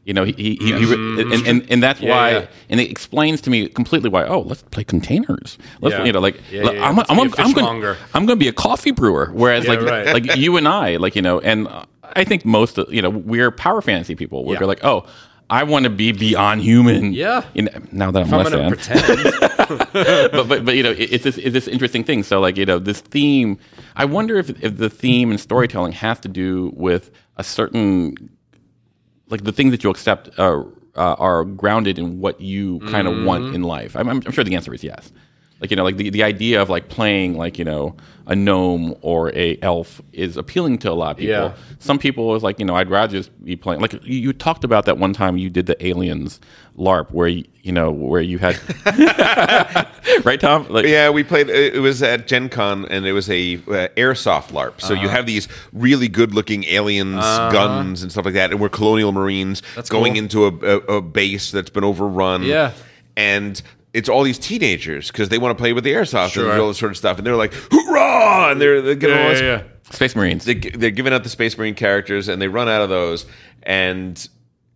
Speaker 3: You know, he he, he, he re- and, and and that's why.
Speaker 2: Mm-hmm. yeah.
Speaker 3: And it explains to me completely why. Oh, let's play containers. Let's
Speaker 2: Yeah.
Speaker 3: you know like
Speaker 2: Yeah, yeah, yeah.
Speaker 3: I'm
Speaker 2: Let's
Speaker 3: I'm,
Speaker 2: be a
Speaker 3: I'm, I'm going
Speaker 2: fishmonger.
Speaker 3: I'm going to be a coffee brewer. Whereas
Speaker 2: Yeah,
Speaker 3: like
Speaker 2: right.
Speaker 3: <laughs> like you and I like you know and uh, I think most of, you know we're power fantasy people. We're
Speaker 2: Yeah.
Speaker 3: like oh. I want to be beyond human.
Speaker 2: Yeah.
Speaker 3: You know, now that I'm,
Speaker 2: I'm
Speaker 3: less
Speaker 2: gonna
Speaker 3: than
Speaker 2: pretend.
Speaker 3: but, but but you know it, it's this it's this interesting thing. So like you know this theme. I wonder if if the theme and storytelling has to do with a certain like the things that you accept are uh, are grounded in what you kind of want in life. I'm, I'm I'm sure the answer is yes. Like you know like the, the idea of like playing like you know a gnome or a elf is appealing to a lot of people.
Speaker 2: Yeah.
Speaker 3: Some people is like you know I'd rather just be playing. Like you, you talked about that one time you did the aliens LARP where you, you know where you had <laughs> right Tom like
Speaker 1: Yeah, we played. It it was at Gen Con, and it was a uh, airsoft LARP. So
Speaker 2: Uh-huh.
Speaker 1: you have these really good-looking aliens, guns, and stuff like that. And we're colonial marines going
Speaker 2: cool.
Speaker 1: into a, a, a base that's been overrun.
Speaker 2: Yeah.
Speaker 1: and it's all these teenagers because they want to play with the airsoft
Speaker 2: Sure.
Speaker 1: and all this sort of stuff. And they're like, "Hoorah!" And they're, they're getting all this
Speaker 3: Space Marines.
Speaker 1: they, they're giving out the Space Marine characters, and they run out of those, and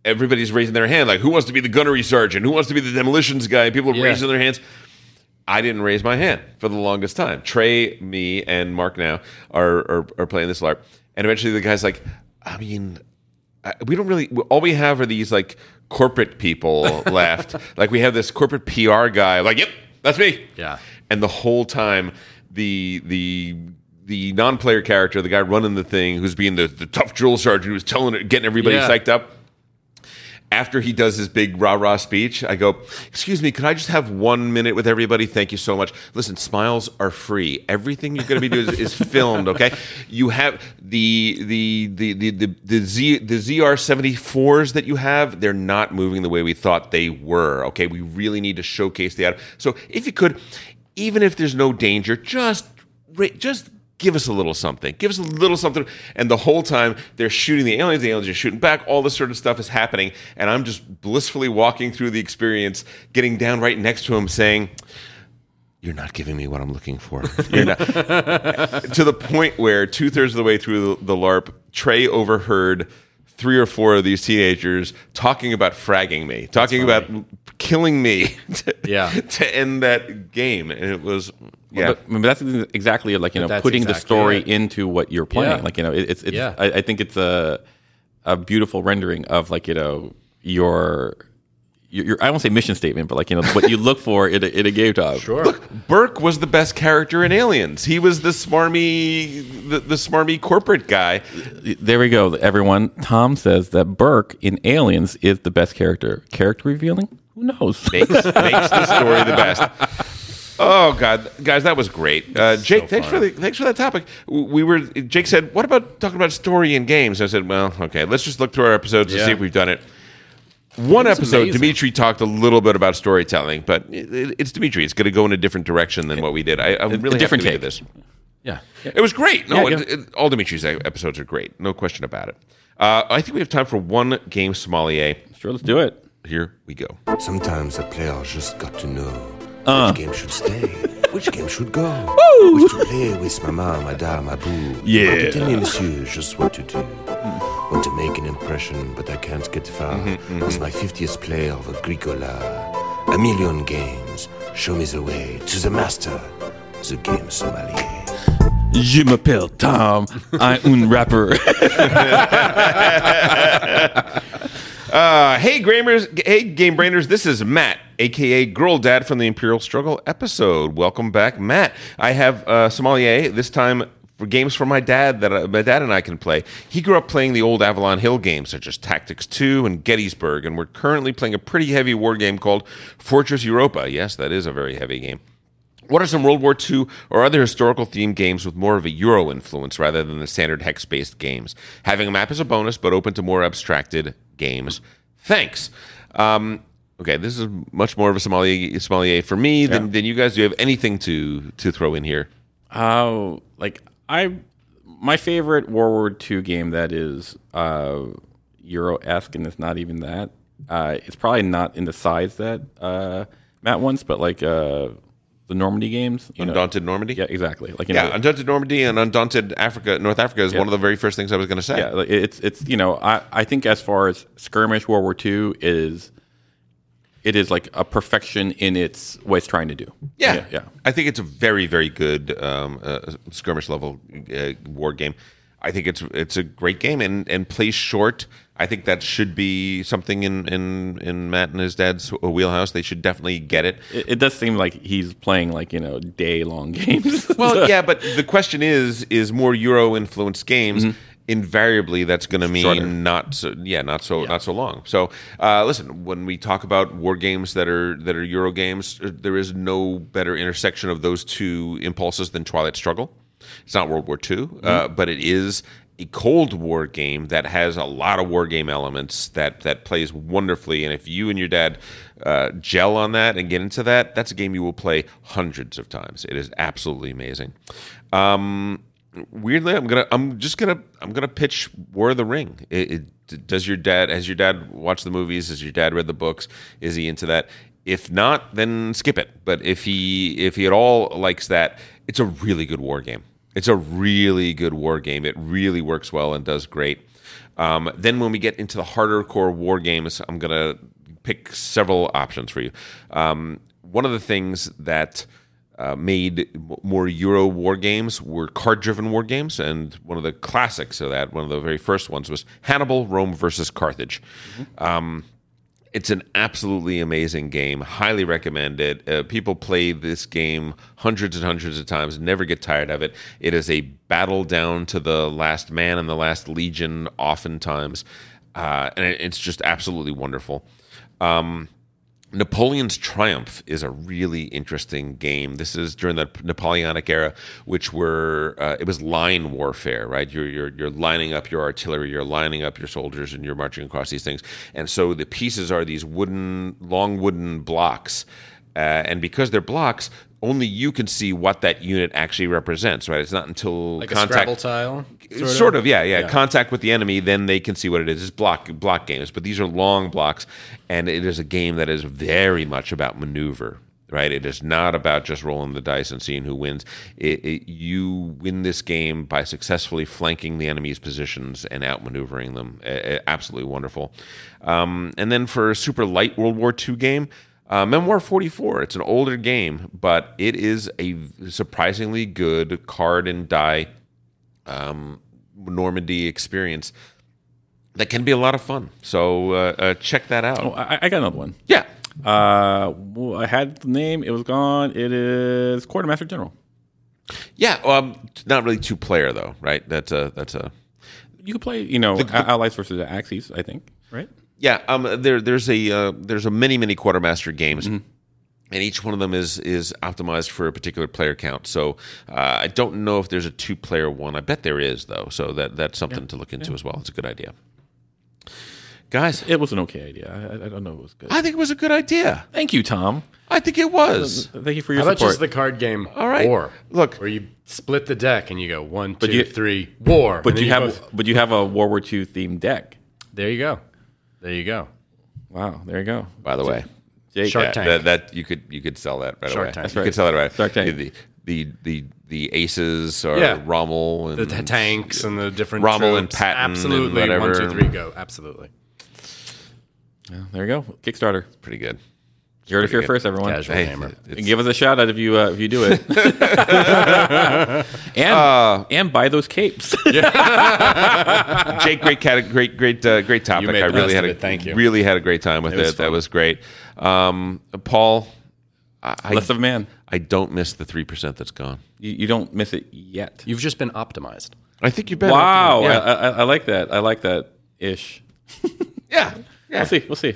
Speaker 1: everybody's raising their hand, like, who wants to be the gunnery sergeant? Who wants to be the demolitions guy? People are
Speaker 2: Yeah.
Speaker 1: raising their hands. I didn't raise my hand for the longest time. Trey, me, and Mark now are are, are playing this LARP, and eventually the guy's like, I mean, I- we don't really. All we have are these like corporate people <laughs> left. Like we have this corporate PR guy. Like, yep, that's me.
Speaker 2: Yeah.
Speaker 1: And the whole time, the the the non-player character, the guy running the thing, who's being the, the tough drill sergeant, who's telling it, getting everybody
Speaker 2: Yeah.
Speaker 1: psyched up after he does his big rah rah speech, I go, Excuse me, could I just have one minute with everybody? Thank you so much. Listen, smiles are free. Everything you're going to be doing is, is filmed, okay? You have the the the the the, the, Z, the ZR74s that you have, they're not moving the way we thought they were, okay? We really need to showcase the item. So if you could, even if there's no danger, just ra- just give us a little something. Give us a little something. And the whole time they're shooting the aliens, the aliens are shooting back, all this sort of stuff is happening. And I'm just blissfully walking through the experience, getting down right next to him saying, you're not giving me what I'm looking for. <laughs> You're not. to the point where two thirds of the way through the, the LARP, Trey overheard three or four of these teenagers talking about fragging me, talking about killing me <laughs> to,
Speaker 2: Yeah.
Speaker 1: to end that game. And it was, yeah.
Speaker 3: But, but that's exactly like you know
Speaker 2: that's
Speaker 3: putting the
Speaker 2: exactly
Speaker 3: story
Speaker 2: it.
Speaker 3: into what you're playing.
Speaker 2: Yeah.
Speaker 3: Like you know, it, it's, it's
Speaker 2: Yeah.
Speaker 3: I, I think it's a a beautiful rendering of like you know your your, your I won't say mission statement, but like you know what you look for in a, in a game top.
Speaker 2: Sure.
Speaker 1: Burke was the best character in Aliens. He was the smarmy, the, the smarmy corporate guy.
Speaker 3: There we go, everyone. Tom says that Burke in Aliens is the best character. Character revealing? Who knows?
Speaker 1: Makes, <laughs> makes the story the best. Oh God, guys, that was great. Uh, Jake, thanks for the, thanks for that topic. W- We were Jake said, "What about talking about story in games?" I said, "Well, okay, let's just look through our episodes to
Speaker 2: Yeah.
Speaker 1: see if we've done it." One episode,
Speaker 2: amazing.
Speaker 1: Dimitri talked a little bit about storytelling, but it, it- it's Dimitri. It's going to go in a different direction than what we did. I, I'm really
Speaker 3: different
Speaker 1: happy we did
Speaker 3: take.
Speaker 1: this.
Speaker 3: <laughs> yeah.
Speaker 1: It was great. No,
Speaker 3: Yeah,
Speaker 1: it- it- all Dimitri's e, episodes are great. No question about it. Uh, I think we have time for one game sommelier.
Speaker 3: Sure, let's do it.
Speaker 1: Here we go.
Speaker 5: Sometimes a player just got to know which game should stay, which game should go, which to play with mama, madame, abou. Yeah. to tell me, monsieur, just what to do. Want to make an impression, but I can't get far. As my 50th player of Agricola, a million games, show me the way to the master, the game sommelier.
Speaker 3: Je m'appelle Tom. I'm un rapper.
Speaker 1: Uh, hey, Gramers, hey, Game Brainers, this is Matt, aka Girl Dad from the Imperial Struggle episode. Welcome back, Matt. I have uh, sommelier this time for games for my dad that uh, my dad and I can play. He grew up playing the old Avalon Hill games such as Tactics 2 and Gettysburg, and we're currently playing a pretty heavy war game called Fortress Europa. Yes, that is a very heavy game. What are some World War II or other historical themed games with more of a Euro influence rather than the standard hex based games? Having a map is a bonus, but open to more abstracted games. Thanks. Um, okay, this is much more of a sommelier, sommelier for me than, than you guys. Do you have anything to to throw in here?
Speaker 3: Oh, like I, my favorite World War II game that is uh, Euro esque, and it's not even that. Uh, it's probably not in the size that uh, Matt wants, but like uh, the Normandy games, you know-
Speaker 1: Undaunted Normandy?
Speaker 3: Yeah, exactly. Like you
Speaker 1: Yeah,
Speaker 3: know,
Speaker 1: Undaunted Normandy and Undaunted Africa, North Africa is one of the very first things I was going to say.
Speaker 3: yeah, like, it's it's you know I I think as far as skirmish World War II is, it is like a perfection in its what it's trying to do.
Speaker 1: Yeah,
Speaker 3: yeah. yeah.
Speaker 1: I think it's a very, very good um, uh, skirmish level uh, war game. I think it's it's a great game and and plays short. I think that should be something in in in Matt and his dad's wheelhouse. They should definitely get it.
Speaker 3: It, it does seem like he's playing like you know day long <laughs> games.
Speaker 1: Well, yeah, but the question is is more Euro influenced games. Invariably, that's going to mean
Speaker 3: Shorter.
Speaker 1: not so yeah not so not so long. So uh, listen, when we talk about war games that are that are Euro games, uh, there is no better intersection of those two impulses than Twilight Struggle. It's not World War II, uh, but it is a Cold War game that has a lot of war game elements that that plays wonderfully. And if you and your dad uh, gel on that and get into that, that's a game you will play hundreds of times. It is absolutely amazing. Um, weirdly, I'm gonna I'm just gonna I'm gonna pitch War of the Ring. It, it, does your dad has your dad watched the movies? Has your dad read the books? Is he into that? If not, then skip it. But if he if he at all likes that, it's a really good war game. It's a really good war game. It really works well and does great. Um, then when we get into the harder core war games, I'm gonna pick several options for you. Um, one of the things that uh, made m- more Euro war games were card driven war games. And one of the classics of that, one of the very first ones, was Hannibal, Rome versus Carthage. Um, it's an absolutely amazing game. Highly recommend it. Uh, people play this game hundreds and hundreds of times, never get tired of it. It is a battle down to the last man and the last legion, oftentimes. Uh, and it- it's just absolutely wonderful. Napoleon's Triumph is a really interesting game. This is during the Napoleonic era, which were uh, it was line warfare, right? You're, you're you're lining up your artillery, you're lining up your soldiers, and you're marching across these things. And so the pieces are these wooden, long wooden blocks, uh, and because they're blocks. Only you can see what that unit actually represents, right? It's not until
Speaker 2: Like a
Speaker 1: contact
Speaker 2: Scrabble tile?
Speaker 1: sort, of, yeah, yeah, Contact with the enemy, then they can see what it is. It's block block games, but these are long blocks, and it is a game that is very much about maneuver. Right, it is not about just rolling the dice and seeing who wins. It, it, you win this game by successfully flanking the enemy's positions and outmaneuvering them. A- a- absolutely wonderful. Um, and then for a super light World War II game, uh, Memoir 44. It's an older game, but it is a surprisingly good card and die um, Normandy experience that can be a lot of fun. So uh, uh, check that out.
Speaker 3: Oh, I, I got another one.
Speaker 1: yeah.
Speaker 3: Uh, well, I had the name. It was gone. It is Quartermaster General.
Speaker 1: Yeah. Um, not really two player though, right? That's a that's a
Speaker 3: You could play, you know, a- allies versus the axes. I think, right?
Speaker 1: yeah. Um, there there's a uh, there's a many many quartermaster games. And each one of them is is optimized for a particular player count. So uh, I don't know if there's a two player one. I bet there is though. So that that's something to look into as well. It's a good idea, guys.
Speaker 3: It was an okay idea. I, I- I don't know. It was good.
Speaker 1: I think it was a good idea.
Speaker 3: Thank you, Tom.
Speaker 1: I think it was.
Speaker 3: Thank you for
Speaker 2: How
Speaker 3: your
Speaker 2: about
Speaker 3: support.
Speaker 2: just the card game?
Speaker 1: All right.
Speaker 2: War.
Speaker 1: Look.
Speaker 2: Where you split the deck and you go one, two, three,
Speaker 3: you-
Speaker 2: war.
Speaker 3: but
Speaker 2: And then
Speaker 3: you have,
Speaker 2: both-
Speaker 3: but you have a World War II themed deck.
Speaker 2: there you go. There you go.
Speaker 3: Wow, there you go.
Speaker 1: By the way,
Speaker 3: Jake,
Speaker 2: Shark
Speaker 3: uh,
Speaker 2: Tank.
Speaker 1: That, that you could you could sell that right
Speaker 2: Shark
Speaker 1: away.
Speaker 2: Tank. That's
Speaker 1: You
Speaker 3: right.
Speaker 1: could sell that right.
Speaker 3: Shark Tank.
Speaker 1: The the the, the aces are
Speaker 2: Yeah.
Speaker 1: Rommel and
Speaker 2: The t- tanks and the different
Speaker 1: Mm. Rommel and
Speaker 2: troops.
Speaker 1: Patton and
Speaker 2: Absolutely. One,
Speaker 1: whatever.
Speaker 2: two, three, go. Absolutely.
Speaker 3: There you go. Kickstarter.
Speaker 1: Pretty good.
Speaker 3: You heard it here
Speaker 1: good.
Speaker 3: first, everyone.
Speaker 2: Casual
Speaker 1: Hey,
Speaker 2: gamer.
Speaker 1: it's-
Speaker 3: Give us a shout out if you uh, if you do <laughs> it, and and buy those <laughs> capes.
Speaker 1: Jake, great cat, great great uh, great topic.
Speaker 2: made
Speaker 1: I
Speaker 2: the
Speaker 1: really
Speaker 2: best
Speaker 1: had
Speaker 2: of
Speaker 1: a
Speaker 2: it. Thank you.
Speaker 1: really had a great time with it.
Speaker 2: was
Speaker 1: that
Speaker 2: fun.
Speaker 1: was great. Um, Paul, I, I-
Speaker 3: List of man,
Speaker 1: I don't miss the three percent that's gone.
Speaker 3: you, you don't miss it yet.
Speaker 2: You've just been optimized.
Speaker 1: I think you better.
Speaker 3: Wow,
Speaker 1: Yeah.
Speaker 3: I, I, I like that. I like that ish.
Speaker 1: yeah.
Speaker 3: We'll see. We'll see.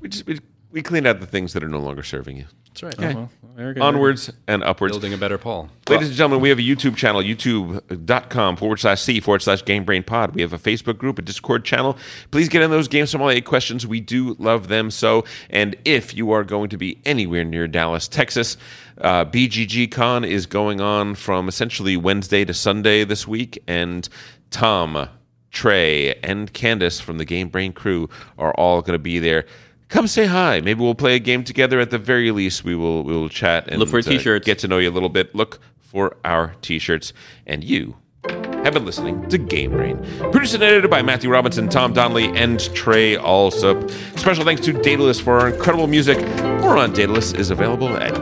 Speaker 1: We just we, we cleaned out the things that are no longer serving you.
Speaker 2: That's right.
Speaker 3: Well, there we go.
Speaker 1: Onwards and upwards.
Speaker 2: Building a better Paul.
Speaker 1: Ladies and gentlemen, we have a YouTube channel, youtube.com forward slash C forward slash Game Brain Pod. We have a Facebook group, a Discord channel. Please get in those Game Sommelier questions. We do love them so. And if you are going to be anywhere near Dallas, Texas, uh, BGG Con is going on from essentially Wednesday to Sunday this week. And Tom, Trey, and Candace from the Game Brain crew are all going to be there. Come say hi. Maybe we'll play a game together. At the very least, we will we will chat and
Speaker 3: Look for
Speaker 1: uh,
Speaker 3: t-shirts.
Speaker 1: Get to know you a little bit, look for our t shirts. And you have been listening to Game Brain. Produced and edited by Matthew Robinson, Tom Donnelly, and Trey Alsop. Special thanks to Daedalus for our incredible music. More on Daedalus is available at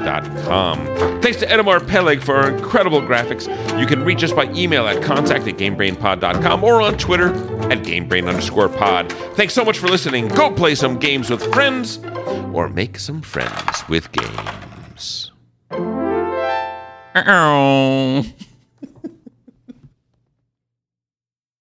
Speaker 1: GameBrainPod.com. Thanks to Edamar Peleg for our incredible graphics. You can reach us by email at contact at GameBrainPod.com or on Twitter at GameBrain underscore pod. Thanks so much for listening. Go play some games with friends or make some friends with games.
Speaker 3: Uh-oh.